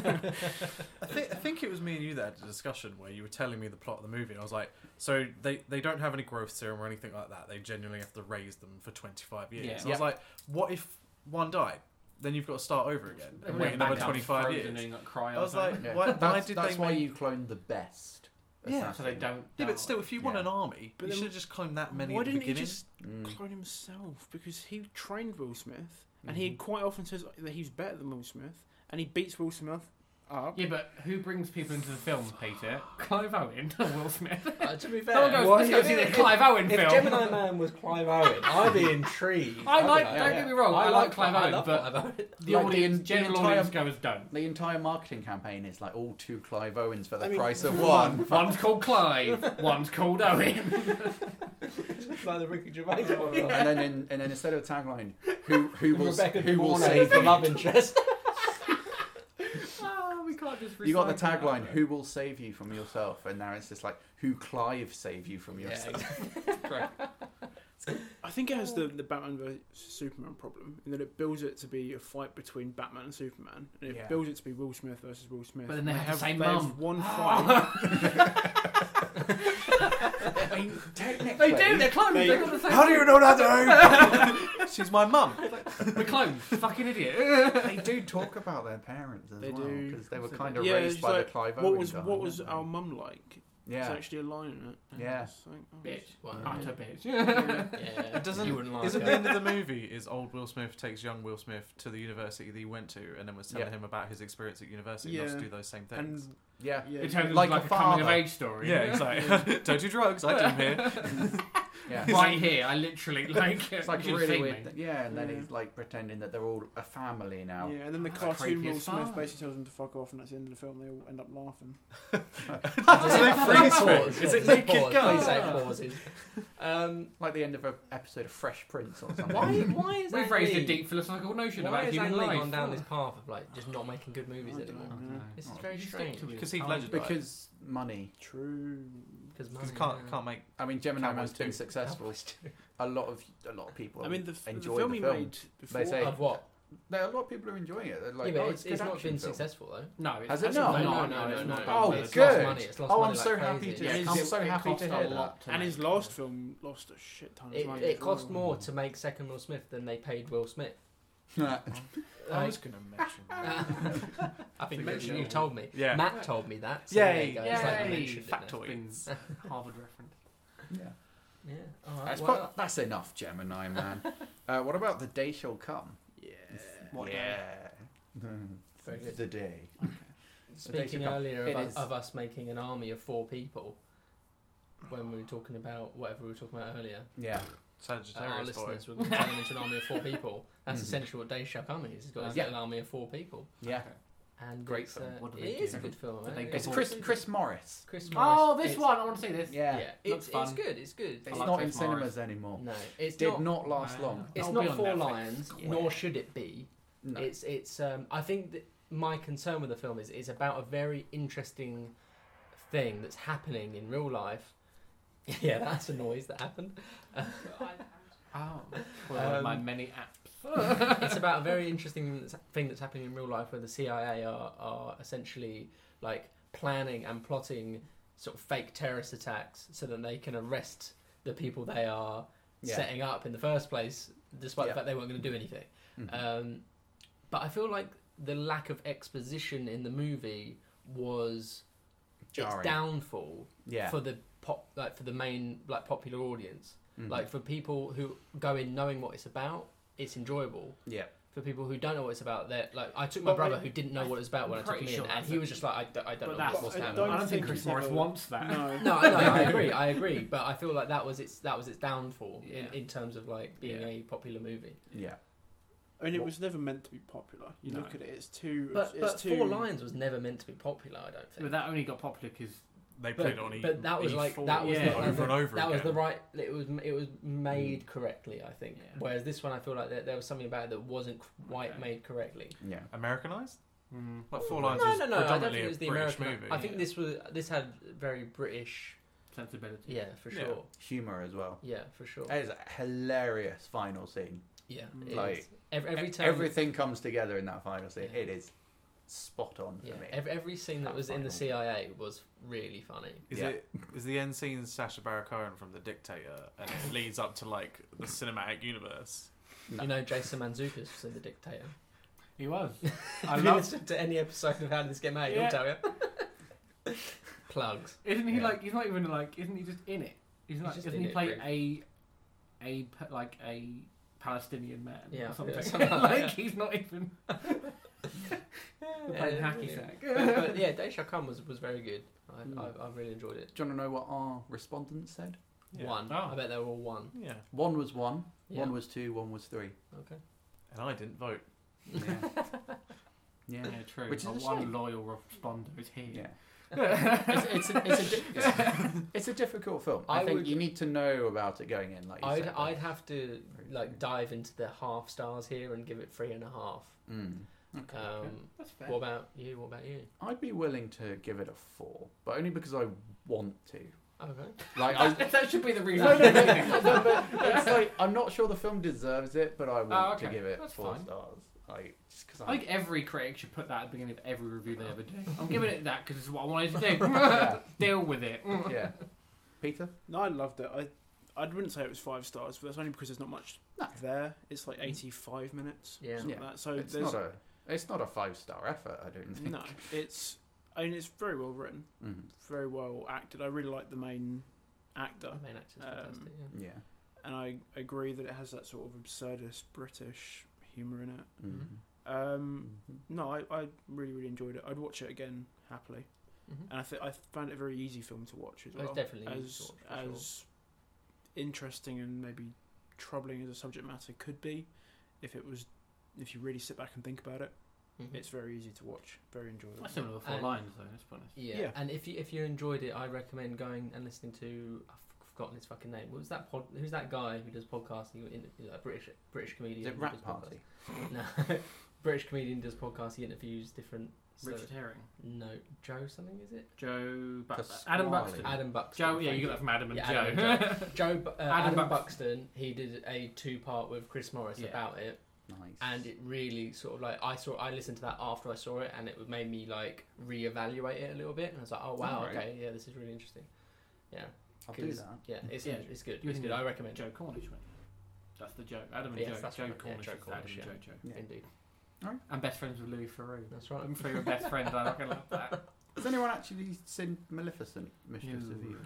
S5: I think, I think it was me and you that had a discussion where you were telling me the plot of the movie, and I was like, so they, they don't have any growth serum or anything like that. They genuinely have to raise them for 25 years.
S4: Yeah.
S5: And I
S2: Yep.
S5: was like, what if one died? Then you've got to start over again and
S4: Everyone
S5: wait another
S4: back down
S5: 25
S4: frozen
S5: years.
S4: and got cry
S5: I was
S4: or something.
S5: like,
S1: Yeah.
S5: why, why
S1: that's
S5: did
S1: that's
S5: they
S1: why
S5: make-
S1: you clone the best.
S5: Yeah,
S4: so they don't.
S5: Yeah,
S4: die.
S5: but still, if you want
S1: Yeah.
S5: an army,
S6: But
S5: you
S6: then-
S5: should have just cloned that many
S6: Why
S5: at the
S6: didn't he
S5: beginning.
S6: just
S1: Mm.
S6: clone himself? Because he trained Will Smith, and he
S5: Mhm.
S6: quite often says that he's better than Will Smith, and he beats Will Smith up.
S4: Yeah, but who brings people into the film, Peter? Clive Owen or Will Smith?
S2: Uh, to be
S4: No
S2: fair,
S4: one goes,
S2: why-
S4: let's go see the Clive Owen
S2: if
S4: film.
S2: Gemini Man was Clive Owen, I'd be intrigued.
S4: I like,
S2: I'd
S4: don't
S2: be
S4: get me wrong, I, like Clive
S2: I
S4: Owen,
S2: love
S4: but
S2: Clive Owen.
S4: the
S1: Like, the
S4: audience,
S1: en- the
S4: general
S1: entire-
S4: audience goes, don't.
S1: The entire marketing campaign is like all two Clive Owens for the
S6: I mean-
S1: price of one.
S4: One's called Clive, one's called Owen.
S2: like the Ricky Gervais one.
S1: And then, in, and then instead of a tagline, who who will
S2: Rebecca
S1: who will
S2: Morno
S1: save
S2: the
S1: you?
S2: love interest.
S4: oh, we can't just
S1: You got the
S4: recycle that,
S1: tagline,
S4: though.
S1: who will save you from yourself? And now it's just like, who Clive save you from yourself?
S6: I think it has the, the Batman versus Superman problem in that it builds it to be a fight between Batman and Superman, and it
S1: Yeah.
S6: builds it to be Will Smith versus Will Smith.
S4: But then they have the same
S6: they
S4: mum.
S6: have one
S4: Ah,
S6: fight.
S1: I mean,
S4: They
S1: technically.
S4: do, they're clones,
S6: They-
S4: they've got the same.
S1: How do you know that?
S5: She's my mum.
S4: We're clones, fucking idiot.
S1: though? they do talk about their parents as
S6: They
S1: well
S6: do.
S1: because they were
S4: They
S1: kind
S4: do.
S1: of
S6: Yeah,
S1: raised
S6: it's
S1: by
S6: like,
S1: the Clive
S6: what
S1: Owen
S6: was
S1: guy,
S6: what was
S1: weren't
S6: our
S1: they?
S6: mum like?
S1: Yeah,
S6: There's actually a line in it. And
S1: Yeah.
S6: it's like, oh,
S4: bitch.
S2: Wow.
S4: Utter bitch.
S2: Yeah,
S5: doesn't-
S2: you wouldn't like
S5: Isn't
S2: it.
S5: the end of the movie is old Will Smith takes young Will Smith to the university that he went to and then was telling
S1: Yeah.
S5: him about his experience at university and not
S6: Yeah.
S5: to do those same
S6: And
S5: things.
S1: yeah.
S6: yeah,
S4: It turns
S1: Like
S4: like, like
S1: a
S4: a coming of
S1: father.
S4: age story.
S5: yeah, exactly. Don't do drugs, I do here.
S1: Yeah.
S4: right here. I literally like.
S1: It's like a
S4: you
S1: really
S4: see
S1: weird.
S4: me.
S1: Thing. Yeah, and then
S6: Yeah.
S1: he's like pretending that they're all a family now.
S6: Yeah, and then the
S4: That's
S6: cartoon
S4: creepy
S6: Will
S4: as
S6: Smith
S4: fuck.
S6: basically tells them to fuck off, and that's the end of the film. They all end up laughing.
S2: Please pause.
S5: Is it
S2: Please
S5: naked
S2: pause.
S5: gun?
S2: Please say pauses. Um,
S1: Like the end of an episode of Fresh Prince or something.
S2: why? Why is
S4: We've
S2: Ang
S4: raised
S2: Lee,
S4: a deep philosophical notion
S2: Why
S4: about
S2: has
S4: human
S2: Ang Lee
S4: life.
S2: gone down
S4: Oh.
S2: this path of like just not making good movies
S6: I
S2: anymore?
S6: don't know.
S2: This is
S4: Oh,
S2: very
S4: you stick
S2: strange.
S4: to it.
S5: Because Heath
S4: Oh,
S5: Ledger died.
S1: Because money.
S6: True.
S2: Because
S5: Because can't can't make.
S1: I mean, Gemini
S5: Cowboys
S1: Man's been
S5: too.
S1: successful. A lot of a lot of people.
S6: I mean, the, f- the
S1: enjoy
S6: film
S1: the
S6: he
S1: film.
S6: made before.
S1: say-
S2: Of what?
S1: there are a lot of people who are enjoying it. They're like,
S2: yeah, but
S1: oh,
S2: it's,
S1: a good
S2: it's not
S1: action
S2: been
S1: film.
S2: successful though.
S4: No, it's
S1: Has it
S4: absolutely
S1: not?
S4: not.
S2: No, no,
S4: it's
S2: no,
S4: not.
S2: no.
S1: Oh,
S2: it's
S1: good.
S2: Lost money. It's lost
S1: Oh,
S2: money
S1: I'm
S2: like
S1: so
S2: crazy.
S1: happy to-
S2: Yeah,
S1: I'm
S2: it's-
S1: so
S4: it
S1: happy
S4: cost
S1: to
S4: a
S1: hear that.
S4: lot to
S6: and
S4: make.
S6: his last film lost a shit ton of
S2: It,
S6: money.
S2: it
S6: as well.
S2: cost more to make second Will Smith than they paid Will Smith.
S5: I
S2: Like,
S5: was gonna mention. that.
S2: I think
S5: Make
S2: you,
S5: sure.
S2: you told me.
S5: Yeah.
S2: Matt told me that. So there
S5: Yay!
S2: you go. It's like you
S4: Yay.
S2: mentioned it now.
S5: Factoids.
S4: Harvard reference.
S1: Yeah.
S2: Yeah. All right.
S1: That's,
S2: well,
S1: pro- that's enough, Gemini Man. uh, what about the day shall come?
S6: Yeah.
S1: What Uh, yeah.
S2: Very good.
S1: The day.
S2: Speaking
S1: Data Cup.
S2: earlier
S1: It
S2: of,
S1: is.
S2: us- of us making an army of four people when we were talking about whatever we were talking about earlier,
S1: Yeah.
S2: uh, our
S5: Sagittarius boy.
S2: listeners were going to turn them into an army of four people. That's
S1: Mhm.
S2: essentially what Dave Chappelle is. He's got his
S1: Yeah.
S2: little army of four people.
S1: Yeah.
S2: And
S1: Great
S2: it's,
S1: film.
S2: Uh,
S4: What do they
S2: it is
S4: do?
S2: a good film.
S4: Did
S2: eh?
S4: they get
S1: It's
S4: all-
S1: Chris Chris Morris.
S2: Chris Morris.
S4: Oh, this
S2: it's-
S4: one. I want to see this.
S1: Yeah.
S2: Yeah,
S4: Looks
S2: it's, it's
S4: fun.
S2: good. It's good.
S1: It's
S4: I like
S1: not in
S4: Chris Morris.
S1: cinemas anymore.
S2: no, it's
S1: Did
S2: not.
S1: not last
S4: Wow.
S1: long.
S2: It's
S4: I'll be
S2: not
S4: on
S2: Four
S4: Netflix.
S2: Lions,
S1: Yeah.
S2: nor should it be.
S1: No.
S2: It's it's. Um, I think that my concern with the film is it's about a very interesting thing that's happening in real life. yeah, that's a noise that happened.
S4: Oh,
S2: Um,
S4: my many apps.
S2: it's about a very interesting s- thing that's happening in real life where the CIA are are essentially like planning and plotting sort of fake terrorist attacks so that they can arrest the people they are
S1: Yeah.
S2: setting up in the first place, despite
S1: Yeah.
S2: the fact they weren't going to do anything.
S1: Mhm.
S2: Um, but I feel like the lack of exposition in the movie was
S1: Jarring.
S2: its downfall
S1: yeah.
S2: for the pop, like for the main like popular audience.
S1: Mhm.
S2: Like for people who go in knowing what it's about, it's enjoyable.
S1: Yeah.
S2: For people who don't know what it's about, they're like I took my
S6: But
S2: brother
S6: I-
S2: who didn't know what it was about when I
S4: I'm
S2: took him
S4: pretty
S2: in,
S4: sure
S2: and
S4: that's
S2: he
S4: a-
S2: was just like I, d- I don't
S6: But
S2: know
S6: that's-
S2: what's
S6: I
S2: happening.
S6: don't
S4: I don't think
S6: think
S4: Chris
S6: you
S4: Morris
S6: ever-
S4: wants that.
S6: No.
S2: No, I, know, I agree, I agree, but I feel like that was its that was its downfall
S4: Yeah.
S2: in, in terms of like being
S4: Yeah.
S2: a popular movie.
S1: Yeah.
S6: I mean, it was never meant to be popular. You
S4: No.
S6: look at it, it's too.
S2: But,
S6: it's
S2: but
S6: too,
S2: Four Lions was never meant to be popular, I don't
S4: But
S2: think.
S4: that only got popular because
S5: They
S2: But,
S5: played on E.
S2: but that was like
S5: E4
S2: that was
S4: yeah.
S2: the,
S5: over and over
S2: that was the
S5: again.
S2: right it was it was made correctly, I think.
S4: Yeah.
S2: Whereas this one, I feel like there, there was something about it that wasn't quite
S4: Okay.
S2: made correctly.
S1: Yeah.
S5: Americanized.
S4: mm,
S5: Like Four
S2: No,
S5: Lions
S2: no,
S5: was
S2: no, I don't
S5: predominantly
S2: think it
S5: a
S2: was the
S5: British
S2: American.
S5: movie.
S2: I think
S4: yeah.
S2: this was this had very British
S4: sensibility.
S2: Yeah, for
S5: Yeah.
S2: sure.
S1: Humor as well.
S2: Yeah, for sure.
S1: It is a hilarious final scene.
S2: Yeah,
S6: Mm.
S2: it
S1: Eh, Like,
S2: is. Ev- every
S1: E-
S2: time,
S1: everything comes together in that final scene.
S2: Yeah.
S1: It is spot on
S2: yeah,
S1: for me.
S2: ev- every scene that was in the CIA was really funny.
S5: Is
S1: Yeah.
S5: it is the end scene Sasha Baron Cohen from The Dictator, and it leads up to like the cinematic universe?
S1: No.
S2: You know, Jason Manzoukas was in The Dictator.
S4: He was. I
S2: I
S4: love.
S2: listened to any episode of How Did This Get Made.
S4: Yeah.
S2: I'll tell you. Plugs.
S4: Isn't he
S1: Yeah.
S4: like? He's not even like. Isn't he just in it? He's not.
S2: just
S4: doesn't
S2: in
S4: he
S2: it,
S4: play a, a pa- like a Palestinian man
S2: Yeah,
S4: or something?
S2: yeah, something like that,
S4: like he's not even
S2: Yeah,
S4: playing
S2: yeah,
S4: hacky
S2: yeah.
S4: sack.
S2: but, but yeah, Deja Khan was, was very good. I,
S1: Mm.
S2: I, I really enjoyed it.
S1: Do you want to know what our respondents said?
S5: Yeah.
S2: One.
S5: Oh.
S2: I bet they were all one.
S5: Yeah,
S1: One was one,
S2: Yeah.
S1: one was two, one was three.
S5: and I didn't vote.
S1: Yeah. yeah.
S4: Yeah, true.
S1: Which is
S4: Not
S1: a
S4: one
S1: shame.
S4: loyal responder is here.
S1: Yeah. it's, it's, a, it's, a, di- it's, it's a difficult film. I,
S2: I
S1: think
S2: would-
S1: you need to know about it going in. Like you
S2: I'd,
S1: said,
S2: I'd have to
S1: Very
S2: like
S1: good.
S2: dive into the half stars here and give it three and a half.
S1: Mm.
S2: Um,
S4: That's fair.
S2: what about you? What about you?
S1: I'd be willing to give it a four, but only because I want to.
S2: Okay.
S1: Like I,
S4: that, that should be the reason.
S1: no, no, no, no, no, but it's like I'm not sure the film deserves it, but I want to
S4: okay.
S1: give it
S4: That's
S1: four
S4: fine.
S1: stars. Like just because
S4: I
S1: I.
S4: think every critic should put that at the beginning of every review they ever do. I'm giving it that because it's what I wanted to do.
S1: Yeah.
S4: Deal with it.
S1: yeah. Peter.
S6: No, I loved it. I, I wouldn't say it was five stars, but that's only because there's not much
S1: No.
S6: there. It's
S2: Mm.
S6: like 85 minutes.
S2: Yeah.
S6: something
S1: Yeah.
S6: Like that. So
S1: it's
S6: there's
S1: not a. It's not a five star effort. I don't think.
S6: no. It's I mean it's very well written,
S1: Mhm.
S6: very well acted. I really like the main actor,
S2: The main actor's
S6: Um,
S2: fantastic. Yeah.
S1: Yeah.
S6: and I agree that it has that sort of absurdist British humour in it.
S1: Mhm.
S6: Um,
S1: Mm-hmm.
S6: no, I, I really really enjoyed it. I'd watch it again happily,
S2: Mhm.
S6: and I th- I found it a very easy film to watch as
S2: Well,
S6: well.
S2: it's definitely easy
S6: as
S2: to watch, for sure.
S6: as interesting and maybe troubling as a subject matter could be, if it was, if you really sit back and think about it,
S2: Mm-hmm.
S6: it's very easy to watch, very enjoyable.
S4: That's similar to Four
S2: And-
S4: Lions, though, let's be honest.
S2: Yeah.
S6: Yeah.
S2: and if you if you enjoyed it, I recommend going and listening to. I've forgotten his fucking name. What was that pod? Who's that guy who does podcasting? In, you know, a British British comedian.
S1: Is it
S2: who
S1: Rat
S2: does
S1: Party?
S2: podcasts. No, British comedian does podcasts. He interviews different. so-
S4: Richard Herring.
S2: no, Joe something is it?
S4: Joe Baxter.
S1: Pasquale.
S4: Adam Buxton.
S2: Adam Buxton.
S4: Joe, yeah,
S2: thank
S4: you got that from Adam and
S2: Yeah,
S4: Joe.
S2: Adam and Joe, Bu- uh, Adam,
S4: Buxton.
S2: Buxton. He did a two part with Chris Morris
S4: Yeah.
S2: about it,
S1: Nice.
S2: and it really sort of like I saw. I listened to that after I saw it, and it made me like reevaluate it a little bit. And I was like, oh wow,
S1: Alright.
S2: okay, yeah, this is really interesting. Yeah.
S1: I'll do
S2: 'cause-
S1: that.
S2: Yeah, it's
S4: Yeah.
S2: it's good.
S4: You
S2: It's
S4: can-
S2: good. I recommend it.
S4: Joe Cornish, mate. That's the joke. Adam and
S2: Yes,
S4: Joe.
S2: that's
S4: Joe
S2: right, yeah,
S4: Cornish.
S2: Joe
S4: is Adam
S2: Cornish,
S4: and
S2: yeah.
S4: Joe, Joe.
S2: Indeed,
S4: And best friends with Louis Theroux.
S2: that's right.
S4: I'm for your best friend. I reckon like that.
S1: Has anyone actually seen Maleficent, Mistress of
S4: No.
S1: Evil?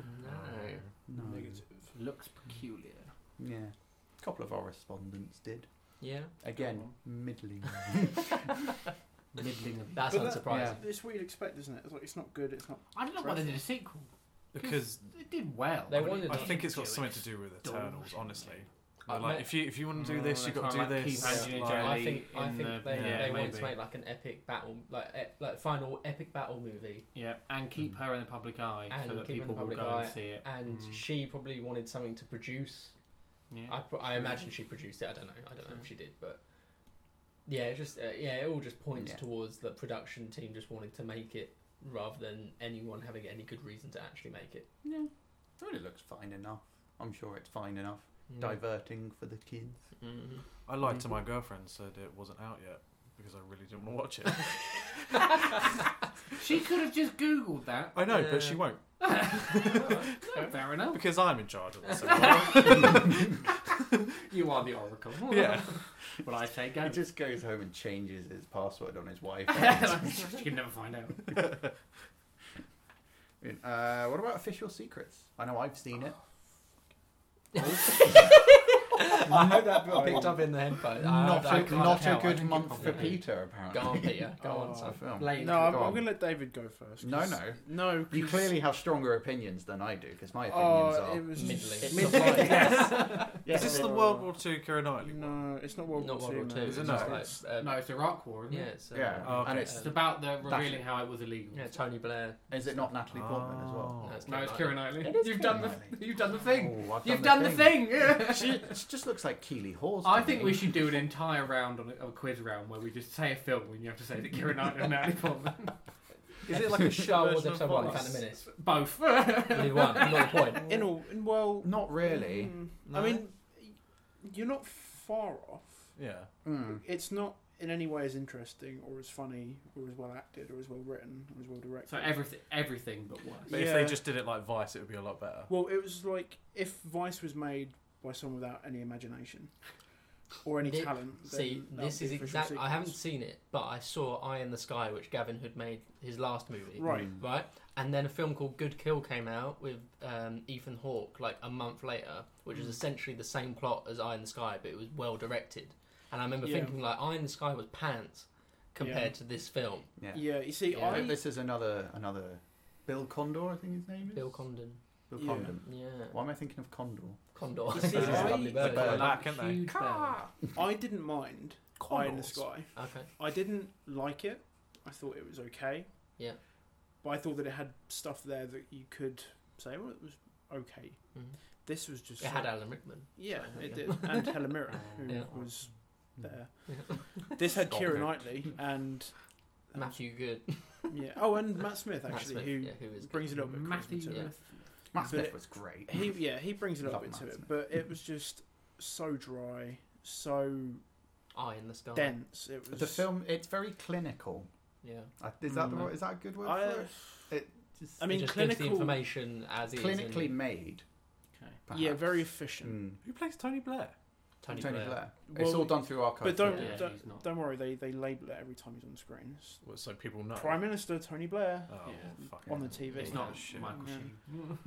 S2: No.
S1: No.
S6: Negative.
S4: Looks peculiar.
S1: Yeah. A couple of our respondents did.
S2: Yeah.
S1: Again, middling.
S4: Middling of
S2: That's
S6: But that-
S2: unsurprising.
S6: It's what you'd expect, isn't it? It's like it's not good. It's not.
S4: I don't know why they did a sequel.
S5: Because
S4: it did well.
S2: They
S4: I mean,
S2: wanted
S5: I
S2: Yeah.
S5: think it's got
S4: Jewish.
S5: something to do with
S4: Dog.
S5: Eternals, honestly.
S2: I
S5: Like,
S2: met-
S5: if you if you want to do
S4: Oh,
S5: this,
S4: they're
S5: you've got to do
S4: trying to, like,
S5: this.
S4: keep Angelina
S5: like-
S4: Jolie.
S2: I think I
S4: in
S2: think
S4: the-
S2: they,
S5: yeah,
S2: they want to
S4: maybe.
S2: make like an epic battle, like ep- like final epic battle movie,
S4: Yeah, and keep her in the public eye
S2: Mm. And
S4: so that
S2: keep her in
S4: people
S2: the
S4: will
S2: public
S4: go
S2: eye,
S4: and see it.
S2: and
S4: Mm.
S2: she probably wanted something to produce.
S4: yeah.
S2: I, pro- I imagine she produced it. I don't know. I don't know if she did, but yeah, it just uh, yeah, it all just points
S1: Yeah.
S2: towards the production team just wanting to make it rather than anyone having any good reason to actually make it.
S1: yeah. Well, it looks fine enough. I'm sure it's fine enough.
S6: Mm.
S1: Diverting for the kids.
S6: Mm-hmm.
S2: Mm.
S5: I lied to my girlfriend, said it wasn't out yet because I really didn't want to watch it.
S4: She could have just Googled that.
S5: I know,
S2: Yeah.
S5: but she won't
S4: No, fair enough.
S5: because I'm in charge of this. well,
S4: You are the oracle.
S5: yeah,
S4: Well, I say go.
S1: He just goes home and changes his password on his Wi-Fi.
S4: you can never find out.
S1: uh, what about Official Secrets? I know I've seen it. Oh.
S2: I heard that
S1: bit.
S2: picked up in the headphone.
S1: not
S2: I, I
S1: a,
S2: can't
S1: not
S2: tell.
S1: a
S2: I
S1: good
S2: think it
S1: month
S2: probably
S1: for
S2: is.
S1: Peter, apparently.
S2: Go on, Peter. Go on,
S6: Oh,
S2: son.
S1: film.
S4: Blade.
S6: No, I'm,
S1: Go
S6: I'm
S1: on.
S6: going to let David go first.
S1: No,
S6: 'cause-
S1: no.
S6: no.
S1: You
S6: 'cause-
S1: clearly have stronger opinions than I do, because my opinions
S6: Oh,
S1: are.
S6: it was
S2: Middling.
S6: Just,
S2: It's
S6: Mid-
S2: not like-
S5: is this the World War Two Kira Knightley one?
S6: No, it's not World
S2: Not
S6: War
S2: World War
S6: Two.
S2: Two.
S6: man.
S5: Is it
S2: it's
S5: no?
S2: just like, um,
S4: No, it's the Iraq War, isn't
S2: Yeah,
S4: it?
S2: it's, uh,
S1: yeah,
S5: Oh, okay.
S1: and
S4: It's
S1: it's
S4: about the revealing how it was illegal.
S2: yeah, Tony Blair.
S1: is it not Natalie Portman as well?
S5: Oh.
S2: No, it's
S4: No, it's Kieran
S2: Knightley.
S4: Knightley.
S2: It is
S4: You've
S2: Keira
S4: done the
S1: Knightley.
S4: you've done the thing.
S1: Oh, I've
S4: You've done the thing.
S1: she she just looks like Keely Hawes.
S4: I
S1: to
S4: think
S1: me.
S4: we should do an entire round on a, a quiz round where we just say a film and you have to say that Kieran Knightley and Natalie Portman.
S5: Is it like a shit
S2: Star Wars
S5: version of
S2: Episode One,
S5: Boris?
S2: Phantom Menace?
S4: Both.
S2: Only one. Not the point.
S6: In all, in well,
S1: Not really.
S6: mm,
S5: No?
S6: I mean, you're not far off.
S5: Yeah,
S1: Mm.
S6: It's not in any way as interesting or as funny or as well acted or as well written or as well directed.
S4: so everything, everything but worse.
S5: but if they
S6: Yeah.
S5: just did it like Vice, it would be a lot better.
S6: Well, it was like if Vice was made by someone without any imagination or any
S2: Thi-
S6: talent. then
S2: See,
S6: that
S2: this
S6: would
S2: is
S6: be official
S2: exact. I
S6: sequels.
S2: haven't seen it, but I saw Eye in the Sky, which Gavin had made his last movie,
S6: Right.
S1: Hmm.
S2: right? And then a film called Good Kill came out with um, Ethan Hawke like a month later, which
S6: Hmm.
S2: is essentially the same plot as Eye in the Sky, but it was well directed. And I remember
S6: Yeah.
S2: thinking like Eye in the Sky was pants compared
S6: Yeah.
S2: to this film.
S1: Yeah.
S6: Yeah, you see,
S2: Yeah.
S1: But
S6: I.
S1: This is another another Bill Condor, I think his name is.
S2: Bill Condon,
S1: Bill
S6: Yeah.
S1: Condon.
S2: yeah,
S1: Why am I thinking of Condor?
S2: Condor.
S6: You see,
S2: This is a
S6: I-
S2: lovely
S5: They've
S2: bird.
S5: got a
S1: Bird.
S5: lack, haven't they?
S4: Huge bird.
S6: I didn't mind Eye in the
S5: Condors.
S6: Sky.
S2: Okay,
S6: I didn't like it. I thought it was okay.
S2: Yeah.
S6: But I thought that it had stuff there that you could say, well, it was okay.
S2: Mhm.
S6: This was just.
S2: it had Alan Rickman.
S6: Yeah,
S2: Sorry,
S6: it
S2: yeah.
S6: did. And Helen Mirren, who
S2: Yeah.
S6: was there.
S2: Yeah.
S6: This had
S5: Scott
S6: Kira
S5: Hood.
S6: Knightley and.
S2: Matthew Good,
S6: Yeah. Oh, and Matt Smith,
S2: Matt
S6: actually,
S2: Smith,
S6: who
S2: yeah, who is
S6: brings a little bit of charisma
S4: Matthew
S6: to it.
S1: Matt
S6: But
S1: Smith
S6: it-
S1: was great.
S6: He, yeah, he brings a little
S1: Love
S6: bit to
S1: Matt
S6: it,
S1: Smith.
S6: but it was just so dry, so
S2: Eye in the
S6: Oh,
S2: Sky.
S6: dense. It was
S1: the film it's very clinical.
S2: Yeah.
S1: Uh, Is that the
S6: Mm.
S1: right, is that a good word
S6: I-
S1: for it? It just
S6: I
S2: it
S6: mean,
S2: just gives
S6: clinical.
S2: the information as is and
S1: clinically made.
S4: Okay.
S1: Perhaps.
S6: yeah, very efficient.
S1: Mm.
S5: Who plays Tony Blair?
S2: Tony,
S1: Tony
S2: Blair.
S1: Blair. it's
S6: Well,
S1: all done through archive.
S6: But don't
S2: Yeah,
S6: don't,
S4: he's not.
S6: don't worry, they they label it every time he's on the screen. It's
S5: Well, so people know.
S6: Prime Minister Tony Blair
S5: Oh,
S4: Yeah.
S5: fuck.
S6: on the TV.
S4: It's not
S5: Shit.
S4: Michael
S6: Yeah.
S4: Sheen.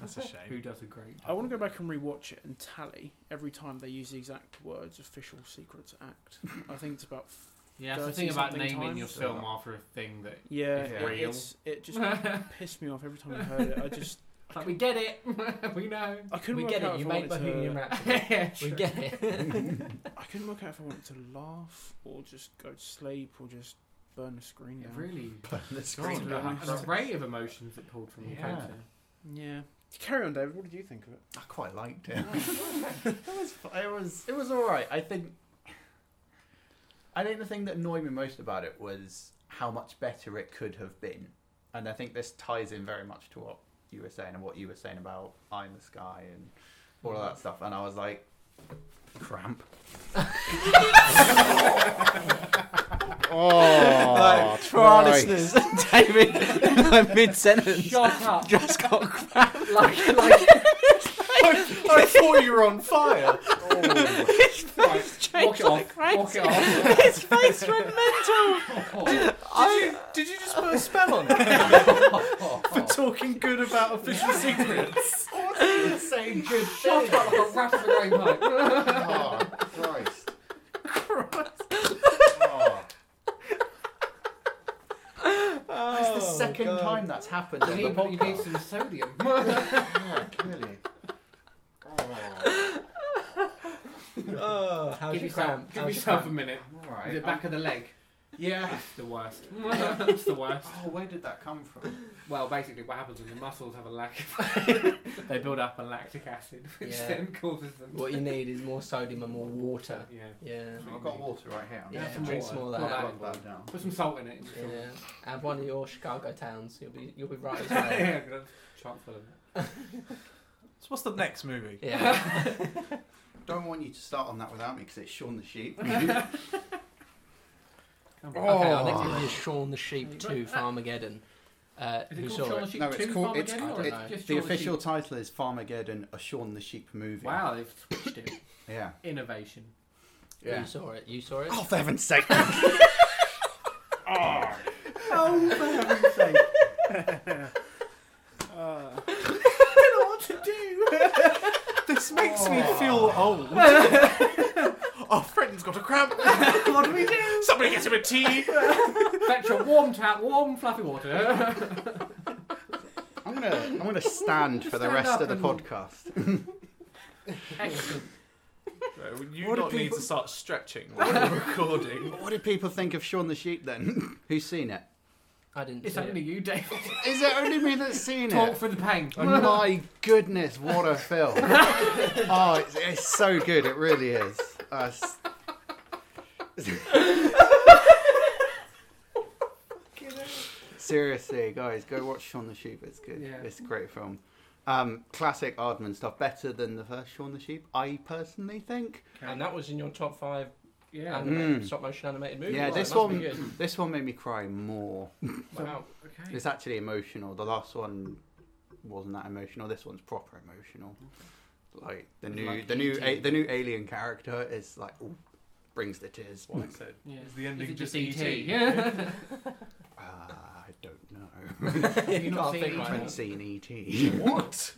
S5: That's a
S4: Who
S5: shame.
S4: does a great
S6: I want to go back and rewatch it and tally every time they use the exact words "official secrets act." I think it's about f-
S4: Yeah, that's the
S6: 30
S4: thing about
S6: something
S4: naming your
S6: times.
S4: film after a thing that
S6: yeah.
S4: It's
S6: it-
S4: real.
S6: It's, it just pissed me off every time I heard it. I just
S4: It's like, we get it. we know.
S6: I couldn't
S2: we
S6: work
S2: get
S6: out
S2: it.
S6: if
S2: You
S6: I
S2: make
S6: wanted
S2: Bohemian
S6: to,
S2: Rhapsody.
S4: yeah,
S2: we
S4: sure.
S2: get it.
S6: I couldn't work out if I wanted to laugh or just go to sleep or just burn the screen
S4: It
S6: down.
S4: really.
S1: the
S5: screen
S6: down.
S4: an
S6: Nice.
S4: array of emotions that pulled from your
S1: Yeah.
S4: character.
S6: Yeah. Carry on, David. What did you think of it?
S1: I quite liked it. it was it was it was all right. I think I think the thing that annoyed me most about it was how much better it could have been, and I think this ties in very much to what you were saying and what you were saying about I'm the sky and all of that stuff. And I was like, cramp.
S7: Oh,
S1: Like,
S7: for our listeners, David, like mid sentence,
S4: Shut up.
S7: just got
S4: like, like,
S1: I thought you were on fire.
S4: walk it off. Walk it off.
S7: his face went mental.
S5: Did you, did you just put a spell on it for talking good about official secrets?
S1: saying good
S4: Shut up like a rat of a grain pipe.
S1: Oh, Christ. Oh. That's
S2: Oh,
S1: the second time that's happened.
S4: You
S1: on the
S4: need, you need
S1: podcast.
S4: some sodium.
S1: Yeah, clearly. Oh,
S2: oh, how's
S4: Give
S2: your
S4: yourself,
S2: cramp?
S4: give
S2: How's your
S4: yourself a
S2: cramp?
S4: minute.
S1: I'm
S4: The
S1: alright.
S4: back of the leg.
S1: Um, yeah.
S4: That's the worst. That's the worst.
S1: Oh, where did that come from?
S4: Well, basically, what happens is the muscles have a lack. they build up on lactic acid, which
S2: Yeah.
S4: then causes them.
S2: What you need is more sodium and more water.
S4: Yeah.
S2: Yeah.
S1: I've got water right here. I'm
S2: Yeah,
S1: just
S4: some
S1: gonna
S2: drink
S4: water.
S2: some more of
S1: put
S4: Not
S2: that.
S4: that.
S1: that down.
S4: Put some salt in it.
S2: Yeah.
S4: Yeah.
S2: And one of your Chicago towns, you'll be you'll be right as well.
S4: yeah, good. Chock full of it.
S5: So what's the next movie?
S2: yeah.
S1: Don't want you to start on that without me because it's Shaun the Sheep.
S4: Come on.
S2: Okay, our
S1: Oh.
S2: next movie is Shaun the Sheep 2 Farmageddon. Uh,
S4: Is
S2: who
S4: it
S2: saw
S4: called Shaun the Sheep
S1: no,
S4: 2
S1: it's called. It's,
S4: Farmageddon, or
S2: I
S4: is it
S2: don't know.
S1: the
S4: just Shaun the
S1: official
S4: Sheep?
S1: title is Farmageddon, a Shaun the Sheep movie.
S4: Wow, they've switched it.
S1: Yeah.
S4: Innovation.
S2: You saw it. You saw it.
S1: Oh, for heaven's sake! Oh.
S5: This makes me feel old. oh, Fred's got a cramp. what do we do? Somebody get him a tea.
S4: Fetch a warm tap, warm fluffy water.
S1: I'm gonna, I'm gonna stand for the
S4: Stand
S1: rest
S4: up
S1: of the
S4: and-
S1: podcast.
S4: Excellent.
S5: You
S1: What do
S5: not need
S1: people-
S5: to start stretching while we're recording.
S1: What did people think of Shaun the Sheep then? Who's seen it?
S2: I didn't
S4: It's
S2: see
S4: only
S2: it.
S4: you, David.
S1: Is it only me that's seen
S4: Talk
S1: it?
S4: for the pain.
S1: Oh, my goodness, what a film! oh, it's, it's so good. It really is. Uh, s- Seriously, guys, go watch Shaun the Sheep. It's good.
S4: Yeah.
S1: It's a great film. Um, classic Aardman stuff. Better than the first Shaun the Sheep, I personally think.
S2: And that was in your top five
S4: Yeah.
S2: animated,
S1: Mm.
S2: stop motion animated movies.
S1: yeah,
S2: Right,
S1: this
S2: must be
S1: one,
S2: good.
S1: this one made me cry more.
S2: Wow.
S4: Okay.
S1: It's actually emotional. The last one wasn't that emotional. This one's proper emotional. Like the new,
S2: Like E
S1: the new,
S2: E.T..
S1: a, the new alien character is like ooh, brings the tears.
S5: What I said.
S4: Yeah.
S5: Is the
S4: Is
S5: ending
S4: it
S5: just,
S4: just
S5: ET?
S4: ET? Yeah.
S1: Uh, I don't know.
S2: You've
S4: You
S2: got
S4: not
S2: to
S4: seen
S2: think
S4: it?
S1: I
S2: right
S1: haven't
S2: now.
S1: seen ET.
S5: What?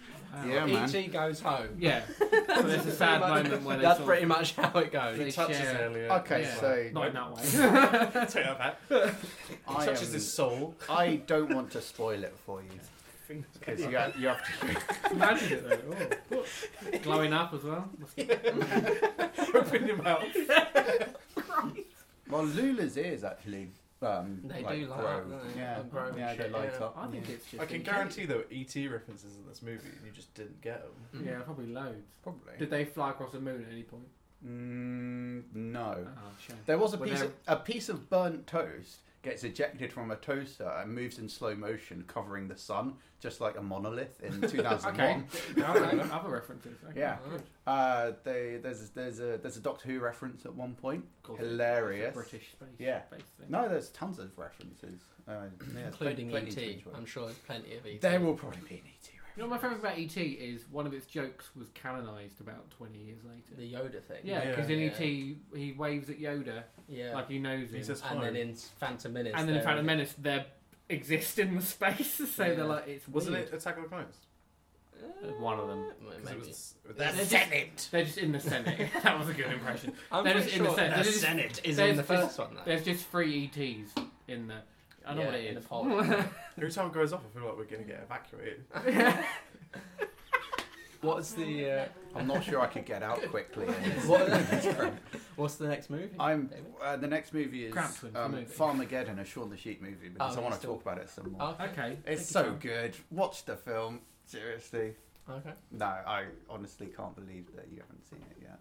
S1: yeah, man.
S2: E.T. E goes home.
S4: Yeah. So there's a sad
S2: Pretty much-
S4: moment where they
S2: That's
S4: sort
S2: pretty
S4: of-
S2: much how it
S4: They
S2: goes.
S5: touches
S4: share-
S5: Elliot.
S1: Okay,
S4: Yeah.
S1: so
S4: Not in that way.
S5: Take that back.
S1: I,
S5: touches
S1: am-
S5: his soul.
S1: I don't want to spoil it for you because you, ha- you have to.
S4: Imagine it though. Oh. Glowing up as well.
S5: Open your mouth.
S1: Well, Lula's ears actually. Um,
S2: They
S1: like
S2: do like
S1: grow.
S2: that, don't they?
S1: Yeah,
S2: They grow and
S1: yeah, they
S2: shit,
S1: light
S2: yeah.
S1: up.
S4: I think
S1: yeah.
S4: it's just. E
S5: I can
S4: ET.
S5: guarantee there were ET references in this movie, and you just didn't get them.
S4: Yeah, probably loads.
S1: probably.
S4: Did they fly across the moon at any point?
S1: Mm, no.
S4: Oh, shame.
S1: There was a
S4: Were
S1: piece
S4: there-
S1: of, a piece of burnt toast gets ejected from a toaster and moves in slow motion, covering the sun, just like a monolith in 2001.
S4: Okay. Alright, other references. Okay.
S1: Yeah. Uh, they, there's there's a there's a Doctor Who reference at one point.
S4: Cool.
S1: Hilarious.
S4: British space.
S1: Yeah.
S4: Space thing.
S1: No, there's tons of references, uh, yeah,
S2: Including E Um,
S1: plenty to
S2: E.T.
S1: enjoy.
S2: I'm sure there's plenty
S4: E
S2: of E.T.
S1: There will probably be an E ET.
S4: You know what my favourite about ET is one of its jokes was canonised about 20 years later.
S2: The Yoda thing.
S4: yeah, because
S2: yeah.
S4: in ET he waves at Yoda
S2: Yeah.
S4: like he knows him,
S5: He says
S2: and then
S5: fine.
S2: in Phantom Menace.
S4: and then in
S2: there-
S4: Phantom Menace they exist in the space, so
S2: Yeah.
S4: they're like it's
S5: Wasn't
S4: weird.
S5: it Attack of the Clones?
S2: Uh,
S4: One of them.
S5: 'Cause
S2: Maybe.
S5: It was,
S2: That's
S5: the
S2: it.
S5: Senate.
S4: They're just in the Senate. that was a good impression.
S2: I'm
S4: They're
S2: pretty
S4: just in the
S2: sure
S4: Senate.
S2: the
S4: They're just-
S2: Senate is
S4: they're
S2: in the
S4: just-
S2: first one though.
S4: There's just three ETs in the I know
S2: Yeah,
S4: what it
S2: in
S4: is.
S2: a pod.
S5: Every time it goes off, I feel like we're gonna get evacuated.
S7: What's the uh,
S1: I'm not sure I could get out quickly.
S7: what, what's the next movie?
S1: I'm
S7: David?
S1: uh, the next movie is
S4: Cramped Twins, the
S1: um,
S4: movie.
S1: Farmageddon, a Shaun the Sheep movie because
S2: Oh,
S1: I want to
S2: still-
S1: talk about it some more.
S2: okay.
S4: okay.
S1: it's
S4: take
S1: so
S4: your time.
S1: good. Watch the film seriously.
S2: Okay.
S1: No, I honestly can't believe that you haven't seen it yet.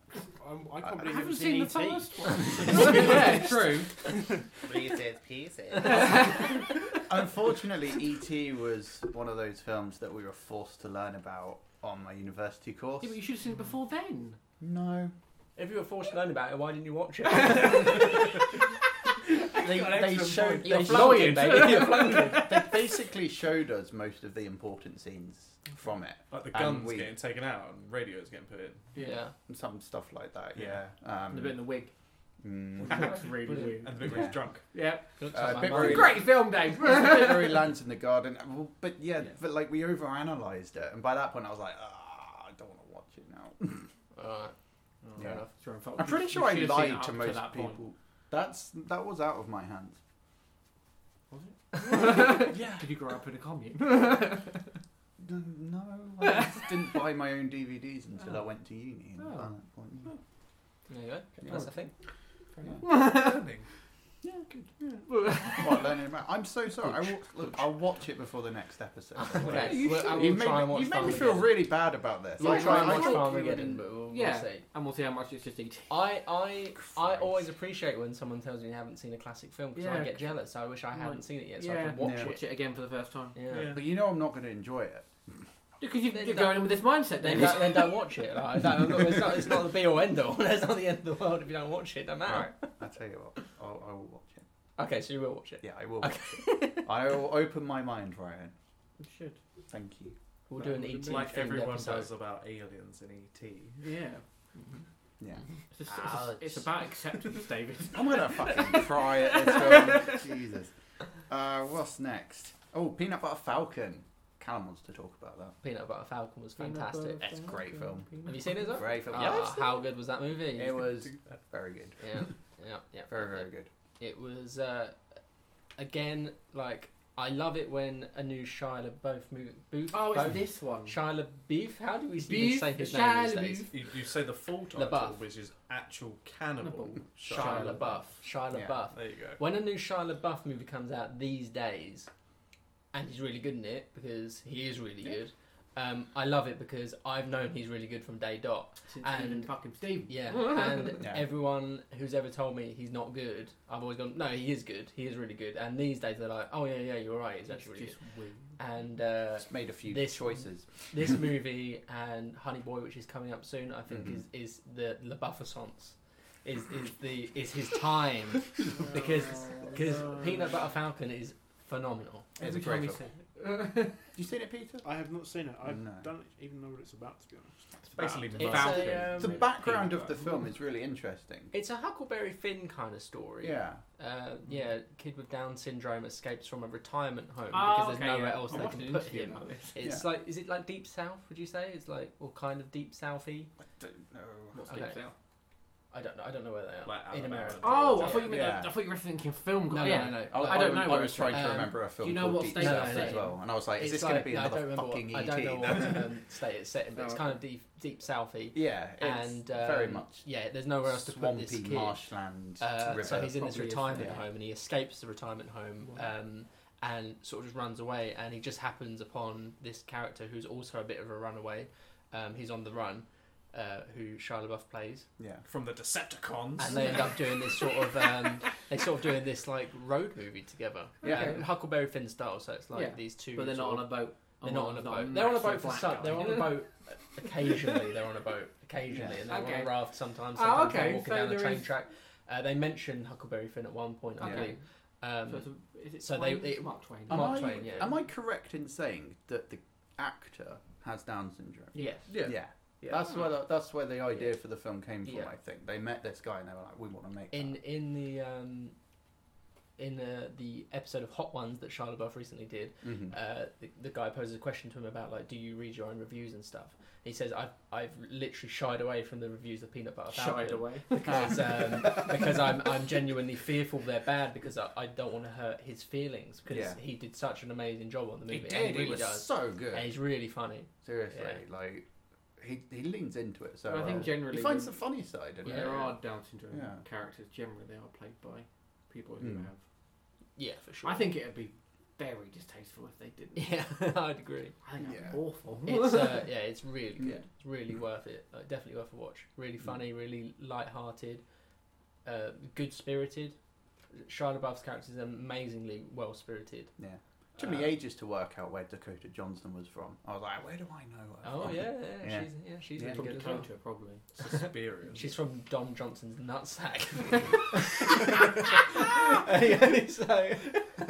S6: I'm, I can't
S1: I- I
S6: believe
S4: I
S6: you
S4: haven't seen the
S6: ET.
S4: first one.
S2: yeah, true.
S1: Unfortunately, E.T. was one of those films that we were forced to learn about on my university course.
S4: Yeah, but you should have seen it before then.
S1: No,
S7: If you were forced to learn about it, why didn't you watch it?
S1: they, they showed
S7: You're
S1: they,
S7: flunked
S1: showed-
S7: it, baby. You're flunked it.
S1: they basically showed us most of the important scenes from it.
S5: Like the
S1: And
S5: guns
S1: we-
S5: getting taken out and radios getting put in.
S2: Yeah.
S1: and some stuff like that. Yeah,
S5: Yeah.
S1: um,
S4: And a bit in the wig.
S1: mm,
S4: That's really weird.
S5: And the bit where
S1: Yeah.
S5: he's drunk.
S4: Yeah.
S1: Uh,
S2: my
S1: bit
S2: mum.
S1: worried.
S4: Great film, Dave.
S1: Very lands in the garden, Well, but yeah,
S4: Yeah.
S1: but like we overanalyzed it, and by that point I was like, ah, I don't want to watch it now.
S2: Alright.
S1: Yeah.
S2: Fair enough.
S1: I'm pretty sure I lied to most people. That's that was out of my hands.
S4: yeah. Did you grow up in a commune?
S1: N- No, I just didn't buy my own DVDs until I went to uni. and
S4: Oh.
S1: by that point, yeah.
S2: There you go.
S1: Yeah.
S2: That's the thing.
S1: Yeah, good. What, learning about? I'm so sorry. I will, look, I'll watch it before the next episode.
S2: Okay.
S1: You
S2: Well, I will
S1: you made,
S2: try and
S1: me,
S2: watch
S1: you made me
S2: Farmageddon.
S1: feel really bad about this.
S2: We'll
S1: Like,
S2: try and
S1: I- I
S2: watch
S1: thought-
S2: Farmageddon, but we'll, we'll
S4: Yeah.
S2: see.
S4: and we'll see how much it's just ET.
S2: I I I
S1: Christ.
S2: always appreciate when someone tells me they haven't seen a classic film because I
S4: Yeah.
S2: get jealous. I wish I hadn't
S4: Like,
S2: seen it yet so I
S4: yeah.
S2: can watch
S1: Yeah.
S2: it.
S4: Watch it again for the first time.
S2: Yeah.
S5: Yeah.
S1: But you know I'm not going to enjoy it.
S4: Because you,
S2: Then
S4: you're
S2: don't-
S4: going in with this mindset,
S2: Then,
S4: David.
S2: don't, then don't watch it. Like, I don't- I'm not- it's, not, it's not the be all end all. That's not the end of the world if you don't watch it. Don't matter.
S1: I tell you what, I'll, I will watch it.
S2: Okay, so you will watch it.
S1: Yeah, I will watch it. I will open my mind, Ryan.
S4: You should.
S1: Thank you.
S2: We'll do an ET
S5: Like
S2: themed
S5: everyone
S2: episode.
S5: does about aliens E and ET.
S4: Yeah.
S1: Yeah.
S4: It's, just, it's, just- it's about acceptance, David.
S1: I'm gonna fucking cry at this film. Jesus. Uh, what's next? Oh, Peanut Butter Falcon. Callum wants to talk about that.
S2: Peanut Butter Falcon was fantastic.
S1: That's a great film.
S2: Have you seen it? Zara?
S1: Mm-hmm. Great film.
S2: Ah,
S1: Yeah, I've seen
S2: how good was that movie?
S1: it. it was very good.
S2: yeah, yeah, yeah.
S1: Very, very good.
S2: It was uh, again like I love it when a new Shia LaBeouf movie. Booth,
S4: Oh, it's
S2: both-
S4: this one.
S2: Shia LaBeouf. How do we
S4: Beef,
S2: even say his name
S4: Shia
S2: these days?
S5: You, you say the full title,
S2: LaBeouf.
S5: which is actual cannibal.
S2: Shia
S5: Shia
S2: LaBeouf. Shia
S1: Yeah.
S2: LaBeouf.
S5: There you go.
S2: When a new Shia LaBeouf movie comes out these days, and he's really good in it because he is really good. Um, I love it because I've known he's really good from day dot.
S4: Since
S2: and-
S4: and fucking Steve.
S2: Yeah, and
S1: Yeah.
S2: everyone who's ever told me he's not good, I've always gone, no, he is good. He is really good. And these days they're like, oh yeah, yeah, you're right. He's actually really good.
S4: just weird.
S2: And uh,
S1: It's made a few
S2: This-
S1: choices.
S2: this movie and Honey Boy, which is coming up soon, I think
S1: Mhm.
S5: Mm-hmm.
S2: is is the LaBeoufissance. Is is the is his time because because Peanut Butter Falcon is phenomenal.
S1: It's a
S4: Every
S1: great
S4: time we
S1: film.
S4: say
S1: You seen it, Peter?
S6: I have not seen it. I
S1: No.
S6: don't even know what it's about, to be honest.
S5: It's basically
S2: It's a,
S5: Falcon.
S2: um,
S1: The background
S5: Peanut
S1: of the
S5: Butter.
S1: film is really interesting.
S2: It's a Huckleberry Finn kind of story.
S1: Yeah.
S2: Uh, yeah, kid with Down syndrome escapes from a retirement home
S4: Oh,
S2: because there's
S4: okay,
S2: nowhere
S4: yeah.
S2: else
S4: I
S2: they
S4: watched
S2: can
S4: an
S2: put
S4: interview
S2: him.
S4: about this.
S2: It's like, is it like Deep South? Would you say it's like, or kind of Deep Southy?
S1: I don't know.
S4: What's
S2: Okay.
S4: Deep South?
S2: I don't know. I don't know where they are
S5: Like
S2: in
S5: Alabama.
S2: America.
S4: Oh, I
S2: Yeah.
S4: thought you meant.
S1: Yeah.
S4: I thought you were thinking film.
S2: No,
S4: yeah.
S2: no, no, no.
S1: I,
S4: I don't know
S1: I
S4: where
S1: was
S4: it's
S1: trying
S2: from.
S1: to
S2: Um,
S1: remember a film
S4: you know
S1: called
S4: what
S1: Deep
S4: state
S1: South
S2: it's
S1: as
S2: in?
S1: well, and I was like, "Is
S2: It's
S1: this going
S2: like-
S1: to be
S2: no, I
S1: another
S2: don't remember
S1: fucking E
S2: what,
S1: ET?"
S2: I don't know
S1: then?
S2: what um, state it's set in, but it's
S6: Oh,
S2: kind of deep, deep southy.
S1: yeah, it's
S2: and um,
S1: very much
S2: Yeah, there's nowhere else to put this
S1: swampy
S2: kid.
S1: marshland
S2: Uh,
S1: river.
S2: so he's in this
S4: Probably is,
S2: retirement
S1: yeah.
S2: home and he escapes the retirement home um, and sort of just runs away and he just happens upon this character who's also a bit of a runaway um, he's on the run uh, who Shia LaBeouf plays
S1: yeah,
S5: From the Decepticons.
S2: and they end up doing this sort of um, they sort of doing this like road movie together
S1: Yeah.
S2: Um, Huckleberry Finn style so it's like
S4: Yeah.
S2: these two
S4: But they're not
S2: sort
S4: on
S2: of-
S4: a boat.
S2: they're not on a boat.
S4: an
S2: They're on a
S4: actual
S2: boat for
S4: black
S2: some.
S4: guy.
S2: They're on a boat occasionally. They're on a boat occasionally,
S1: Yeah.
S2: and they're on
S4: Okay.
S2: a raft sometimes.
S4: Oh,
S2: sometimes they're
S4: okay,
S2: walking
S4: so
S2: down the
S4: there
S2: train
S4: is-
S2: track. Uh, they mention Huckleberry Finn at one point, I
S1: Yeah.
S2: believe.
S4: So,
S2: Um,
S4: it's a, is it
S2: so they-
S4: Twain?
S2: they-
S4: It's Mark Twain.
S1: am,
S2: Mark
S1: I,
S2: Twain, yeah.
S1: am I correct in saying that the actor has Down syndrome?
S4: Yes.
S5: Yeah.
S1: That's where the, that's where the idea for the film came from.
S2: Yeah.
S1: I think they met this guy and they were like, "We want to make."
S2: in in the um, in uh, the episode of Hot Ones that Shia LaBeouf recently did,
S4: Mm.
S1: Mhm.
S2: uh, the, the guy poses a question to him about like, do you read your own reviews and stuff? He says, I've I've literally shied away from the reviews of Peanut Butter Falcon
S4: Shied away.
S2: because um, because I'm I'm genuinely fearful they're bad because I, I don't want to hurt his feelings because
S1: Yeah.
S2: he did such an amazing job on the movie.
S1: He
S2: and
S1: did.
S2: he really
S1: He was
S2: does,
S1: so good.
S2: and he's really funny.
S1: Seriously, like he he leans into it so.
S4: But I think
S1: well.
S4: generally
S1: he finds the
S4: when-
S1: funny side. in
S4: When
S1: it.
S4: there are Down syndrome
S1: Yeah.
S4: characters, generally they are played by people who
S1: Mm.
S4: have.
S2: Yeah, for sure.
S4: I think it'd be very distasteful if they didn't.
S2: Yeah, I'd agree.
S4: I think that'd be
S1: Yeah.
S4: awful.
S2: It's uh, yeah, it's really good.
S1: Yeah.
S2: It's really worth it. Like, definitely worth a watch. Really
S1: Mm.
S2: funny, really light-hearted, uh, good spirited. Shia LaBeouf's character is amazingly well spirited.
S1: Yeah. Took me
S2: Uh,
S1: ages to work out where Dakota Johnson was from. I was like, where do I know her?
S2: Oh
S1: from?
S2: yeah, yeah,
S1: Yeah.
S2: she's yeah, she's
S1: Yeah.
S2: really
S4: From
S2: good as well.
S4: Dakota, probably.
S5: Suspiria.
S2: She's from Dom Johnson's nutsack. and it's like,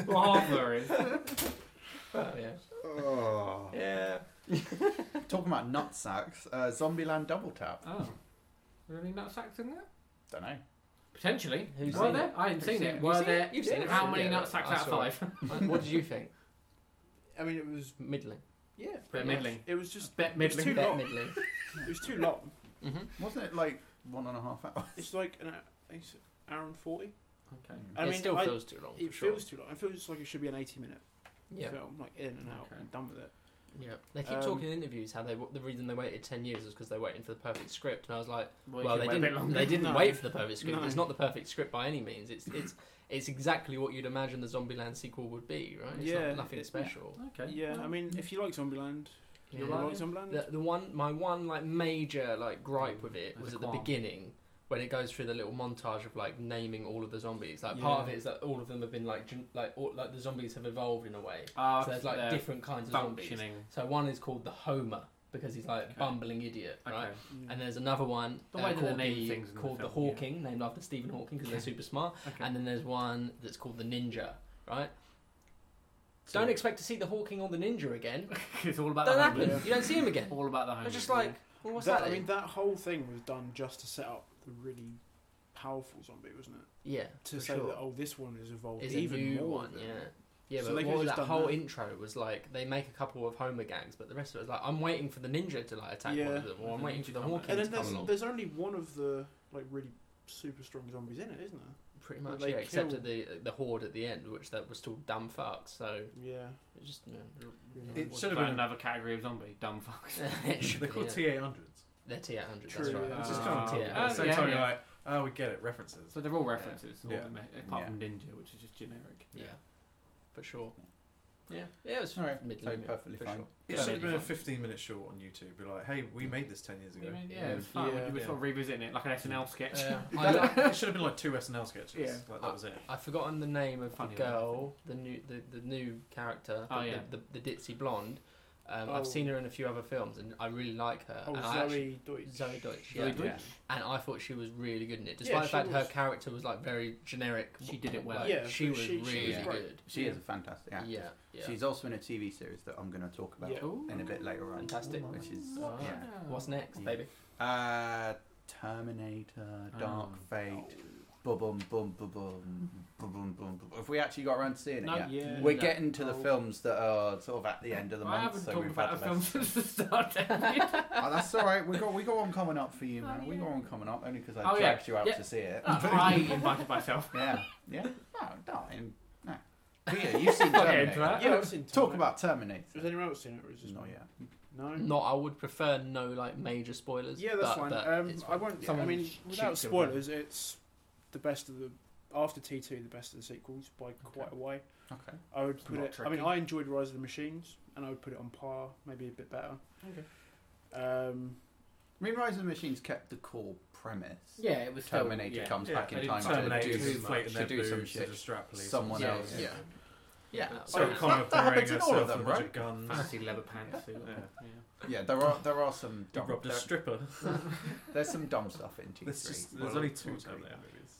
S4: well, half there is.
S2: oh, yeah.
S1: Oh.
S2: Yeah.
S1: Talking about nut sacks, uh, Zombieland Double Tap.
S4: Oh. Really nutsacks in there?
S1: Don't know.
S4: Potentially.
S2: Who's
S4: Were
S2: seen
S4: there?
S2: it?
S4: I hadn't
S2: Who's
S4: seen,
S2: seen
S4: it.
S2: it?
S4: Were
S2: You've seen
S4: there?
S2: it? You've seen it?
S4: How many
S2: Yeah,
S4: nutsacks
S2: I
S4: out of
S2: saw it.
S4: five?
S2: what did you think?
S6: I mean, it was
S2: Middling.
S6: yeah,
S4: Bit
S6: pretty much.
S4: middling.
S6: It was just
S4: Bet
S6: it was
S4: middling.
S6: too
S2: Bet
S6: long.
S2: middling.
S6: It was too long.
S2: Mm-hmm.
S1: Wasn't it like one and a half hours?
S6: It's like an hour, it's an hour and forty.
S4: Okay.
S1: Mm.
S6: I
S2: it
S6: mean,
S2: still
S6: I-
S2: feels too long.
S6: It
S2: for sure.
S6: feels too long. It feels like it should be an eighty-minute
S2: Yeah.
S6: film, like in and out
S4: Okay.
S6: and done with it.
S2: Yeah. They keep
S6: Um,
S2: talking in interviews how they the reason they waited ten years is because they're waiting for the perfect script, and I was like,
S4: Well,
S2: well, they
S4: you can wait a bit
S2: didn't.
S4: longer.
S2: They didn't
S6: No.
S2: wait for the perfect script.
S6: No.
S2: It's not the perfect script by any means. It's it's it's exactly what you'd imagine the Zombieland sequel would be, right? It's
S6: Yeah,
S2: Not, nothing
S6: it-
S2: special.
S4: Okay.
S6: Yeah, I mean, if you like Zombieland,
S2: Yeah.
S6: you
S4: right.
S6: like Zombieland.
S2: The, the one, my one like major like gripe with it
S4: Mm.
S2: was
S4: There's a
S2: at the
S4: qualm.
S2: beginning when it goes through the little montage of like naming all of the zombies. Like part of
S6: Yeah.
S2: it is that all of them have been like gen- like all, like the zombies have evolved in a way.
S4: Uh,
S2: so there's like different kinds of zombies.
S4: functioning.
S2: So one is called the Homer because he's like
S4: Okay.
S2: bumbling idiot,
S4: Okay.
S2: right?
S6: Mm.
S2: And there's another one uh,
S4: The way that they
S2: called
S4: name
S2: the,
S4: things in the
S2: called the,
S4: film, yeah.
S2: Hawking, named after Stephen Hawking because they're
S4: Okay.
S2: super smart.
S4: Okay.
S2: And then there's one that's called the Ninja, right?
S4: So-
S2: Don't expect to see the Hawking or the Ninja again.
S4: it's all about
S2: Don't
S4: the homies.
S2: happen. You don't see him again.
S4: All about the homies.
S2: It's just like, well, what's that?
S6: I
S2: then?
S6: mean, that whole thing was done just to set up the really powerful zombie, wasn't it?
S2: yeah,
S6: To
S2: for
S6: say
S2: sure.
S6: that oh, this one has evolved
S2: is
S6: even
S2: a new
S6: more.
S2: one,
S6: than-
S2: yeah. Yeah,
S6: So they
S2: but
S6: could've
S2: what was
S6: just
S2: that
S6: done
S2: whole
S6: that.
S2: intro was like they make a couple of Homer gangs, but the rest of it was like I'm waiting for the ninja to like attack one
S6: Yeah.
S2: of them, or I'm
S4: The
S2: waiting
S4: ninja
S2: for the
S4: come
S2: Hawking
S6: And
S2: to
S6: then
S2: come
S6: there's,
S2: along.
S6: there's only one of the like really super strong zombies in it, isn't there?
S2: Pretty
S6: that
S2: much, yeah.
S6: they
S2: Except
S6: kill.
S2: at the the horde at the end, which that was still dumb fucks. So
S6: Yeah.
S2: it's just you know,
S6: It
S4: It
S5: should
S4: should have
S5: have
S4: been
S5: been-
S4: another category of zombie. Dumb fucks.
S2: it should
S5: They're
S2: be,
S5: called
S2: yeah.
S5: TA hundreds.
S2: They're T800. That's
S6: True,
S2: right.
S6: yeah.
S5: It's just
S4: Ah.
S5: kind
S2: T800.
S5: of yeah.
S4: Oh,
S5: So
S4: yeah,
S5: totally
S4: yeah.
S5: like, oh, we get it. References.
S4: So they're all references, all
S5: Yeah.
S4: the me- apart from Ninja, which is just generic.
S2: yeah, for sure. Yeah, yeah, it was
S1: All right.
S2: middling.
S1: So
S2: yeah,
S1: perfectly
S2: for
S1: fine.
S2: sure.
S5: It
S2: Yeah.
S5: should have been a
S2: Fun.
S5: 15 minute short on YouTube. Be like, hey, we made this 10 years ago.
S4: I mean, yeah,
S1: Yeah.
S4: it's fun.
S6: Yeah.
S4: you were sort of revisiting it like an SNL sketch.
S2: Yeah. I, lo-
S5: it should have been like two SNL sketches.
S6: Yeah.
S5: Like, that was it.
S2: I've forgotten the name of
S4: Funny
S2: the
S4: enough, I
S2: girl, the new the, the new character,
S4: Oh,
S2: the,
S4: yeah.
S2: the, the, ditzy blonde. Um,
S6: Oh.
S2: I've seen her in a few other films, and I really like her.
S6: Oh,
S2: and
S6: Zoe
S2: I actually,
S6: Deutsch.
S2: Zoe Deutsch, yeah.
S4: Zoe Deutsch.
S2: And I thought she was really good in it, despite
S6: Yeah,
S2: the
S6: she
S2: fact her
S6: was.
S2: character was like very generic.
S4: She did it well.
S2: Like,
S6: Yeah,
S2: she
S6: but
S2: was
S6: she- she
S2: really
S6: was great.
S2: good.
S1: She is
S6: Yeah.
S1: a fantastic
S2: Yeah,
S1: actress.
S2: yeah.
S1: She's also in a TV series that I'm going to talk about
S6: Yeah.
S4: Ooh.
S1: in a bit later on,
S2: Fantastic. Oh,
S1: which is
S2: Wow.
S1: yeah.
S2: What's
S6: Oh,
S2: next, baby?
S1: Uh, Terminator, Dark
S4: Oh.
S1: Fate, boom, boom, boom, boom, boom, boom, boom, boom. Have we actually got around to seeing it
S4: No,
S1: yet?
S6: yeah.
S1: We're
S4: No.
S1: getting to the
S6: Oh.
S1: films that are sort of at the end of the
S4: I
S1: month,
S4: haven't
S1: so
S4: talked
S1: we've
S4: about
S1: had
S4: a
S1: less.
S4: film since the start.
S1: oh, that's all right. We got we got one coming up for you,
S4: Oh,
S1: man. We got
S4: yeah.
S1: one coming up only because I
S4: Oh, yeah.
S1: dragged you out
S4: Yeah. Oh,
S1: to see it.
S4: I invited myself.
S1: yeah, yeah. No, no, in- no. Peter, you've seen
S4: Not getting into
S1: Terminator.
S4: that.
S6: Yeah, I've seen
S1: Talk
S6: Terminator.
S1: about Terminator.
S6: Has anyone else seen it? Or is this
S1: Not
S6: me?
S1: yet.
S6: No.
S2: Not. I would prefer no like major spoilers.
S6: Yeah,
S2: but-
S6: that's fine.
S2: but
S6: um,
S2: it's
S6: I won't. I
S2: Someone
S6: mean,
S2: shoots
S6: without
S2: someone.
S6: spoilers, it's the best of the after T two, the best of the sequels by quite a way.
S1: Okay.
S6: I would
S4: It's
S6: put
S4: not
S6: it. I mean,
S4: tricky.
S6: I enjoyed Rise of the Machines, and I would put it on par, maybe a bit better. Um,
S1: I mean, Rise of the Machines kept the core premise.
S4: Yeah, it was still-
S1: Terminator
S4: yeah.
S1: comes back in
S5: They
S1: time
S5: didn't
S1: to
S5: terminate
S1: do,
S5: it,
S4: too
S1: to
S4: much.
S5: inflate their
S1: do some
S5: boobs,
S1: shit.
S5: just strap police
S1: Someone
S5: and
S4: Yeah,
S1: else.
S5: stuff.
S2: yeah. Yeah.
S5: So
S1: That-
S5: kind of
S1: that
S5: burying
S1: happens in all of
S5: herself
S1: them,
S5: with a bunch
S1: right?
S5: of guns.
S4: Fancy leather pantsuit.
S5: Yeah.
S1: Yeah, there are there are some
S5: He
S1: dumb.
S5: robbed a
S1: there-
S5: stripper.
S1: there's some dumb stuff in T3.
S5: There's, just,
S1: Well,
S5: there's only two
S1: we'll
S5: Terminator
S1: agree.
S5: movies.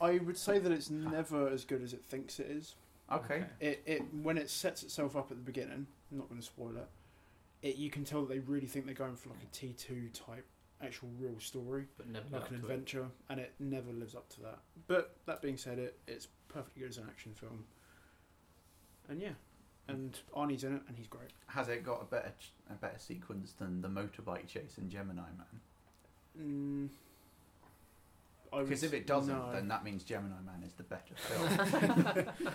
S6: I would say that it's never as good as it thinks it is.
S1: Okay.
S6: It, it when it sets itself up at the beginning. I'm not going to spoil it. It you can tell that they really think they're going for like a T two type actual real story,
S4: but never
S6: like an adventure, and it never lives up to that. But that being said, it it's perfectly good as an action film. And yeah, and Arnie's in it, and he's great.
S1: Has it got a better ch- a better sequence than the motorbike chase in Gemini Man?
S6: Mm, I would
S1: Because if
S6: s-
S1: it doesn't,
S6: no.
S1: then that means Gemini Man is the better film.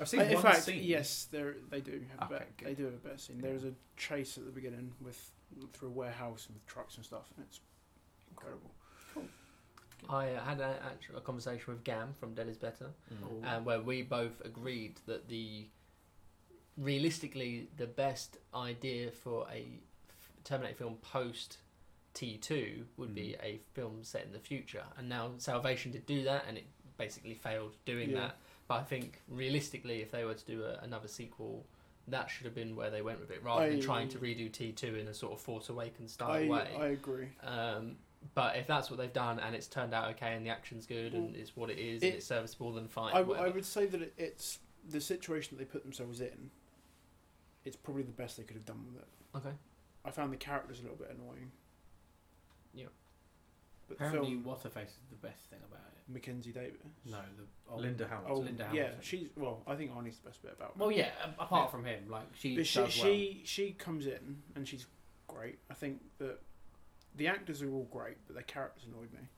S1: I've seen
S6: Uh, in
S1: one
S6: fact,
S1: scene.
S6: yes, there they do have
S1: Okay,
S6: a better,
S1: good.
S6: they do have a better scene. There is a chase at the beginning with through a warehouse and with trucks and stuff, and it's incredible.
S2: I uh, had a, actual, a conversation with Gam from Dead is Better,
S4: Mm.
S6: um,
S2: and where we both agreed that the realistically the best idea for a f- Terminator film post T2 would be
S6: Mm.
S2: a film set in the future. And now Salvation did do that, and it basically failed doing
S6: Yeah.
S2: that. But I think realistically, if they were to do a, another sequel. That should have been where they went with it, rather than
S6: I-
S2: trying to redo T two in a sort of Force Awakens style
S6: I
S2: way.
S6: I agree.
S2: Um, but if that's what they've done and it's turned out okay and the action's good and it's what it is and
S6: Mm. It-
S2: it's serviceable, then fine.
S6: I, w- I
S2: whatever.
S6: would say that it, it's the situation that they put themselves in. It's probably the best they could have done with it.
S2: okay.
S6: I found the characters a little bit annoying.
S2: Yep.
S6: But the
S4: Apparently,
S6: film
S4: Waterface is the best thing about it.
S6: Mackenzie Davis.
S4: No, the old,
S5: Linda Hamilton.
S6: Oh,
S4: Linda
S6: yeah,
S4: Hamilton.
S6: she's well. I think Arnie's the best bit about.
S4: Well, yeah. a- Apart from him, like she
S6: But she
S4: does well.
S6: she she comes in and she's great. I think that the actors are all great, but their characters annoyed me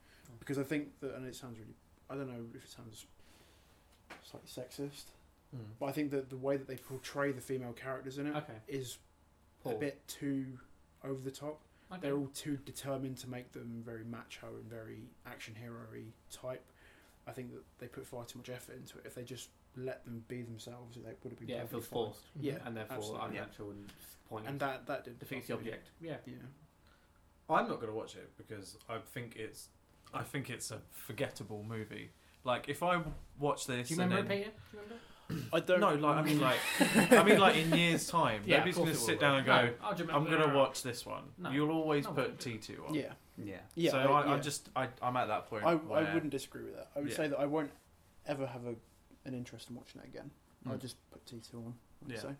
S6: because I think that and it sounds really I don't know if it sounds slightly sexist, but I think that the way that they portray the female characters in it is
S4: Okay. Poor.
S6: a bit too over the top.
S4: Okay.
S6: They're all too determined to make them very macho and very action hero-y type. I think that they put far too much effort into it. If they just let them be themselves, they would have been
S4: yeah, it
S6: perfectly
S4: feels
S6: fine.
S4: forced.
S6: Yeah,
S4: and therefore
S6: absolutely.
S4: unnatural and pointless.
S6: and that that did
S4: defeats the
S6: bother me.
S4: object. Yeah.
S6: Yeah.
S5: I'm not going to watch it because I think it's I think it's a forgettable movie. Like if I watch this,
S4: Do you remember
S5: and
S4: it,
S5: then,
S4: Peter? Do you remember?
S6: I don't.
S5: No, like I mean, like I mean, like in years' time,
S4: Yeah,
S5: nobody's
S4: of
S5: going
S4: course
S5: to
S4: it will,
S5: sit down and
S4: right.
S5: go,
S4: No, I'll just
S5: "I'm
S4: remember-
S5: going to watch this one."
S4: No.
S5: You'll always
S4: No,
S5: put
S4: but-
S5: T2 on.
S6: yeah,
S1: Yeah.
S6: yeah.
S5: so
S6: I,
S5: I, I
S6: yeah.
S5: just I, I'm at that point.
S6: I,
S5: where-
S6: I wouldn't disagree with that. I would
S5: Yeah.
S6: say that I won't ever have a an interest in watching it again. I'll
S1: Mm.
S6: just put T two on. I'd
S5: Yeah.
S6: say.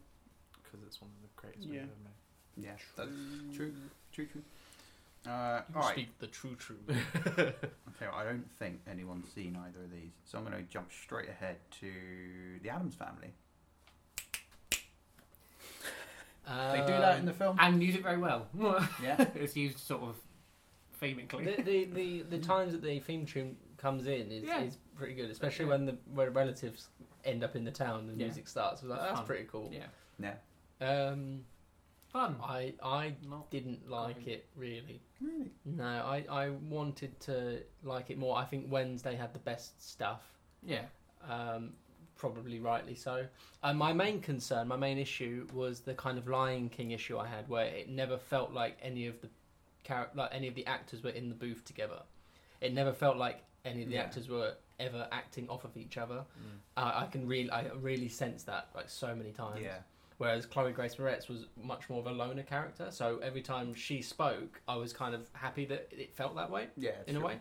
S5: because it's one of the greatest
S6: Yeah.
S5: movies ever made.
S1: Yeah. That's true. True. True. Uh,
S2: You
S1: all right.
S2: speak the true true.
S1: Okay, I don't think anyone's seen either of these, so I'm going to jump straight ahead to the Adams Family.
S2: Um,
S1: They do that in the film.
S4: And use it very well.
S1: Yeah.
S4: it's used sort of themically.
S2: the, the, the, the times that the theme tune comes in is,
S4: Yeah.
S2: is pretty good, especially
S4: Yeah.
S2: when the where relatives end up in the town and the
S4: Yeah.
S2: music starts. I was like,
S4: It's
S2: that's
S4: fun.
S2: pretty cool.
S4: yeah.
S1: Yeah.
S2: Um,
S6: Hmm.
S4: Fun.
S2: I I
S4: Not
S2: didn't like
S4: Agree.
S2: it really.
S1: Really?
S2: No, I, I wanted to like it more. I think Wednesday had the best stuff.
S4: yeah.
S2: um, probably rightly so. Uh, my main concern, my main issue, was the kind of Lion King issue I had, where it never felt like any of the char- like any of the actors were in the booth together. It never felt like any of the
S1: Yeah.
S2: actors were ever acting off of each other. Uh, I can really, I really sense that like so many times.
S1: Yeah.
S2: Whereas Chloe Grace Moretz was much more of a loner character, so every time she spoke, I was kind of happy that it felt that way
S1: Yeah.
S2: in a
S1: sure.
S2: way.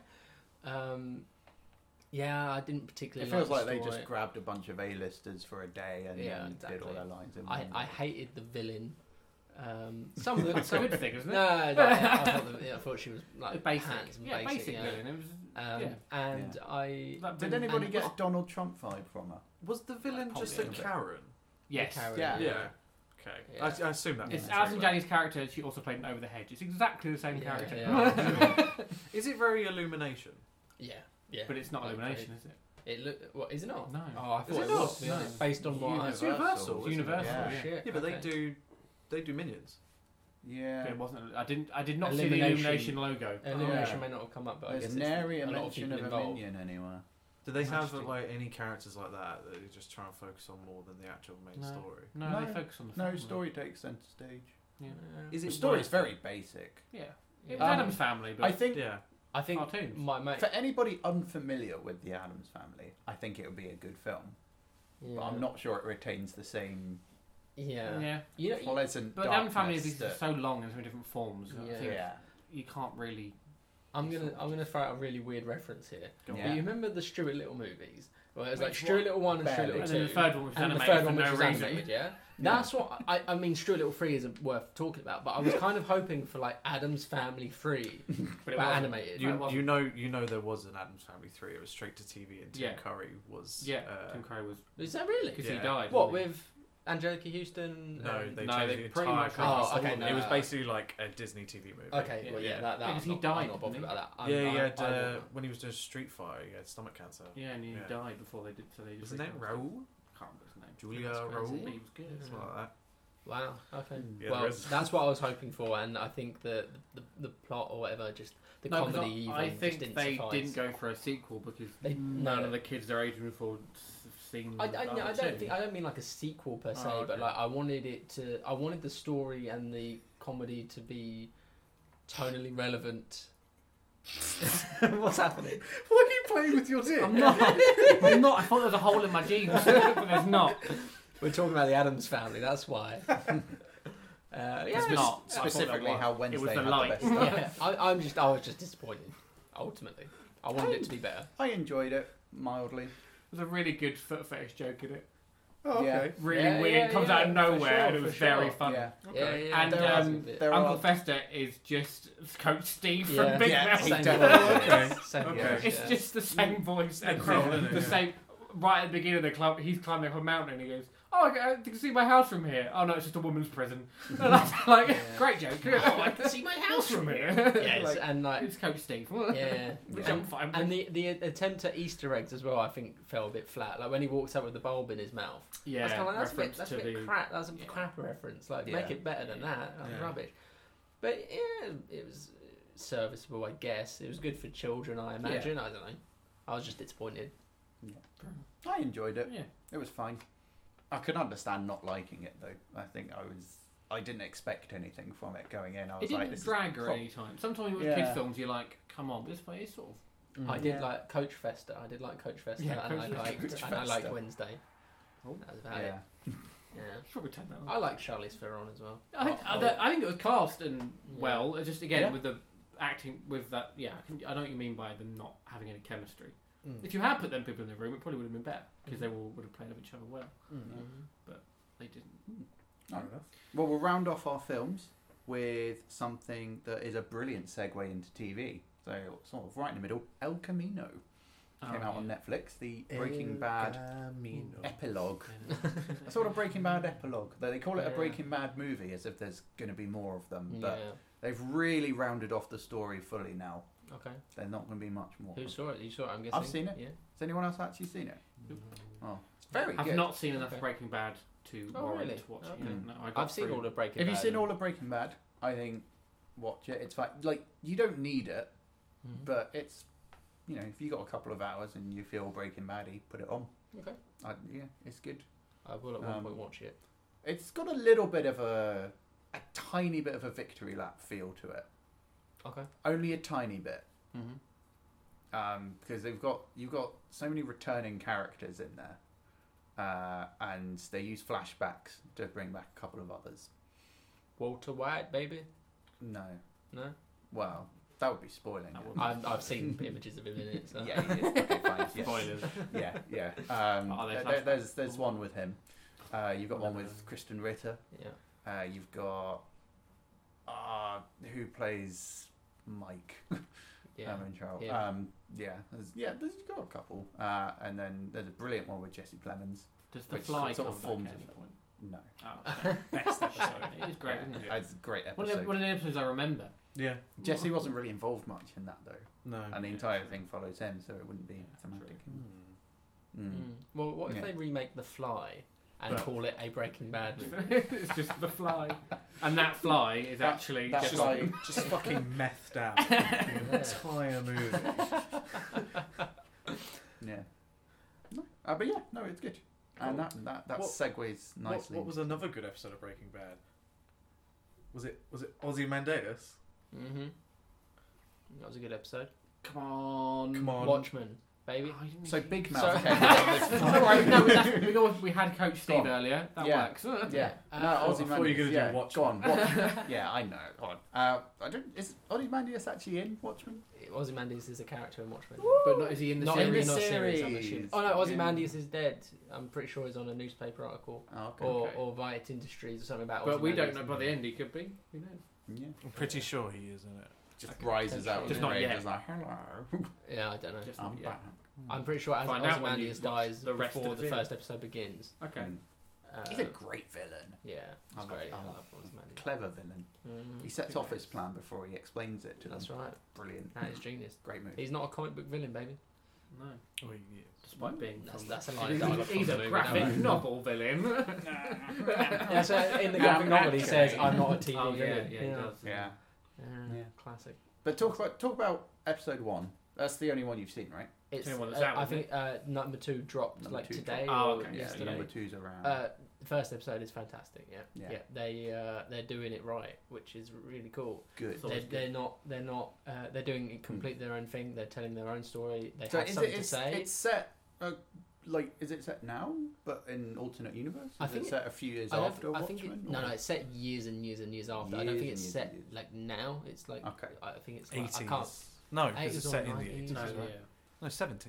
S2: Um, yeah, I didn't particularly.
S1: It feels like
S2: like, the
S1: they
S2: story.
S1: just grabbed a bunch of A-listers for a day and
S2: Yeah,
S1: then did
S2: exactly.
S1: all their lines in
S2: I,
S1: one
S2: I
S1: day.
S2: hated the villain. Um, some of the
S4: That's a
S2: some,
S4: good thing, isn't it?
S2: no, no, no, I, thought the, yeah, I thought she was
S4: The
S2: like
S4: Uh, basic.
S2: hands and
S4: yeah,
S2: basic,
S4: basic.
S2: yeah.
S4: villain. It was,
S2: Um,
S4: yeah.
S2: And
S1: Yeah.
S2: I
S4: That
S1: Did
S4: villain
S1: anybody
S4: and-
S1: get a Donald Trump vibe from her?
S5: Was the villain
S4: Like,
S5: just a
S1: probably a
S5: Karen?
S4: Yes.
S2: Karen,
S1: Yeah.
S5: Yeah. Okay.
S2: Yeah.
S5: I, I assume that.
S4: It's
S5: was
S4: Alison
S5: Taylor.
S4: Janney's character. She also played in Over the Hedge. It's exactly the same
S2: Yeah,
S4: character.
S2: yeah.
S5: Is it very Illumination?
S2: yeah, yeah.
S4: but it's not
S2: Like,
S4: Illumination, is it?
S2: It look what is it not?
S4: No.
S2: Oh, I
S5: Is
S2: thought
S5: it
S2: it,
S5: not?
S2: was. to be
S4: No.
S2: honest, Based on what I
S5: Universal,
S1: Universal,
S5: isn't it?
S4: Universal.
S1: Yeah.
S4: Yeah.
S2: shit.
S5: Yeah, but
S2: okay.
S5: they do. They do minions.
S1: Yeah.
S4: It wasn't. I didn't. I did not see the
S2: Illumination.
S4: Illumination logo.
S2: Illumination
S1: Yeah.
S2: may not have come up, but I guess
S1: There's
S2: it's
S1: nary a
S2: a lot of
S1: mention
S2: people
S1: of a
S2: involved.
S1: minion anywhere.
S5: Do they have
S4: Interesting.
S5: like any characters like that that they just try and focus on more than the actual main
S4: No.
S5: story?
S4: Oh, No,
S1: No.
S4: they focus on the
S1: No,
S4: family.
S1: story takes centre stage.
S4: Yeah.
S2: Yeah.
S5: Is it
S1: the story
S5: worth
S1: is very basic.
S4: Yeah.
S2: Yeah.
S4: It was
S1: Um,
S4: Adam's family, but
S1: I think
S5: Yeah.
S2: I think
S4: cartoons.
S2: my mate.
S1: for anybody unfamiliar with the Adams Family, I think it would be a good film.
S2: yeah.
S1: But I'm not sure it retains the same
S2: Yeah.
S4: yeah.
S2: You know,
S1: pleasant
S4: But the Adam's family
S1: darkness
S4: is
S1: that-
S4: so long in so many different forms. that I
S2: Yeah.
S4: think
S1: yeah.
S4: you can't really.
S2: I'm gonna I'm gonna throw out a really weird reference here.
S1: Go on.
S2: But you remember the Stuart Little movies, Well, there's like
S4: Which
S2: Stuart
S4: one?
S2: Little One and Stuart
S1: Barely.
S2: Little
S4: And
S2: Two.
S4: then the third one was
S2: and the
S4: animated
S2: third
S4: for
S2: one, which
S4: no
S2: was
S4: reason.
S2: animated, yeah. That's what I, I mean. Stuart Little Three isn't worth talking about, but I was kind of hoping for like Adam's Family Three,
S4: But
S2: but
S4: it wasn't.
S2: animated.
S4: It
S5: You,
S4: wasn't.
S5: you know you know there was an Adams Family three. It was straight to TV, and Tim
S4: Yeah.
S5: Curry was
S4: Yeah,
S5: uh,
S4: Tim Curry was
S2: Is that really?
S4: because he
S5: Yeah.
S4: died.
S2: What
S4: didn't
S2: with Angelica Houston?
S5: no
S2: and-
S5: they
S4: No,
S5: changed
S4: they
S5: the
S4: pretty
S5: entire
S4: much
S5: cast.
S2: Oh, okay, no,
S5: it was
S2: no.
S5: basically like a Disney TV movie.
S2: Okay, well, yeah,
S5: Yeah.
S2: that, that
S4: Because he
S2: I'm not-
S4: died,
S2: I'm not bothered
S4: didn't he?
S2: about that. I'm,
S5: yeah, he
S2: I,
S5: had
S2: I,
S5: uh, when he was doing Street Fighter, he had stomach cancer.
S4: he? Yeah, and he
S5: Yeah.
S4: died before they did. So they just
S5: Wasn't that
S4: recast him.
S5: Raul?
S4: Can't remember his name.
S5: Julia
S2: That's crazy.
S5: Raul?
S4: But he was good.
S5: Something like that.
S2: wow. Okay.
S5: Yeah,
S2: well,
S5: there is.
S2: that's what I was hoping for, and I think the the, the plot or whatever, just the
S4: No, 'cause
S2: comedy.
S4: I-
S2: even,
S4: I
S2: just
S4: think
S2: didn't
S4: they
S2: suffice.
S4: didn't go for a sequel because
S2: They-
S4: none
S2: no.
S4: of the kids their age group have seen.
S2: I, I,
S4: the other
S2: I don't
S4: two.
S2: think I don't mean like a sequel per se,
S4: Oh, okay.
S2: but like I wanted it to. I wanted the story and the comedy to be tonally relevant. What's happening?
S1: Why are you playing with your dick?
S4: I'm not. I'm not. I thought there was a hole in my jeans, but there's not.
S2: We're talking about the Adams family. That's why. uh, yeah,
S1: Spe-
S4: it's not.
S1: Specifically, how Wednesday
S4: was the
S1: had the
S4: light.
S1: best stuff.
S2: yeah, I, I'm just. I was just disappointed. Ultimately, I wanted it to be better.
S1: I enjoyed it mildly.
S4: There's a really good foot fetish joke in it.
S1: Oh,
S6: okay.
S4: Really
S2: Yeah,
S4: weird.
S2: yeah,
S4: comes
S2: yeah,
S4: out of
S2: for
S4: nowhere,
S2: sure,
S4: and it
S2: for
S4: was very
S2: sure.
S4: funny.
S1: Yeah.
S2: Yeah, yeah.
S4: And,
S2: there
S4: um,
S2: was a bit.
S1: There
S4: Uncle
S1: are
S4: Fester is just Coach Steve
S2: Yeah.
S4: from Big
S1: Yeah,
S4: Mouth.
S1: he
S2: Same
S1: definitely
S2: voice,
S5: is.
S2: same
S5: Okay.
S2: voice,
S4: It's
S2: yeah.
S4: just the same voice
S5: And
S4: and
S5: crawl, isn't it?
S4: the
S5: Yeah.
S4: same. Right at the beginning of the club, he's climbing up a mountain and he goes, "Oh, I can- I can see my house from here." Oh no, it's just a woman's prison. And I was like,
S2: Yeah.
S4: "Great joke! Oh, I can see my house from here."
S2: Yes,
S4: Like,
S2: and like
S4: it's Coach Steve.
S2: yeah.
S4: Which I'm
S2: And,
S4: fine with.
S2: and the the attempt at Easter eggs as well, I think, fell a bit flat. Like when he walks up with the bulb in his mouth.
S4: yeah,
S2: that's kind of like, that's a bit,
S4: reference
S2: that's a
S4: to
S2: bit
S4: the-
S2: crap. That's a
S4: yeah.
S2: crap reference. Like
S1: Yeah.
S2: make it better than that. That's
S5: Yeah.
S2: rubbish. But yeah, it was serviceable, I guess. It was good for children, I imagine. I don't know. I was just disappointed.
S1: I enjoyed it.
S4: Yeah.
S1: It was fine. I could understand not liking it though. I think I was. I didn't expect anything from it going in. I was
S4: It
S1: like,
S4: didn't
S1: this is
S4: drag or
S1: prop-
S4: any time. Sometimes with
S1: Yeah.
S4: kids films, you're like, "Come on, this way is sort of."
S1: Mm.
S2: I did
S1: Yeah.
S2: like Coach Festa. I did like Coach Festa,
S4: Yeah,
S2: and
S4: Coach
S2: I liked
S1: Coach
S2: and I liked
S1: Festa.
S2: Wednesday.
S4: Oh.
S2: That was about it.
S1: Yeah.
S2: Yeah.
S4: Should we turn that on?
S2: I like Charlize Theron as well.
S4: I think,
S2: Oh,
S4: I, th- I think it was cast and well, it's just again
S1: Yeah.
S4: with the acting with that. Yeah, I, can, I know what you mean by them not having any chemistry.
S2: Mm.
S4: If you had put them people in the room, it probably would have been better because they all would have played off each other well.
S2: Mhm.
S4: They didn't.
S1: Fair Well, we'll round off our films with something that is a brilliant segue into TV. So sort of right in the middle, El Camino came out
S2: Oh,
S1: on Netflix. The Breaking Bad epilogue.
S2: Mm-hmm.
S1: A sort of Breaking Bad epilogue. Though they call it a
S2: Yeah.
S1: Breaking Bad movie, as if there's going to be more of them. But
S2: Yeah.
S1: they've really rounded off the story fully now.
S2: Okay.
S1: They're not going to be much more.
S2: Who
S1: Has
S2: saw it? You saw it, I'm guessing.
S1: I've seen it.
S2: Yeah.
S1: anyone else actually seen it? Oh, it's very
S4: I've
S1: good.
S4: not seen enough
S2: Okay.
S4: Breaking Bad to
S2: Oh,
S4: warrant
S2: really?
S4: watching
S2: Okay.
S4: it. No, I got
S2: I've seen
S4: through-
S2: all of Breaking
S1: Have
S2: Bad.
S1: you seen all of Breaking Bad? I think watch it. It's fine. Like you don't need it,
S4: Mm-hmm.
S2: Mhm.
S1: but it's you know if you got a couple of hours and you feel Breaking Bad, you put it on.
S2: Okay.
S1: I, yeah, it's good.
S2: I will at one
S1: Um,
S2: point watch it.
S1: It's got a little bit of a a tiny bit of a victory lap feel to it.
S2: Okay.
S1: Only a tiny bit.
S4: Mm-hmm.
S2: Mhm.
S1: um, because they've got you've got so many returning characters in there, uh, and they use flashbacks to bring back a couple of others.
S2: Walter White, baby.
S1: No,
S2: No,
S1: well, that would be spoiling.
S4: That
S1: it.
S4: would-
S2: I've, I've seen images of him in it. So.
S1: yeah, it is. Okay, fine. Yeah.
S5: Spoilers.
S1: yeah, yeah. Um,
S4: Are Oh,
S1: there- there-
S4: there flashbacks?
S1: there's there's one with him. Uh, you've got one with Kristen Ritter.
S2: Yeah.
S1: Uh, you've got uh, who plays Mike.
S2: Yeah.
S1: um, in Charles.
S2: Yeah.
S1: Um, yeah, there's, yeah, there's got a couple, uh, and then there's a brilliant one with Jesse Plemons.
S4: Does the
S1: which
S4: fly
S1: sort of
S4: come
S1: forms
S4: back at
S1: it.
S4: any point?
S1: No,
S4: Oh, okay.
S5: Best episode.
S4: it is great, isn't it?
S1: It's a great
S4: One of, the,
S1: episode.
S4: one of the episodes I remember.
S5: Yeah.
S1: Jesse wasn't really involved much in that though,
S5: No.
S1: and the
S4: yeah.
S1: entire thing follows him, so it wouldn't be
S4: Yeah,
S1: semantic.
S5: Hmm.
S2: Mm.
S1: Mm.
S2: Well, what if
S1: Yeah.
S2: they remake The Fly and
S5: But-
S2: call it a Breaking Bad movie?
S4: it's just the fly, and that fly is
S1: That-
S4: actually
S1: that
S4: just
S1: fly-
S5: just fucking methed out the entire movie.
S1: Yeah. No. Uh, but yeah, no, it's good, and
S5: Cool.
S1: that that, that
S5: What-
S1: segues
S5: What,
S1: nicely.
S5: what was another good episode of Breaking Bad? Was it was it Ozzy Mandatus?
S2: Mm-hmm. That was a good episode.
S4: come on.
S5: Come on,
S2: Watchmen. baby.
S1: So Big
S2: So-
S1: Mouth. came out of this-
S4: All right, no, that's, we, got, we had Coach Steve earlier. That
S1: Yeah.
S4: works.
S1: Yeah.
S2: Uh,
S1: no,
S2: I
S1: Aussie
S5: thought you were gonna do
S1: yeah,
S5: Watchmen.
S1: Go on. Watch- yeah, I know. Go on. Uh, I don't. Is Ozymandias actually in Watchmen?
S2: Ozymandias is a character in Watchmen.
S4: But not, is he in the
S2: Not
S4: series?
S2: in the
S1: series.
S2: series, I'm assuming. Oh no,
S1: Yeah.
S2: Ozymandias is dead. I'm pretty sure he's on a newspaper article
S1: Oh, okay.
S2: or,
S4: Okay.
S2: or Viat Industries or something about.
S4: but we don't
S2: Ozymandias.
S4: know by the end. He could be. Who knows?
S1: Yeah.
S5: I'm pretty sure he is in it.
S1: Just rises out of
S2: Just
S1: the
S4: not
S1: grave.
S4: yet.
S1: Just like hello.
S2: Yeah, I don't know.
S4: Just-
S1: I'm
S4: yeah.
S1: back.
S2: I'm pretty sure as
S4: Find out when
S2: Ozymandias
S4: you watch
S2: dies
S4: the rest
S2: before
S4: of the
S2: the,
S4: film.
S2: first episode begins.
S4: Okay.
S1: Mm. He's
S2: Uh,
S1: a great villain.
S2: yeah, it's
S1: I'm a-
S2: great. I
S1: I'm a-
S2: love Ozymandias.
S1: Clever villain.
S2: Mm.
S1: He sets off his plan before he explains it to them.
S2: That's right.
S1: Brilliant.
S2: That is genius.
S1: Great movie.
S2: He's not a comic book villain, baby.
S1: Hmm.
S4: No.
S5: Oh, yeah.
S4: Despite being
S2: That's-
S4: from-
S2: that's a line of dialogue
S4: He's
S2: from
S4: a
S2: the movie,
S4: graphic
S2: don't
S4: novel villain.
S2: yeah, so in the
S1: Yeah,
S2: graphic
S1: I'm
S2: novel, he
S1: actually-
S2: says, "I'm not a TV
S4: Oh, yeah,
S2: villain."
S4: yeah, he does.
S1: yeah.
S2: Yeah,
S1: Yeah.
S2: classic.
S1: But talk about talk about episode one. That's the only one you've seen, right?
S2: It's.
S4: Tell you what, it's
S2: uh,
S4: out,
S2: I
S4: isn't
S2: think uh, number two dropped
S1: Number
S2: like
S1: two
S2: today
S4: dropped. Oh,
S2: or
S4: okay. Yeah,
S2: yesterday.
S1: number two's around.
S2: Uh, the first episode is fantastic. Yeah,
S1: Yeah.
S2: yeah. they uh, they're doing it right, which is really cool.
S1: Good.
S4: So-
S2: They're,
S4: always good. Hmm.
S2: they're not they're not uh, they're doing it complete their own thing. They're telling their own story. They
S1: So
S2: have
S1: is
S2: something
S1: it
S2: to
S1: it's,
S2: say.
S1: it's set uh, like is it set now, but in alternate universe? Is
S2: I think
S1: it
S2: it-
S1: set a few years
S2: I, don't-
S1: after
S2: I
S1: Watchmen?
S2: think it,
S1: or-
S2: no no it's set years and years and years after. I don't
S1: Years
S2: think
S1: and
S2: it's
S1: years
S2: set
S1: and years.
S2: like now. It's like
S1: Okay.
S2: I think it's like, I can't.
S5: 80s. No, because
S2: 80s
S5: it's
S2: or
S5: set in the
S2: 90s.
S5: 80s.
S4: No,
S5: right?
S4: yeah.
S5: No, 70s.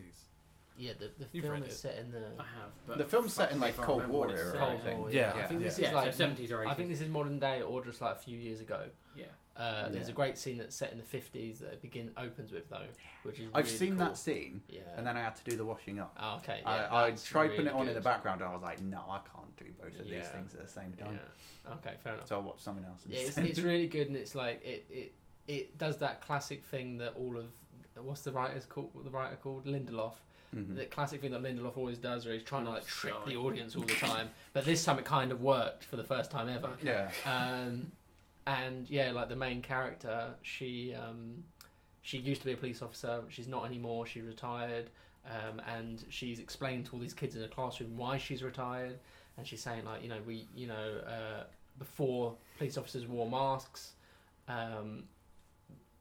S2: Yeah, the, the
S5: You've
S2: film
S5: read
S2: is
S5: it.
S2: set in the
S4: I have. But
S1: The film's set in, like,
S4: if I
S1: Cold
S4: remember what
S1: War
S4: it's
S1: era,
S4: set
S2: Cold
S1: I
S4: in.
S1: think.
S2: War.
S5: Yeah,
S2: I think
S5: yeah.
S2: this is
S4: Yeah,
S2: like
S4: so 70s or 80s.
S2: I think this is modern day or just like a few years ago.
S4: yeah.
S2: Uh, There's
S1: Yeah.
S2: a great scene that's set in the 50s that begin opens with though, which is
S1: I've
S2: really
S1: seen
S2: cool.
S1: that scene,
S2: Yeah.
S1: and then I had to do the washing up.
S2: oh, okay. yeah,
S1: I, I
S2: that's
S1: tried putting
S2: really
S1: it on in the
S2: good.
S1: background, and I was like, no, I can't do both of these
S2: Yeah.
S1: things at the same time.
S2: Yeah. Okay, fair enough.
S1: So I watched something else.
S2: Yeah, it's,
S1: instead.
S2: it's really good, and it's like it, it it does that classic thing that all of what's the writer's called what the writer called Lindelof.
S1: Mhm.
S2: The classic thing that Lindelof always does, where he's trying to like trick
S4: Sorry.
S2: the audience all the time. But this time it kind of worked for the first time ever.
S1: yeah.
S2: Um, and yeah, like the main character, she um, she used to be a police officer. She's not anymore. She retired, um, and she's explained to all these kids in the classroom why she's retired. And she's saying like, you know, we, you know, uh, before police officers wore masks, um,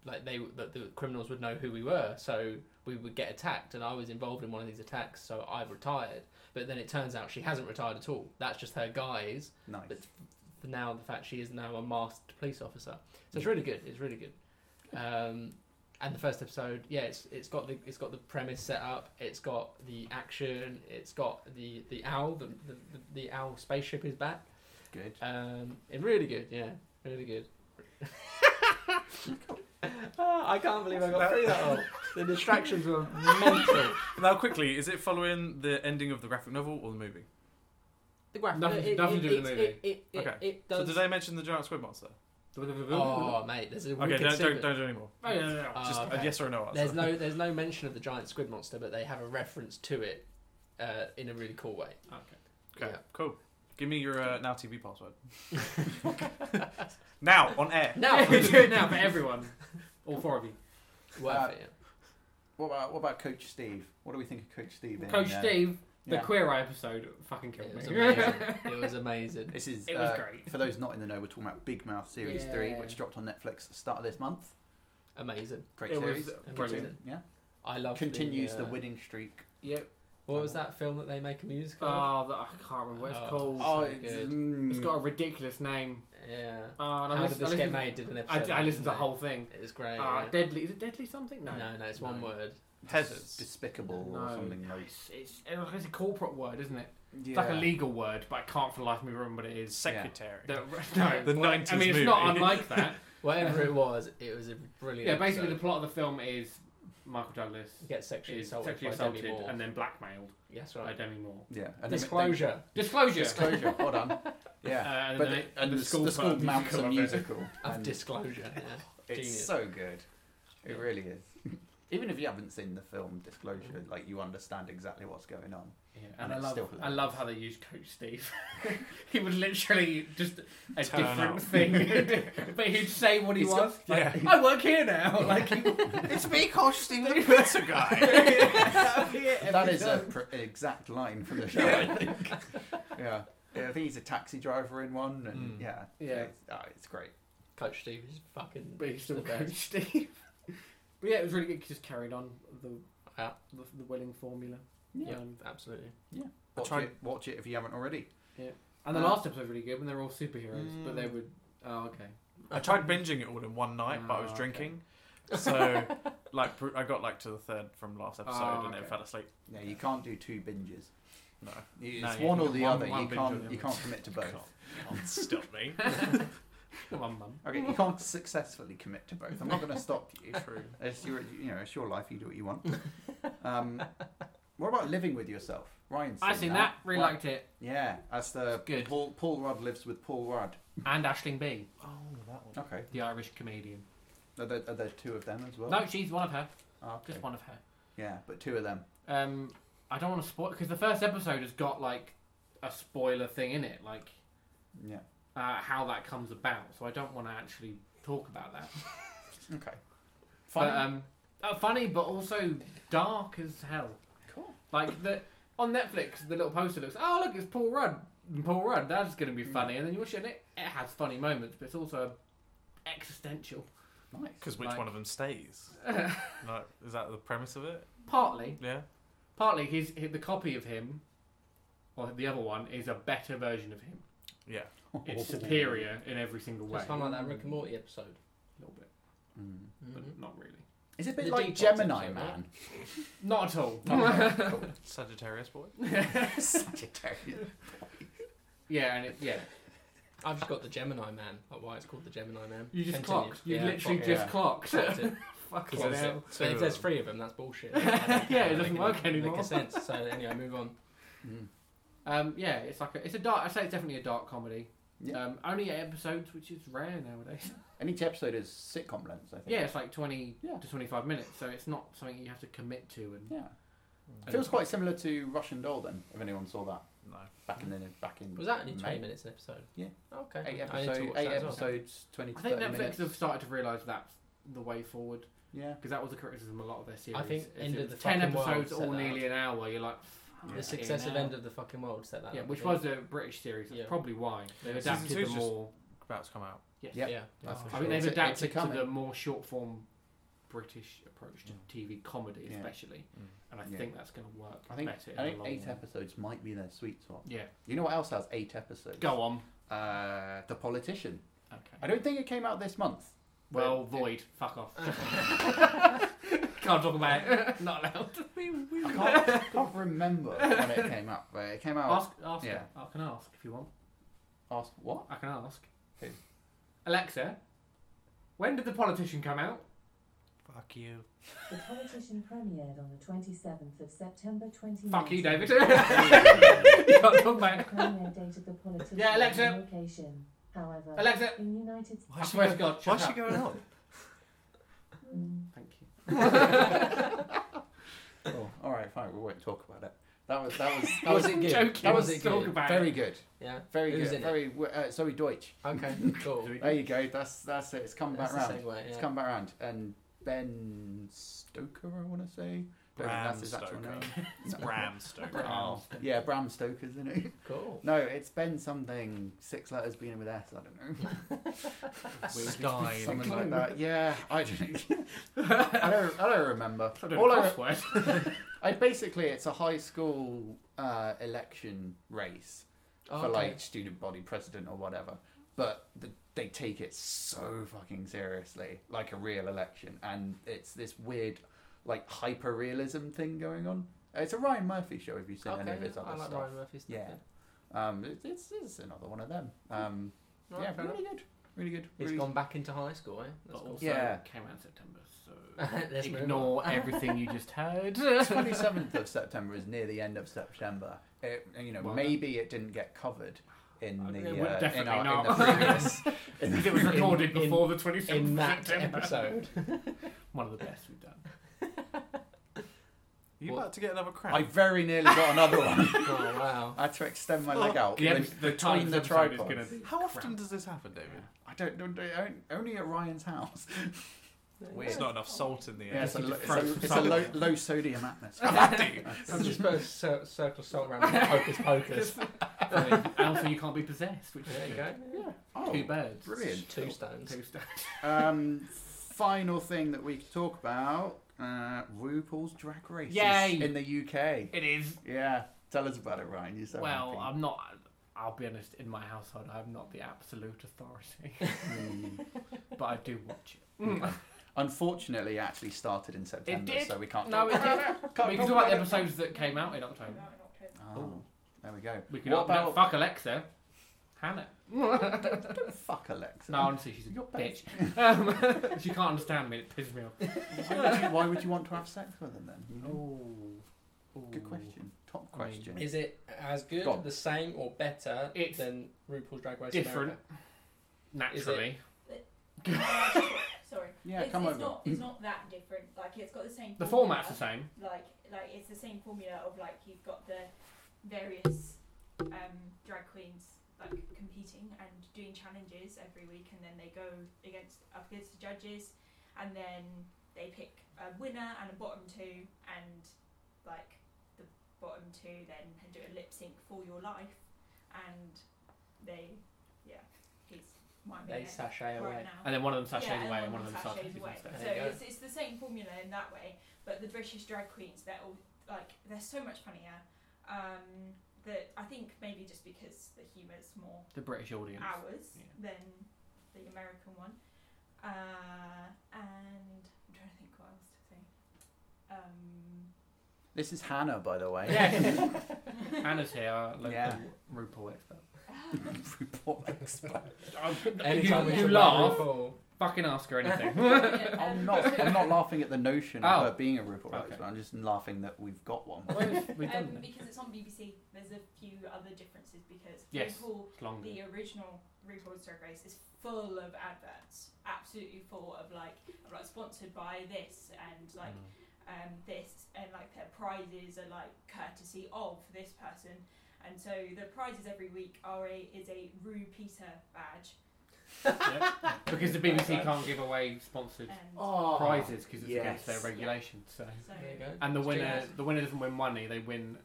S2: like they, the, the criminals would know who we were, so we would get attacked. And I was involved in one of these attacks, so I retired. But then it turns out she hasn't retired at all. That's just her guise
S1: Nice.
S2: but for now the fact she is now a masked police officer. So it's really good. It's really good. Um, and the first episode, yeah, it's it's got the it's got the premise set up. It's got the action. It's got the the owl. The the, the, the owl spaceship is back.
S1: Good.
S2: Um, it really good. Yeah, really good. Ah, I can't believe I got through that all. The distractions were mental.
S5: Now, quickly, is it following the ending of the graphic novel or the movie?
S2: The graphic
S4: Nothing- nothing to do with the
S2: it's- It, it, it,
S5: Okay.
S2: it does.
S5: So, did they mention the giant squid monster?
S2: Oh mate, there's a
S5: Okay,
S2: wicked
S5: don't,
S2: secret.
S5: don't, don't do any more.
S4: Oh, yeah, no, no.
S2: Ah,
S5: Just
S2: okay.
S5: a yes or a
S4: Oh,
S5: no answer.
S2: There's no there's no mention of the giant squid monster, but they have a reference to it uh, in a really cool way.
S5: Okay,
S2: Yeah.
S5: cool. Give me your uh, Now TV password. now, on air.
S2: Now
S4: we do it now for everyone. All four of you.
S2: worth
S1: Uh,
S2: it. yeah.
S1: What about what about Coach Steve? What do we think of Coach Steve? in,
S4: Coach
S1: uh,
S4: Steve, the
S1: yeah.
S4: Queer Eye episode fucking killed
S2: It
S4: me.
S2: was amazing. it was amazing.
S1: This is
S4: It was
S1: uh,
S4: great.
S1: for those not in the know. We're talking about Big Mouth series three,
S4: Yeah.
S1: which dropped on Netflix at the start of this month.
S2: Amazing.
S1: Great
S4: It
S1: series.
S4: was
S2: Amazing.
S4: brilliant.
S1: Yeah,
S2: I love
S1: continues the
S2: the, uh,
S1: winning streak.
S4: Yep.
S2: What was that film that they make a musical? of?
S4: Oh, that, I can't remember what it's
S2: Oh.
S4: called.
S2: Oh, good.
S1: it's
S4: It's mm. got a ridiculous name.
S2: yeah.
S4: Oh, and
S2: How
S4: I
S2: did
S4: listened-
S2: this get
S4: I listened-
S2: made? Did an
S4: I,
S2: episode?
S4: I
S2: on,
S4: listened to the
S2: didn't
S4: whole thing.
S2: they? It's great.
S4: Ah,
S2: yeah.
S4: deadly. Is it deadly something? No.
S2: no. no, it's one
S4: No.
S2: word.
S5: Headers.
S1: despicable
S4: No.
S1: or something like.
S4: It's, it's, it's a corporate word, isn't it?
S1: Yeah.
S4: It's like a legal word, but I can't for the life of me remember what it is.
S5: Secretary.
S4: The, no,
S5: The
S4: well,
S5: 90s
S4: I mean, it's
S5: movie.
S4: not unlike that.
S2: Whatever it was, it was a brilliant.
S4: yeah, basically, the
S2: episode.
S4: plot of the film is Michael Douglas
S2: Gets sexually
S4: is
S2: assaulted
S4: sexually
S2: by
S4: assaulted
S2: Demi Moore.
S4: and then blackmailed
S2: Yeah, that's
S4: by
S2: right.
S4: Demi Moore.
S1: Yeah. And they-
S2: Disclosure.
S4: Disclosure.
S1: disclosure. Hold on.
S4: Uh,
S1: Yeah.
S4: and,
S1: but
S4: then
S1: the-
S4: they-
S1: and the, school, the school
S4: put a
S1: mounts a
S4: musical of it.
S1: musical.
S2: Of
S1: and
S2: disclosure. yeah.
S1: it's
S2: Genius.
S1: so good. It
S2: Yeah.
S1: really is. Even if you haven't seen the film Disclosure, like you understand exactly what's going on.
S4: Yeah,
S1: And
S4: and, I
S1: it's
S4: love
S1: still
S4: I
S1: hilarious.
S4: love how they use Coach Steve. he would literally just a
S5: Turn
S4: different
S5: up.
S4: thing, but he'd say what he
S1: He's
S4: was.
S1: got-
S4: like, I work here now. Like he-
S1: it's me, Coach Steve.
S5: That's a guy.
S1: That is a pr- an exact line from the show. I think. Yeah. yeah. I think he's a taxi driver in one, and
S5: Mm.
S1: yeah,
S4: Yeah.
S1: it's, oh, it's great.
S2: Coach Steve is fucking.
S4: but he's still
S2: the best.
S4: Coach Steve. But yeah, it was really good. 'cause He just carried on the
S2: at.
S3: The, the willing formula.
S2: Yeah,
S3: Um,
S2: absolutely.
S1: Watch
S5: tried-
S1: it. Watch it if you haven't already.
S4: And the
S1: Uh,
S4: last episode was really good when they were all superheroes, but they
S5: Mm.
S4: would. Oh, okay.
S5: I tried binging it all in one night, but I was
S1: Oh,
S4: Ah, okay.
S5: drinking, so like pr- I got like to the third from last episode
S4: Ah,
S1: Oh,
S5: and then
S4: okay.
S5: fell asleep.
S1: No, you can't do two binges.
S5: No,
S1: It's
S5: No, you
S1: one
S5: can
S1: or
S5: do
S1: the
S5: one-
S1: other.
S5: one
S1: you
S5: binge or
S1: can't.
S5: the
S1: You
S5: other.
S1: can't commit to both.
S5: Can't, can't stop me.
S4: Come on, mum.
S1: Okay, you can't successfully commit to both. I'm not going to stop you.
S5: True.
S1: It's your, you know, it's your life. You do what you want. Um, what about living with yourself, Ryan?
S4: I seen that. Really
S1: Right.
S4: liked it.
S1: Yeah, that's the
S4: Good.
S1: Paul. Paul Rudd lives with Paul Rudd.
S4: And Ashling B,
S5: Oh, that one.
S1: Okay,
S4: the Irish comedian.
S1: are there, are there two of them as well?
S4: No, she's one of her.
S1: Oh, okay.
S4: Just one of her.
S1: Yeah, but two of them.
S4: Um, I don't want to spoil because the first episode has got like a spoiler thing in it, like
S1: Yeah.
S4: uh, how that comes about. So I don't want to actually talk about that.
S1: Okay.
S4: Funny. But, um, uh, funny, but also dark as hell.
S1: Cool.
S4: Like the on Netflix, the little poster looks. Oh look, it's Paul Rudd. And Paul Rudd. That's going to be funny. And then you watch it, and it, it has funny moments, but it's also existential.
S1: Nice.
S5: Because which
S4: Like-
S5: one of them stays? no, is that the premise of it?
S4: Partly,
S5: Yeah.
S4: partly his, his the copy of him, or the other one is a better version of him.
S5: Yeah.
S4: It's superior in every single way.
S2: It's kind of like that Rick and Morty episode.
S4: A little bit,
S1: Mm.
S4: but not really.
S1: Is it a bit
S2: The
S1: like
S2: deep
S1: Gemini
S2: bottoms,
S1: Man?
S4: Not at all.
S1: No, cool.
S5: Sagittarius boy.
S1: Sagittarius.
S4: yeah, and it, yeah,
S2: I've just got the Gemini Man. Like why it's called the Gemini Man.
S4: you just
S2: Continue.
S4: clocked. You
S2: Yeah,
S4: literally
S2: clocked it.
S4: just
S1: Yeah.
S4: clocked.
S2: Clocked it.
S4: Fucking
S2: 'Cause
S4: hell.
S2: there's- so if there's three of them, that's bullshit.
S4: Yeah, it doesn't
S2: Make-
S4: work
S2: Make
S4: anymore.
S2: a sense. So anyway, move on.
S1: Mm.
S4: Um, yeah, it's like a, it's a dark. I say it's definitely a dark comedy.
S1: Yeah.
S4: Um, only eight episodes, which is rare nowadays.
S1: Uh, And each episode is sitcom length, I think.
S4: Yeah, it's like twenty
S1: Yeah.
S4: to twenty-five minutes, so it's not something you have to commit to. And
S1: Yeah. Feels quite similar to Russian Doll then, if anyone saw that
S5: No.
S1: back in the back in
S2: Was that only
S1: May.
S2: 20 minutes an episode? Oh,
S1: Yeah.
S2: Okay.
S1: Eight,
S2: I need to
S1: episode,
S2: watch
S1: eight
S2: that as well.
S1: episodes, twenty to
S4: I think
S1: thirty
S4: Netflix
S1: minutes.
S4: have started to realise that's the way forward
S1: Yeah,
S4: because that was the criticism of a lot of their series.
S2: I think
S4: Is
S2: End
S4: it
S2: of the
S4: was ten
S2: Fucking World
S4: episodes,
S2: set
S4: all
S2: that
S4: nearly an hour. You're like,
S2: The success of End of the Fucking World set that
S4: yeah,
S2: up,
S4: which
S2: I think.
S4: was a British series. That's
S2: Yeah.
S4: probably why they
S2: Yeah.
S4: have
S2: Season
S4: adapted
S5: two's
S4: the
S5: just-
S4: more.
S5: About to come out.
S4: Yes.
S1: Yep.
S2: Yeah.
S1: That's
S4: I
S1: for
S4: mean,
S1: sure.
S4: they've
S1: It's a- it's a
S4: adapted to
S1: coming.
S4: the more short form British approach to
S5: Mm.
S4: TV comedy,
S1: Yeah.
S4: especially,
S5: Mm.
S4: and I
S1: Yeah.
S4: think that's going to work
S1: I think,
S4: better. in
S1: I
S4: the
S1: think
S4: long
S1: eight
S4: run.
S1: episodes might be their sweet spot.
S4: Yeah,
S1: You know what else has eight episodes?
S4: go on.
S1: Uh, the Politician.
S4: Okay.
S1: I don't think it came out this month.
S4: Well,
S1: But
S4: void. Fuck off. Can't talk about it. Not allowed.
S1: I can't, I can't remember when it came out, but it came out.
S4: Ask, ask.
S1: Oh, yeah.
S4: her. I can ask if you want.
S1: ask what?
S4: I can ask.
S1: Who?
S4: Alexa, when did the politician come out?
S5: Fuck you.
S8: The Politician premiered on the 27th of September 2019.
S4: Fuck you, David. You Can't talk about it.
S8: The premiere date of The Politician
S4: Yeah, Alexa.
S8: and location. However,
S4: Alexa.
S8: in United
S4: I swear to God, shut
S5: Why's she
S4: up.
S5: going on?
S8: Mm.
S4: Thank you.
S1: Oh, all right, fine. We won't talk about it. That was that was
S2: That was it good.
S4: Joking.
S2: That was
S4: Let's
S2: it
S4: talk
S2: good.
S4: about
S1: very
S4: it.
S1: good,
S2: Yeah.
S1: very
S2: Who's
S1: good,
S2: in it?
S1: very uh, Zoe Deutsch.
S2: Okay. Cool.
S1: There you go. That's that's it. It's come
S2: That's
S1: back
S2: the
S1: round.
S2: segue,
S1: It's
S2: yeah.
S1: come back round. And Ben Stoker, I want to say. Don't think
S5: Bram
S1: that's his actual
S5: Stoker.
S1: name.
S5: It's Bram Stoker.
S1: Oh, yeah, Bram Stoker's in it.
S2: Cool.
S1: No, it's Ben something. Six letters beginning with S. I don't know.
S5: Stein.
S1: Something like that. Yeah, I don't. I don't. I don't remember.
S4: I don't
S1: All I,
S4: crossword.
S1: I basically it's a high school uh, election race
S2: Oh,
S1: for
S2: okay.
S1: like student body president or whatever. But the, they take it so fucking seriously, like a real election, and it's this weird, like hyper realism thing going on. It's a Ryan Murphy show. If you've seen any
S2: Okay,
S1: of his
S2: yeah,
S1: other
S2: I like
S1: stuff,
S2: Ryan Murphy's stuff.
S1: Yeah. um, it, it's, it's another one of them. Um,
S2: Alright,
S1: yeah,
S2: fair
S1: really
S2: enough.
S1: good, really good.
S2: He's
S1: really-
S2: gone back into high school, eh?
S4: But
S2: That's cool.
S4: also
S1: Yeah.
S4: came out in September, so
S2: Let's move
S4: ignore
S2: on.
S4: everything you just heard.
S1: 27th of September is near the end of September. It, you know,
S4: Well,
S1: maybe it didn't get covered in
S4: I mean,
S1: the
S4: it would
S1: uh, in,
S4: definitely
S1: our, in the
S4: not.
S1: previous. in the
S4: It was
S1: pre-
S4: recorded
S2: in-
S4: before the 27th
S2: In
S4: of
S2: that
S4: September.
S2: episode.
S4: One of the best we've done.
S5: You about to get another crown?
S1: I very nearly got another one.
S2: oh, wow.
S1: I had to extend my leg out
S4: The,
S1: when-
S4: episode, the
S1: between
S4: time
S1: the
S4: episode is
S1: tripods.
S4: going to be.
S5: How often
S4: crap.
S5: does this happen, David?
S1: I don't, don't, don't only at Ryan's house. Weird.
S5: There's not enough salt in the
S1: Yeah,
S5: air.
S1: it's a, lo- it's
S4: throw
S1: a-
S4: some
S1: it's a
S4: salt.
S1: low, low sodium atmosphere.
S2: I'm just supposed to cir- circle salt around with hocus pocus.
S4: and also, you can't be possessed, which
S2: there
S4: is
S2: you
S4: good.
S2: go. Yeah.
S4: Two
S1: Oh,
S4: birds.
S1: brilliant.
S2: Two stones.
S4: Two stones.
S1: Um, final thing that we could talk about uh, RuPaul's Drag Race is
S4: Yay!
S1: in the UK.
S4: It is.
S1: Yeah, tell us about it, Ryan. You're so
S4: well,
S1: happy.
S4: I'm not. I'll be honest. In my household, I'm not the absolute authority,
S1: Mm.
S4: but I do watch it.
S1: Hmm. Unfortunately, it actually started in September,
S4: did.
S1: so we can't.
S4: No,
S1: talk
S4: it
S1: about
S4: did.
S1: Can't
S4: we
S1: talk
S4: can talk about
S1: about
S4: the
S1: it.
S4: episodes that came out in October.
S1: Oh, there we go.
S4: We can
S1: what
S4: open up-
S1: about
S4: fuck Alexa, Hannah.
S1: fuck Alexa?
S4: No, honestly, she's a bitch. Um, she can't understand me. It pisses me off.
S1: why, would you, why would you want to have sex with them then? you know?
S4: Ooh.
S1: Good question. Top
S4: Oh. I mean,
S1: question.
S7: Is it as good,
S1: Go on.
S7: the same, or better
S4: It's
S7: than RuPaul's Drag Race
S4: different.
S7: America?
S4: Naturally,
S9: Sorry.
S1: yeah,
S9: it's,
S1: come
S9: it's
S1: over.
S9: Not, it's not that different. Like it's got the same.
S4: the
S9: formula,
S4: format's the same.
S9: Like like it's the same formula of like you've got the various um, drag queens like competing and doing challenges every week, and then they go against up against the judges, and then they pick a winner and a bottom two, and like the bottom two then do a lip sync for your life, and they yeah he's my
S7: They
S9: man
S7: sashay away.
S9: right now
S4: And then one of them sashays
S9: yeah,
S4: away, and
S9: and
S4: one of them
S9: sashays
S4: sashays
S9: away.
S4: instead.
S9: So
S7: There you go.
S9: it's, it's the same formula in that way, but the British drag queens, they're all like they're so much funnier. Um, that I think maybe just because the humour's more
S4: The British audience.
S9: hours
S4: Yeah.
S9: than the American one, uh, and I'm trying to think what else to say. Um,
S1: This is Hannah, by the way.
S4: Yes. Anna's here, our local
S1: Yeah.
S4: RuPaul expert.
S1: Report expert.
S7: Anytime
S4: you
S7: we talk
S4: laugh.
S7: about RuPaul,
S4: Fucking ask her anything.
S9: yeah,
S1: I'm
S9: um,
S1: not. I'm not laughing at the notion of
S4: Oh.
S1: her being a report
S4: Okay.
S1: expert. I'm just laughing that we've got one.
S4: Well, we've- we've
S9: um,
S4: done it.
S9: because it's on BBC. There's a few other differences because
S4: Yes.
S9: RuPaul
S4: It's longer.
S9: the original RuPaul's Drag Race is full of adverts, absolutely full of like, of, like sponsored by this and like um, this and like their prizes are like courtesy of this person. And so the prizes every week are a is a Rue Peter badge.
S4: Because the BBC can't give away sponsored prizes
S9: And
S4: 'cause prizes because it's against
S1: Oh, yes.
S4: their regulations. So.
S9: so
S7: there you go.
S4: And the
S7: It's
S4: winner,
S7: genius.
S4: the winner doesn't win money. They win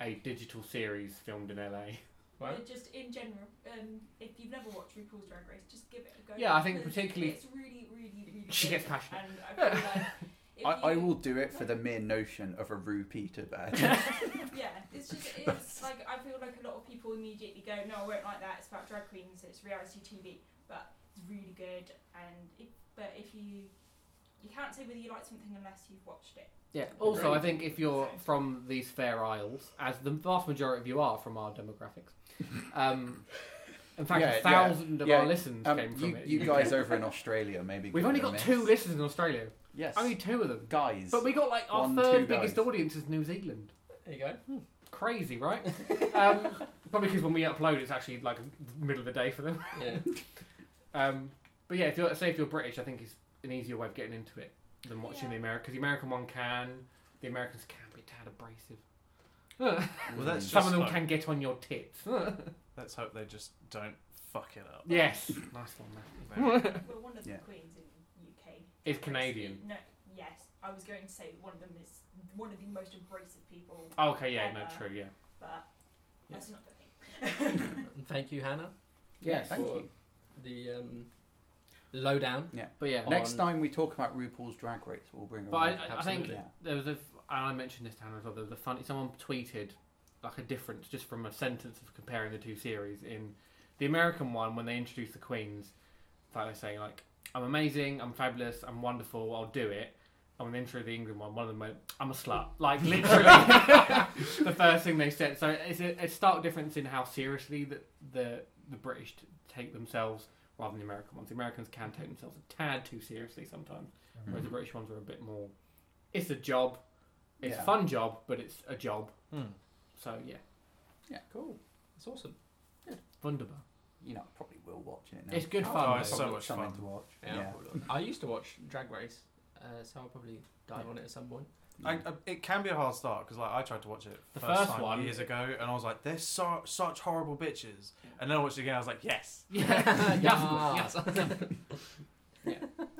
S4: a digital series filmed in LA.
S9: uh,
S7: What?
S9: just in general, um, if you've never watched RuPaul's Drag Race, just give it a go.
S4: Yeah, I think
S9: because
S4: particularly-
S9: it's really, really, really.
S4: She
S9: good.
S4: gets passionate.
S9: And I feel like if
S1: I, I
S9: you-
S1: will do it for the mere notion of a rupee to badge.
S9: yeah, it's just it's like I feel like a lot of people immediately go, no, I won't like that. It's about drag queens. It's reality TV, but it's really good. And if, but if you you can't say whether you like something unless you've watched it.
S4: Yeah. Also, I think if you're from these fair isles, as the vast majority of you are from our demographics, um, in fact,
S1: Yeah,
S4: a thousand
S1: yeah,
S4: of
S1: yeah.
S4: our listens
S1: Um,
S4: came from
S1: you,
S4: it.
S1: you guys over in Australia, maybe.
S4: We've
S1: give
S4: only
S1: it a
S4: got
S1: miss.
S4: two listeners in Australia.
S1: Yes.
S4: Only two of them.
S1: guys.
S4: But we got like our
S1: One, two
S4: third biggest
S1: guys.
S4: audience is New Zealand.
S7: There you go.
S4: Crazy, right? um, probably because when we upload, it's actually like middle of the day for them.
S7: Yeah.
S4: Um, but yeah, if you're say if you're British, I think it's an easier way of getting into it than watching the
S9: Yeah.
S4: American. The American one can, the Americans can be tad abrasive.
S5: Well, that's
S1: Mm.
S4: Some of
S5: just
S4: them
S5: hope.
S4: can get on your tits.
S5: Let's hope they just don't fuck it up.
S4: yes, nice one. That.
S5: Hmm.
S9: Well, one of the
S1: Yeah.
S9: queens in UK
S4: Is Canadian.
S9: No, yes, I was going to say one of them is one of the most abrasive people,
S4: Oh, okay, yeah, no,
S9: Ever.
S4: true, yeah.
S9: but that's not the thing.
S7: And thank you, Hannah.
S1: Yeah, thank
S7: for
S1: you.
S7: The um, lowdown.
S4: But yeah,
S7: Oh,
S1: Next
S7: on-
S1: time we talk about RuPaul's Drag Race, we'll bring.
S4: But I, I- I think
S7: Absolutely.
S4: there was a, and I mentioned this to Hannah as well. There was a funny. Someone tweeted like a difference just from a sentence of comparing the two series. In the American one, when they introduced the queens, it's like they're saying like, "I'm amazing, I'm fabulous, I'm wonderful, I'll do it." And when they introduced the England one, one of them went, "I'm a slut." Like literally, the first thing they said. So it's a, a stark difference in how seriously that the the British t- take themselves rather than the American ones. The Americans can take themselves a tad too seriously sometimes, whereas the British ones are a bit more. It's a job. It's
S1: Yeah.
S4: a fun job, but it's a job.
S5: Hmm.
S4: So yeah,
S7: Cool. It's awesome.
S4: wunderbar.
S1: you know, I probably will watch it. Now.
S4: It's good
S5: Oh,
S4: fun.
S5: it's
S4: though.
S5: so much
S1: something
S5: fun.
S1: to watch.
S7: Yeah.
S1: Yeah.
S7: I used to watch Drag Race, uh, so I'll probably dive on it at some point.
S5: I, I, it can be a hard start because like I tried to watch it
S4: The
S5: first,
S4: first
S5: time
S4: one-
S5: years ago, and I was like, "They're so, such horrible bitches," and then I watched it again. I was like, "Yes."
S4: yeah. yeah.
S7: Yes.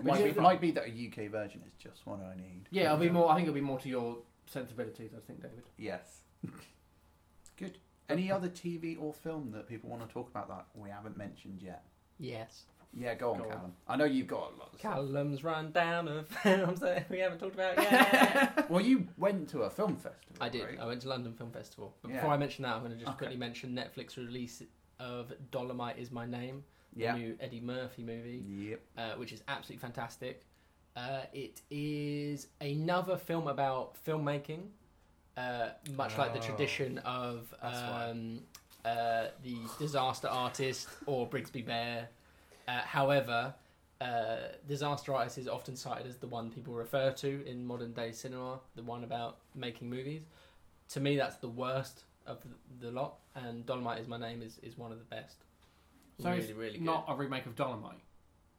S1: Might be, might be that a UK version is just what I need. uh,
S4: Yeah, it'll be more. I think it'll be more to your sensibilities. I think, David.
S1: Yes. Good. Any other TV or film that people want to talk about that we haven't mentioned yet?
S2: Yes.
S1: Yeah, go on,
S4: Go on.
S1: Callum. I know you've got a lot. Of stuff.
S2: Callum's run down of films that we haven't talked about yet.
S1: well, you went to a film festival.
S2: I did. Uh,
S1: right?
S2: I went to London Film Festival. But
S1: Yeah.
S2: before I mention that, I'm going to just
S1: Okay.
S2: quickly mention Netflix release of Dolomite Is My Name,
S1: Yeah.
S2: the new Eddie Murphy movie,
S1: Yep.
S2: uh, which is absolutely fantastic. Uh, it is another film about filmmaking, uh, much like the
S5: Oh.
S2: tradition of
S5: That's why.
S2: um, uh, the disaster artist or Brigsby Bear. Uh, however, uh, disaster artist is often cited as the one people refer to in modern day cinema, the one about making movies. To me, that's the worst of the, the lot, and Dolomite is my name is, is one of the best.
S4: So
S2: really,
S4: it's
S2: really good.
S4: Not a remake of Dolomite.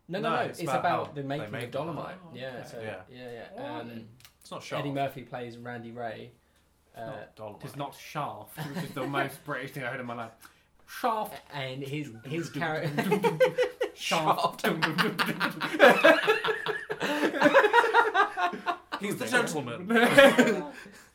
S2: no, no, no, It's, about,
S5: how
S2: the
S5: they
S2: making
S5: make
S2: of Dolomite.
S4: Dolomite.
S2: yeah,
S4: Okay.
S2: so, yeah,
S5: Yeah.
S2: yeah,
S4: Alright
S2: Um,
S4: then.
S5: It's not Shaft.
S2: Eddie Murphy plays Randy Ray.
S5: It's
S2: Uh,
S5: not Dolomite.
S4: It's not Shaft, which is the most British thing I heard in my life. Shaft.
S2: and his his character
S4: Shaft.
S5: He's the gentleman.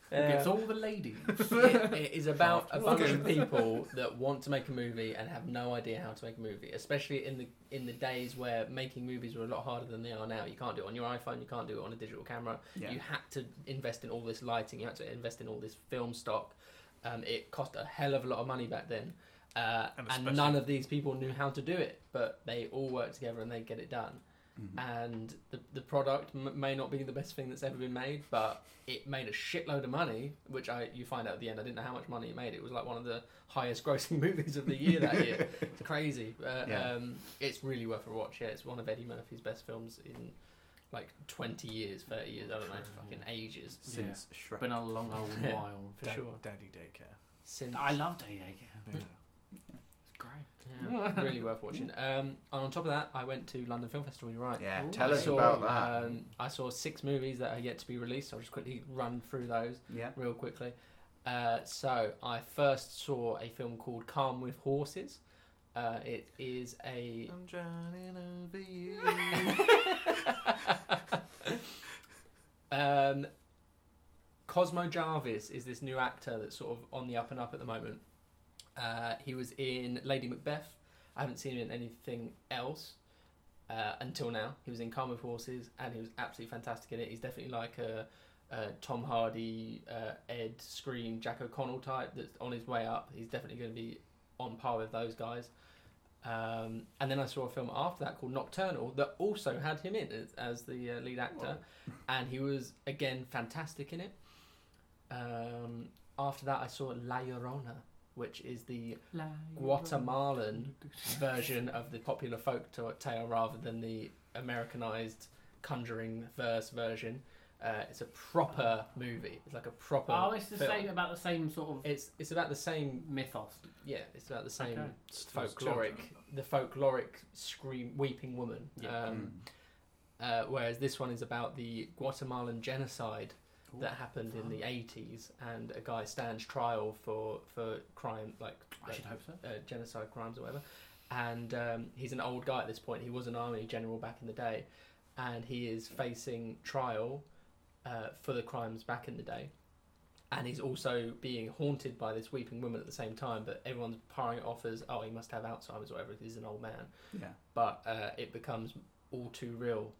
S4: It's all the ladies.
S2: uh, it, it is about a bunch
S5: Okay.
S2: of people that want to make a movie and have no idea how to make a movie, especially in the in the days where making movies were a lot harder than they are now. You can't do it on your iPhone, you can't do it on a digital camera.
S1: Yeah.
S2: You had to invest in all this lighting, you had to invest in all this film stock. Um, it cost a hell of a lot of money back then. Uh,
S5: And
S2: and
S5: especially-
S2: none of these people knew how to do it, but they all work together and they get it done.
S1: Mhm.
S2: And the, the product m- may not be the best thing that's ever been made, but it made a shitload of money, which I you find out at the end. I didn't know how much money it made. It was like one of the highest grossing movies of the year that year. It's crazy. Uh,
S1: Yeah.
S2: um, it's really worth a watch. Yeah, it's one of Eddie Murphy's best films in like 20 years, 30 years. I don't know, fucking ages
S1: Since Shrek.
S4: Been a long old
S2: Yeah.
S4: while.
S2: for
S5: Da-
S2: sure.
S5: Daddy daycare.
S2: Since
S4: I love Day Day. yeah.
S5: Yeah.
S4: It's great.
S2: Yeah, really worth watching. Um, and on top of that, I went to London Film Festival. You're right.
S1: yeah,
S4: Ooh.
S1: tell
S2: I
S1: us
S2: saw,
S1: about that.
S2: Um, I saw six movies that are yet to be released. I'll just quickly run through those
S1: yeah.
S2: real quickly. Uh, so I first saw a film called Calm with Horses. Uh, it is a
S5: I'm drowning over you.
S2: um, Cosmo Jarvis is this new actor that's sort of on the up and up at the moment. Uh, he was in Lady Macbeth. I haven't seen him in anything else uh, until now. He was in Calm with Horses, and he was absolutely fantastic in it. He's definitely like a, a Tom Hardy, uh, Ed Screen, Jack O'Connell type that's on his way up. He's definitely going to be on par with those guys. Um, and then I saw a film after that called Nocturnal that also had him in as, as the uh, lead actor, and he was again fantastic in it. Um, after that, I saw La Llorona, which is the Guatemalan version of the popular folk to- tale rather than the Americanized Conjuring verse version. Uh, it's a proper movie. It's like a proper.
S4: Oh, it's the
S2: film.
S4: same about the same sort of
S2: It's it's about the same.
S4: mythos.
S2: Yeah, it's about the same
S4: Okay.
S2: folkloric, the folkloric scream weeping woman.
S4: Yeah.
S1: Mm.
S2: Um, uh, whereas this one is about the Guatemalan genocide that happened in the 80s, and a guy stands trial for for crime like
S4: I should hope so.
S2: uh, genocide crimes or whatever. And um, he's an old guy at this point. He was an army general back in the day, and he is facing trial uh, for the crimes back in the day. And he's also being haunted by this weeping woman at the same time. But everyone's powering it off as, oh, he must have Alzheimer's or whatever. 'cause He's an old man
S1: Mm. yeah.
S2: but uh, it becomes all too real,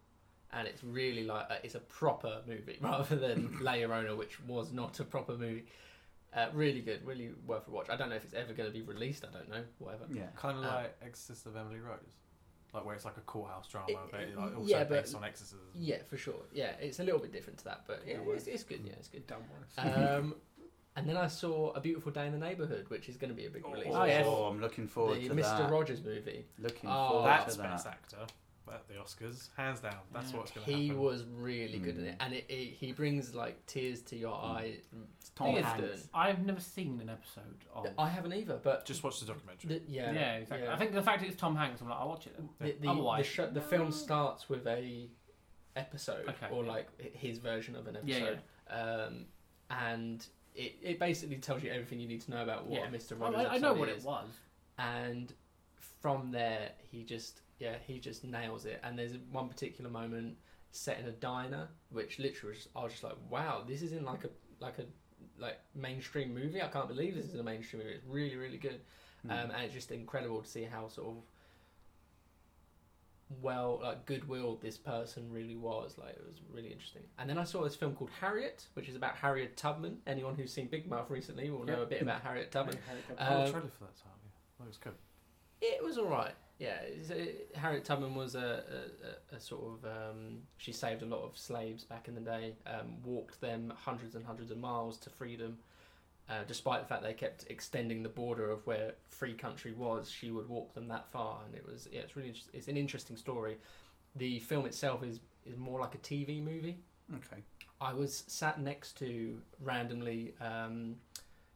S2: and it's really like uh, it's a proper movie rather than La Llorona, which was not a proper movie. Uh, really good, really worth a watch. I don't know if it's ever going to be released. I don't know, whatever.
S1: Yeah.
S5: Kind of
S2: Um,
S5: like Exorcist of Emily Rose, like where it's like a courthouse drama,
S2: It-
S5: but
S2: it-
S5: like also
S2: yeah, but-
S5: based on exorcism.
S2: Yeah, for sure. Yeah, it's a little bit different to that, but yeah, it's, it's good. Yeah, it's good.
S4: Don't worry.
S2: Um, and then I saw A Beautiful Day in the Neighborhood, which is going to be a big release.
S4: Oh, yes.
S1: Oh, I'm looking
S2: The
S1: forward to
S2: Mr.
S1: that.
S2: Rogers movie.
S1: looking
S2: Oh,
S1: forward
S5: That's
S1: to
S5: best
S1: that.
S5: actor at the Oscars, hands down. That's what's going to happen.
S2: He was really good in
S1: Mm.
S2: it, and it, it, he brings like tears to your eye.
S1: It's Tom
S4: Thing is,
S1: Hanks.
S4: I've never seen an episode of.
S2: I haven't either, but
S5: Just watch the documentary.
S2: The, yeah,
S4: yeah, exactly. I think the fact it's Tom Hanks, I'm like, I'll watch it. Then.
S2: the, the, the,
S4: Otherwise-
S2: show, the film starts with a episode
S4: Okay.
S2: or like h- his version of an
S4: Yeah,
S2: episode, um, and it, it basically tells you everything you need to know about what
S4: Yeah.
S2: a Mr.
S4: Well,
S2: Rogers.
S4: Oh, I, I know
S2: episode
S4: what
S2: is.
S4: it was.
S2: and from there he just yeah he just nails it and there's one particular moment set in a diner which literally was just, i was just like wow this is in like a like a like mainstream movie i can't believe this
S1: Hmm.
S2: is in a mainstream movie it's really really good um, and it's just incredible to see how sort of well like goodwill this person really was like it was really interesting and then i saw this film called harriet which is about harriet tubman anyone who's seen big mouth recently will know a bit about harriet tubman
S5: oh,
S4: uh,
S2: Um,
S5: trailer for that time. Yeah. That was good.
S2: it was all right. Yeah, it's- it- Harriet Tubman was a, a, a- a sort of um, she saved a lot of slaves back in the day, um, walked them hundreds and hundreds of miles to freedom. Uh, despite the fact they kept extending the border of where free country was, she would walk them that far, and it was yeah, it's really inter- it's an interesting story. The film itself is is more like a TV movie.
S1: Okay.
S2: I was sat next to randomly um,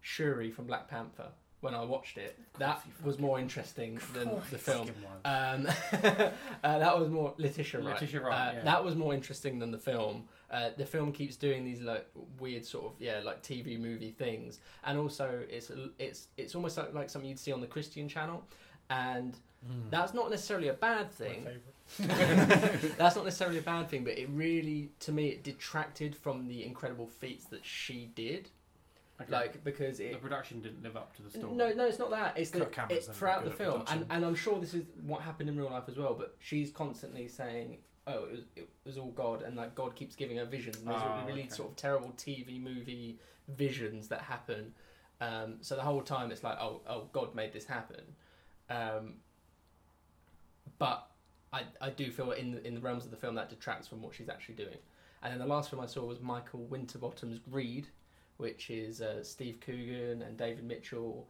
S2: Shuri from Black Panther when I watched it. That was more interesting than the film. Um, uh, that was more Letitia Wright.
S4: Letitia Wright,
S2: Uh,
S4: yeah.
S2: That was more interesting than the film. Uh, the film keeps doing these like weird sort of yeah like TV movie things, and also it's it's it's almost like, like something you'd see on the Christian channel, and Mm. that's not necessarily a bad thing. That's not necessarily a bad thing, but it really, to me, it detracted from the incredible feats that she did.
S4: Okay.
S2: Like because
S4: the
S2: it.
S4: production didn't live up to the story.
S2: No, no, it's not that. It's
S5: Cut
S2: that
S5: cameras
S2: it,
S5: and
S2: throughout
S5: good
S2: the
S5: at
S2: film, and,
S5: production.
S2: and I'm sure this is what happened in real life as well. But she's constantly saying, "Oh, it was, it was all God," and like God keeps giving her visions, and those are
S1: Ah,
S4: Oh,
S2: really
S4: okay.
S2: sort of terrible TV movie visions that happen. Um, so the whole time it's like, "Oh, oh, God made this happen," um, but I, I do feel in the, in the realms of the film that detracts from what she's actually doing. And then the last film I saw was Michael Winterbottom's Greed, which is uh, Steve Coogan and David Mitchell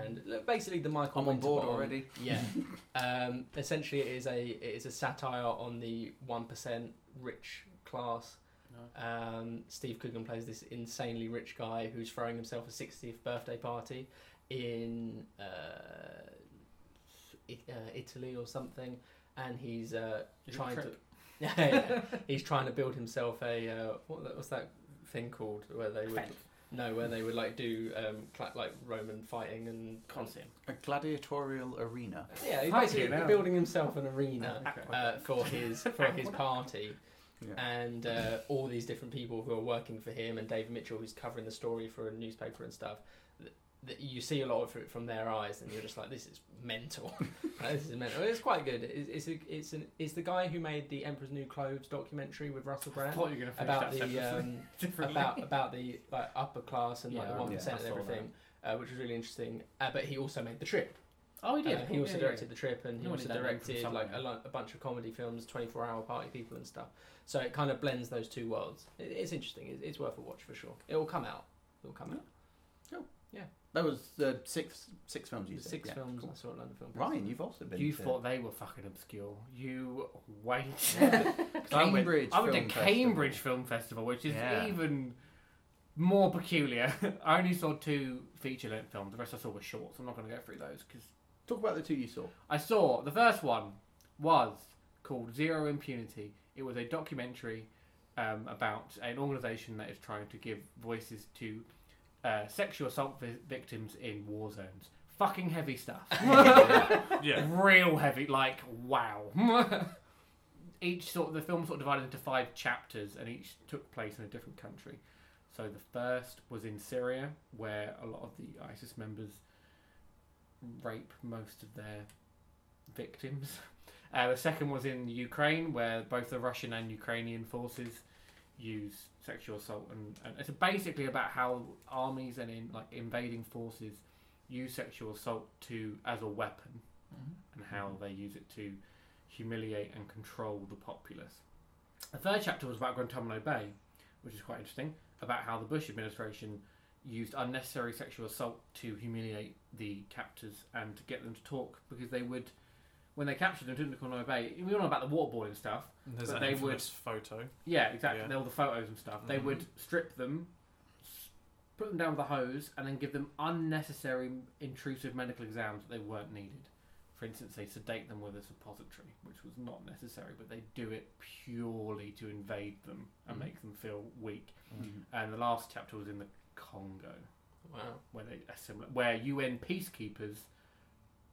S2: and look, basically the Michael.
S1: Mm. I'm on board
S2: Winterbottom-
S1: already.
S2: Yeah. um, essentially, it is a it is a satire on the one percent rich class. Um, Steve Coogan plays this insanely rich guy who's throwing himself a 60th birthday party in uh, I- uh, Italy or something, and he's uh,
S4: Is it
S2: trying to
S4: Trip?
S2: yeah, yeah. he's trying to build himself a uh, what, the- what's that thing called where they would
S4: Fence.
S2: no where they would like do um, cla like Roman fighting and
S4: Colosseum.
S1: A gladiatorial arena.
S2: yeah, he's
S4: Fuck
S2: basically
S4: you now.
S2: building himself an arena
S4: Okay.
S2: uh, for his for his party,
S1: Yeah.
S2: and uh, all these different people who are working for him, and David Mitchell who's covering the story for a newspaper and stuff. th- That you see a lot of it from their eyes, and you're just like, "This is mental. Like, this is mental." It's quite good. It's it's, a, it's an it's the guy who made the Emperor's New Clothes documentary with Russell
S4: I
S2: Brand
S4: thought you were going to finish
S2: about
S4: that
S2: the
S4: sentence
S2: um,
S4: differently.
S2: about about the like upper class and like
S4: Yeah,
S2: the one
S1: yeah,
S2: percent
S4: I
S2: and
S4: saw
S2: everything, uh, which was really interesting. Uh, but he also made the trip.
S4: oh, he did.
S2: Uh, he also
S4: Yeah, yeah,
S2: directed The Trip and he
S4: No one
S2: also
S4: did that name from
S2: directed like a,
S4: somewhere.
S2: lo- a bunch of comedy films, 24 Hour Party People and stuff. So it kind of blends those two worlds. It, it's interesting. It, it's worth a watch for sure. It will come out. It will come out.
S1: That was the six six films you
S2: The
S1: said.
S2: six
S1: yeah,
S2: films
S1: cool.
S2: I saw at London Film Festival.
S1: Ryan, you've also been.
S4: You
S1: to
S4: thought they were fucking obscure. You wait. 'Cause
S1: Cambridge
S4: I
S1: Film
S4: went, I went to
S1: Festival.
S4: Cambridge Film Festival, which is
S5: Yeah.
S4: even more peculiar. I only saw two feature length films. The rest I saw were shorts. I'm not going to go through those because
S1: Talk about the two you saw.
S4: I saw the first one was called Zero Impunity. It was a documentary um, about an organisation that is trying to give voices to uh, sexual assault vi- victims in war zones. Fucking heavy stuff.
S5: Yeah.
S4: real heavy. Like wow. each sort of the film sort of divided into five chapters, and each took place in a different country. So the first was in Syria, where a lot of the ISIS members rape most of their victims. Uh, the second was in Ukraine, where both the Russian and Ukrainian forces use sexual assault, and, and it's basically about how armies and in, like invading forces use sexual assault to as a weapon, and how they use it to humiliate and control the populace. The third chapter was about Guantanamo Bay, which is quite interesting, about how the Bush administration used unnecessary sexual assault to humiliate the captors and to get them to talk because they would, when they captured them to Guantanamo Bay, we all know about the waterboarding stuff.
S5: And There's
S4: But
S5: that
S4: they
S5: infamous photo.
S4: Yeah, exactly.
S5: Yeah.
S4: All the photos and stuff. They
S5: Mhm.
S4: would strip them, s- put them down with a hose, and then give them unnecessary intrusive medical exams that they weren't needed. For instance, they sedate them with a suppository, which was not necessary, but they do it purely to invade them and
S5: Mhm.
S4: make them feel weak. And the last chapter was in the Congo,
S2: Wow.
S4: where they assimil- where UN peacekeepers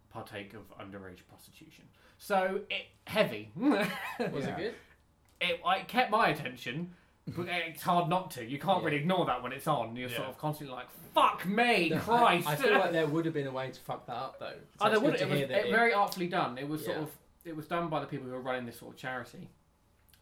S4: partake of underage prostitution. So it heavy.
S2: Was
S1: Yeah.
S2: it good?
S4: it, it kept my attention. But it's hard not to. You can't
S2: Yeah.
S4: really ignore that when it's on. You're sort
S5: Yeah.
S4: of constantly like, "Fuck me, Christ!"
S2: I, I feel like there would have been a way to fuck that up though. So
S4: oh, there
S2: it's good
S4: would.
S2: to
S4: It was
S2: hear that
S4: it very artfully done. It was sort
S2: Yeah.
S4: of it was done by the people who were running this sort of charity,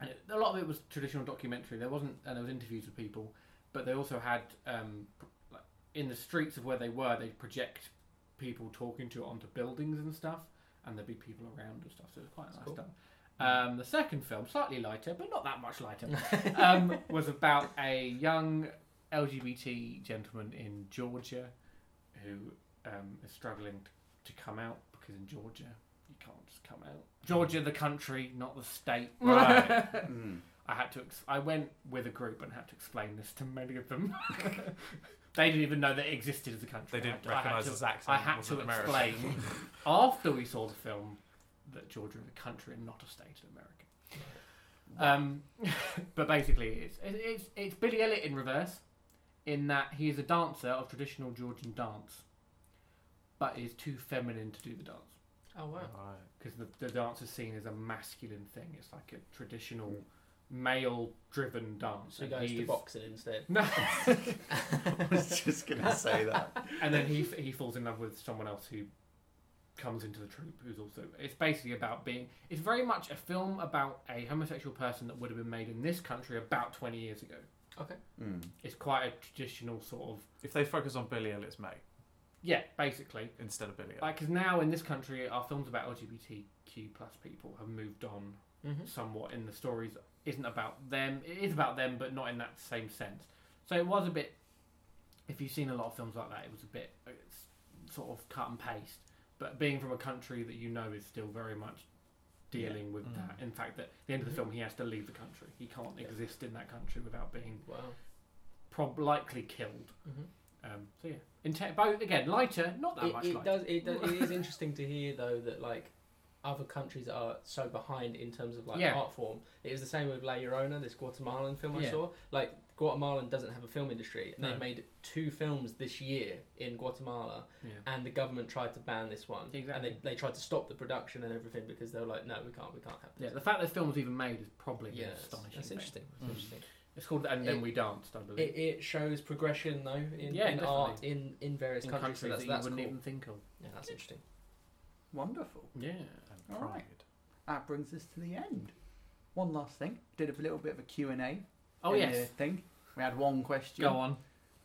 S4: and it, a lot of it was traditional documentary. There wasn't, and there was interviews with people, but they also had um, pr- like, in the streets of where they were, they project people talking to it onto buildings and stuff, and there'd be people around and stuff. So it was quite nice
S2: cool.
S4: done. Um, the second film, slightly lighter, but not that much lighter, um, was about a young LGBT gentleman in Georgia who um, is struggling to, to come out because in Georgia you can't just come out. Georgia, the country, not the state.
S5: Right.
S1: Mm.
S4: I had to. Ex- I went with a group and had to explain this to many of them. they didn't even know that it existed as a country.
S5: They
S4: I had
S5: didn't
S4: to- I had
S5: recognise
S4: to-
S5: his accent.
S4: I had to
S5: wasn't American.
S4: explain after we saw the film that Georgia is a country and not a state in America. Um, but basically, it's, it's it's Billy Elliot in reverse, in that he is a dancer of traditional Georgian dance, but is too feminine to do the dance
S2: Oh wow.
S5: Right.
S4: because the, the dance is seen as a masculine thing. It's like a traditional male-driven
S2: Hmm. So
S4: dance.
S2: he
S4: and
S2: goes to
S4: he's-
S2: boxing instead.
S4: No.
S1: I was just gonna say that.
S4: and then he he falls in love with someone else who comes into the troupe who's also it's basically about being it's very much a film about a homosexual person that would have been made in this country about 20 years ago
S1: Mm.
S4: it's quite a traditional sort of
S5: If they focus on Billy Elliot's mate
S4: yeah basically
S5: instead of Billy Elliot.
S4: like because now in this country our films about lgbtq plus people have moved on
S2: Mm-hmm.
S4: somewhat in the stories isn't about them. It is about them, but not in that same sense. So it was a bit. If you've seen a lot of films like that, it was a bit it's sort of cut and paste. But being from a country that you know is still very much dealing with
S5: Mm.
S4: that. In fact, that at the end
S2: Mm-hmm.
S4: of the film, he has to leave the country. He can't exist in that country without being
S2: Wow.
S4: prob- likely killed.
S2: Mhm.
S4: Um, so yeah, in te- both again lighter, not that
S2: it,
S4: much
S2: it
S4: lighter.
S2: does it, does it is interesting to hear though that like other countries are so behind in terms of like
S4: Yeah.
S2: art form it was the same with la llorona this guatemalan film i
S4: Yeah.
S2: saw like guatemalan doesn't have a film industry and
S4: No.
S2: they made two films this year in guatemala
S4: Yeah.
S2: and the government tried to ban this one and
S4: Exactly.
S2: they, they tried to stop the production and everything because they were like no we can't we can't have
S4: Yeah,
S2: this
S4: the fact that film was even made is probably
S2: yeah
S4: an
S2: that's,
S4: astonishing.
S2: that's
S4: thing.
S2: interesting that's
S5: Mm.
S2: interesting
S4: It's called And Then
S2: It-
S4: We Danced, I believe.
S2: it, it shows progression though in,
S4: Yeah,
S2: in
S4: definitely.
S2: art in in various
S4: in
S2: countries,
S4: countries,
S2: so that's,
S4: that
S2: that's
S4: you
S2: cool
S4: wouldn't even think of.
S2: yeah that's interesting
S1: Wonderful.
S4: Yeah.
S5: And
S1: All right.
S5: pride.
S1: That brings us to the end. One last thing. Did a little bit of a Q&A.
S4: Oh
S1: in the
S4: yes.
S1: Thing. We had one question.
S4: Go on.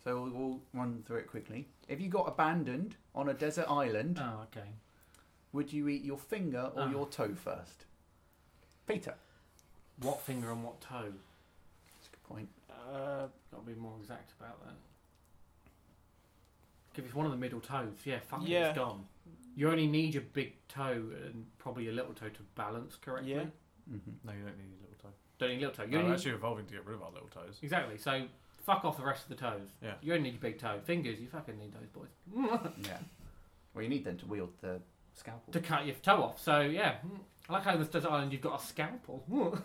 S1: So we'll, we'll run through it quickly. If you got abandoned on a desert island,
S4: Oh okay.
S1: would you eat your finger or
S4: Ah.
S1: your toe first? Peter.
S4: What finger and what toe?
S1: That's a good point.
S6: Uh,
S4: Got to be more exact about that. If it's one of the middle toes, yeah, fuck it,
S6: Yeah.
S4: it's gone. You only need your big toe and probably your little toe to balance correctly.
S6: Yeah.
S1: hmm
S5: No, you don't need your little toe.
S4: Don't need little toe. You
S2: Oh,
S5: We're
S4: only
S5: actually evolving to get rid of our little toes.
S4: Exactly. So fuck off the rest of the toes.
S5: Yeah.
S4: You only need your big toe. Fingers, you fucking need those boys.
S1: Yeah. Well, you need them to wield the scalpel.
S4: to cut your toe off. So yeah. I like how in this desert island you've got a scalpel.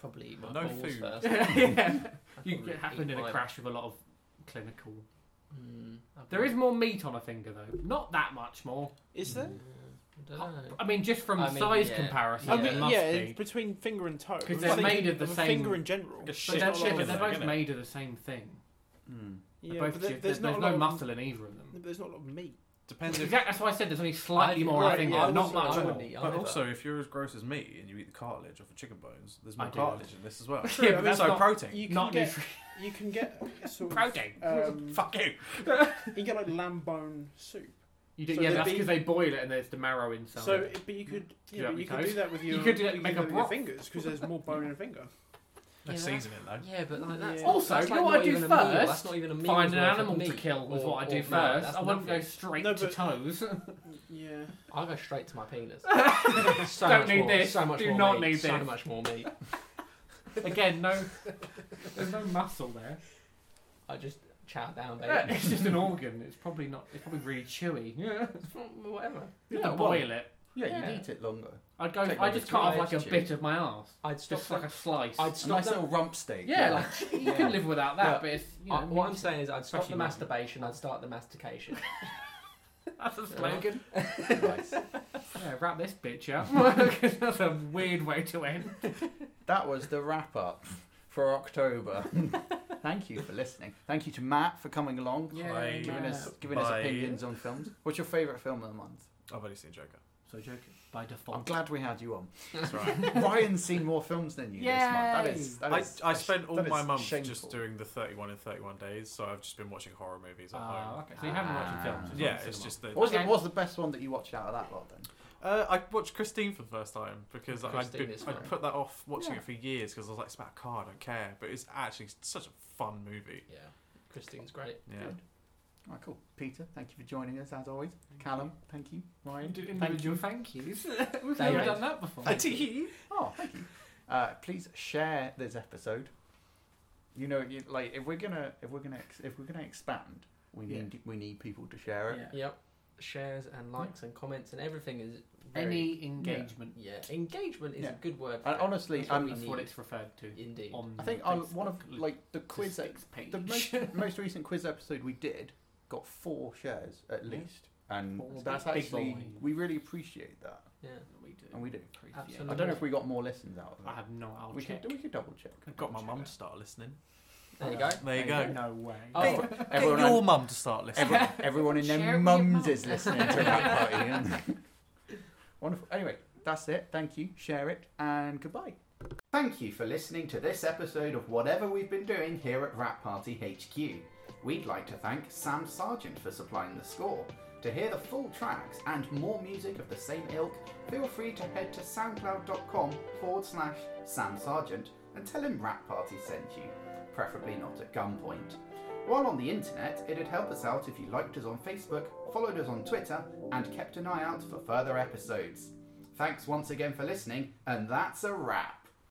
S2: probably eat my
S5: No
S2: balls
S5: food.
S2: first
S4: yeah.
S2: I'd
S4: You,
S2: probably
S4: it happened
S2: eat
S4: in a
S2: my-
S4: crash with a lot of clinical.
S2: Mm,
S4: There is more meat on a finger though, not that much more.
S6: is there?
S2: I don't know.
S4: I mean, just from
S2: I mean,
S4: size
S2: yeah.
S4: comparison,
S2: Yeah.
S6: I
S2: I
S4: there
S6: mean,
S4: must
S6: yeah,
S4: be.
S6: it's between finger and toe.
S4: 'Cause
S6: I
S4: they're
S6: think
S4: made of the
S6: a
S4: same-
S6: Finger in general.
S5: Like a
S4: But
S5: shit
S4: they're,
S6: not
S4: chi-
S5: chicken
S4: but
S5: leg,
S4: they're both
S5: innit?
S4: made of the same thing.
S1: Mm.
S4: They're
S6: Yeah,
S4: both
S6: but
S4: chi-
S6: there-
S4: there's,
S6: not a
S4: no
S6: lot of-
S4: muscle in either of them.
S6: There's not a lot of meat.
S5: Depends if.
S4: Exactly, that's why I said there's only slightly
S2: I'd-
S4: more on a
S6: right,
S4: finger,
S6: yeah, I
S4: not
S6: wouldn't-
S4: much
S6: I
S4: more.
S6: wouldn't
S2: eat
S5: But
S2: either.
S5: also, if you're as gross as me and you eat the cartilage off of chicken bones, there's
S4: I
S5: more
S4: do.
S5: cartilage in this as well.
S4: True, but that's
S5: so
S4: not-
S5: protein.
S6: You can
S4: Not
S6: get.
S4: nutrient
S6: You can get sort of.
S4: protein.
S6: Um,
S5: Fuck you.
S6: you can get like lamb bone soup.
S4: You do,
S6: so
S4: yeah,
S6: they'd
S4: that's
S6: be-
S4: because they boil it and there's the marrow inside.
S6: So, it- but you could,
S4: that
S6: yeah, but
S4: with
S6: you could
S4: toes.
S6: do that with
S4: You
S6: your.
S4: could do that-
S6: you
S4: make
S6: could
S4: a
S6: with your
S4: broth.
S6: fingers because there's more bone in a finger.
S5: No
S2: Yeah,
S5: season it though.
S2: Yeah, but like that's
S6: Yeah.
S4: Also,
S2: that's
S4: you
S2: like
S4: know what
S2: not
S4: I do
S2: even a meal.
S4: first?
S2: That's not even a meal's
S4: Find an
S2: worth of
S4: animal to
S2: meat
S4: kill was
S2: or-
S4: what I do
S2: or- no,
S4: first.
S2: that's
S4: I wouldn't go
S2: nothing.
S4: straight
S6: No,
S4: to
S6: but-
S4: toes.
S6: Yeah.
S2: I'll go straight to my penis. so
S4: Don't
S2: much
S4: need
S2: more,
S4: this.
S2: So much
S4: Do
S2: more
S4: not
S2: meat.
S4: need
S2: so
S4: this.
S2: much more meat.
S4: Again, no, there's no muscle there.
S2: I just chow down,
S4: Yeah,
S2: baby.
S4: it's just an organ. It's probably not. It's probably really chewy. Yeah,
S2: Whatever.
S4: you
S1: Yeah,
S4: have to
S1: well-
S4: boil it.
S1: Yeah, you'd
S2: Yeah.
S1: eat it longer.
S4: I'd go.
S1: Take
S4: I
S1: like
S4: just
S1: a
S4: cut off
S2: two-edged
S4: like a
S2: tube.
S4: bit of my arse,
S2: I'd stop.
S4: just like a slice.
S2: I'd
S1: A
S2: stop.
S1: nice
S2: the-
S1: little rump steak.
S4: yeah, Uh, like you
S2: Yeah.
S4: can live without that,
S2: No,
S4: but it's you know.
S2: I- what I'm
S4: meat.
S2: saying is, I'd stop
S4: Especially
S2: the
S4: mine.
S2: masturbation. I'd start the mastication.
S4: that's a slogan.
S1: Nice.
S4: Yeah, wrap this bitch up. 'Cause that's a weird way to end.
S1: That was the wrap up for October. Thank you for listening. Thank you to Matt for coming along,
S5: Hi.
S1: giving us giving us
S5: Bye.
S1: opinions on films. What's your favourite film of the month?
S5: I've only seen Joker.
S4: So Joker by default.
S1: I'm glad we had you on.
S5: That's right.
S1: Ryan's seen more films than you this month. That
S5: I,
S1: is, that is
S5: I spent all
S1: that is
S5: my months
S1: shameful.
S5: just doing the 31 in 31 days, so I've just been watching horror movies at
S4: Ah,
S5: home.
S4: okay. So you haven't watched the films.
S1: Ah.
S4: it's not
S5: Yeah,
S4: the
S5: it's
S4: cinema.
S5: just the.
S1: What was, the,
S4: Okay.
S1: what was the best one that you watched out of that lot then?
S5: Uh, I watched Christine for the first time because I'd,
S2: Christine
S5: been,
S2: is
S5: I'd
S2: fine.
S5: put that off watching
S1: Yeah.
S5: it for years because I was like, it's about a car, I don't care. But it's actually such a fun movie.
S2: Yeah, Christine's great.
S5: Yeah.
S1: All right, cool. Peter, thank you for joining us as always. Callum, thank you. Ryan,
S4: Did
S1: thank you.
S4: individual thank yous. We've
S2: Thank
S4: never
S2: you.
S4: done that before.
S1: Oh, thank you. Uh, please share this episode. You know, you, like if we're gonna if we're gonna ex- if we're gonna expand, we
S6: Yeah.
S1: need we need people to share it.
S4: Yeah.
S2: Yep. Shares and likes and comments and everything is very,
S4: Any engagement.
S2: yeah engagement is
S1: Yeah.
S2: a good word.
S1: And
S2: for it.
S1: honestly,
S2: That's
S1: I'm-
S2: what we
S4: That's
S2: need.
S4: what it's referred to.
S2: Indeed.
S4: On
S1: I think
S4: the
S1: our,
S4: Facebook
S1: one of
S4: link
S1: like the quiz e,
S4: to six page.
S1: the most most recent quiz episode we did got four shares at
S4: Yeah.
S1: least, and
S4: Four.
S1: that's
S4: Big
S1: actually
S4: boy.
S1: we really appreciate that,
S2: yeah.
S4: we do.
S1: and we do.
S4: Appreciate it.
S2: Absolutely.
S1: I don't know if we got more listens out of
S4: I
S1: it.
S4: have no. I'll
S1: We
S4: check. Uh,
S1: could we could double check.
S5: I've got my mum to start listening.
S2: There you go.
S5: There you go.
S4: No way.
S2: Oh,
S1: Every- everyone,
S5: Get your
S1: on-
S5: mum to start listening.
S1: everyone, everyone in
S4: Share
S1: their
S4: it with your
S1: mums
S4: mum.
S1: is listening to that party. and- Wonderful. Anyway, that's it. Thank you. Share it and goodbye. Thank you for listening to this episode of whatever we've been doing here at Rat Party HQ. We'd like to thank Sam Sargent for supplying the score. To hear the full tracks and more music of the same ilk, feel free to head to soundcloud.com forward slash Sam Sargent and tell him Rat Party sent you, preferably not at gunpoint. While on the internet, it'd help us out if you liked us on Facebook, followed us on Twitter, and kept an eye out for further episodes. Thanks once again for listening, and that's a wrap.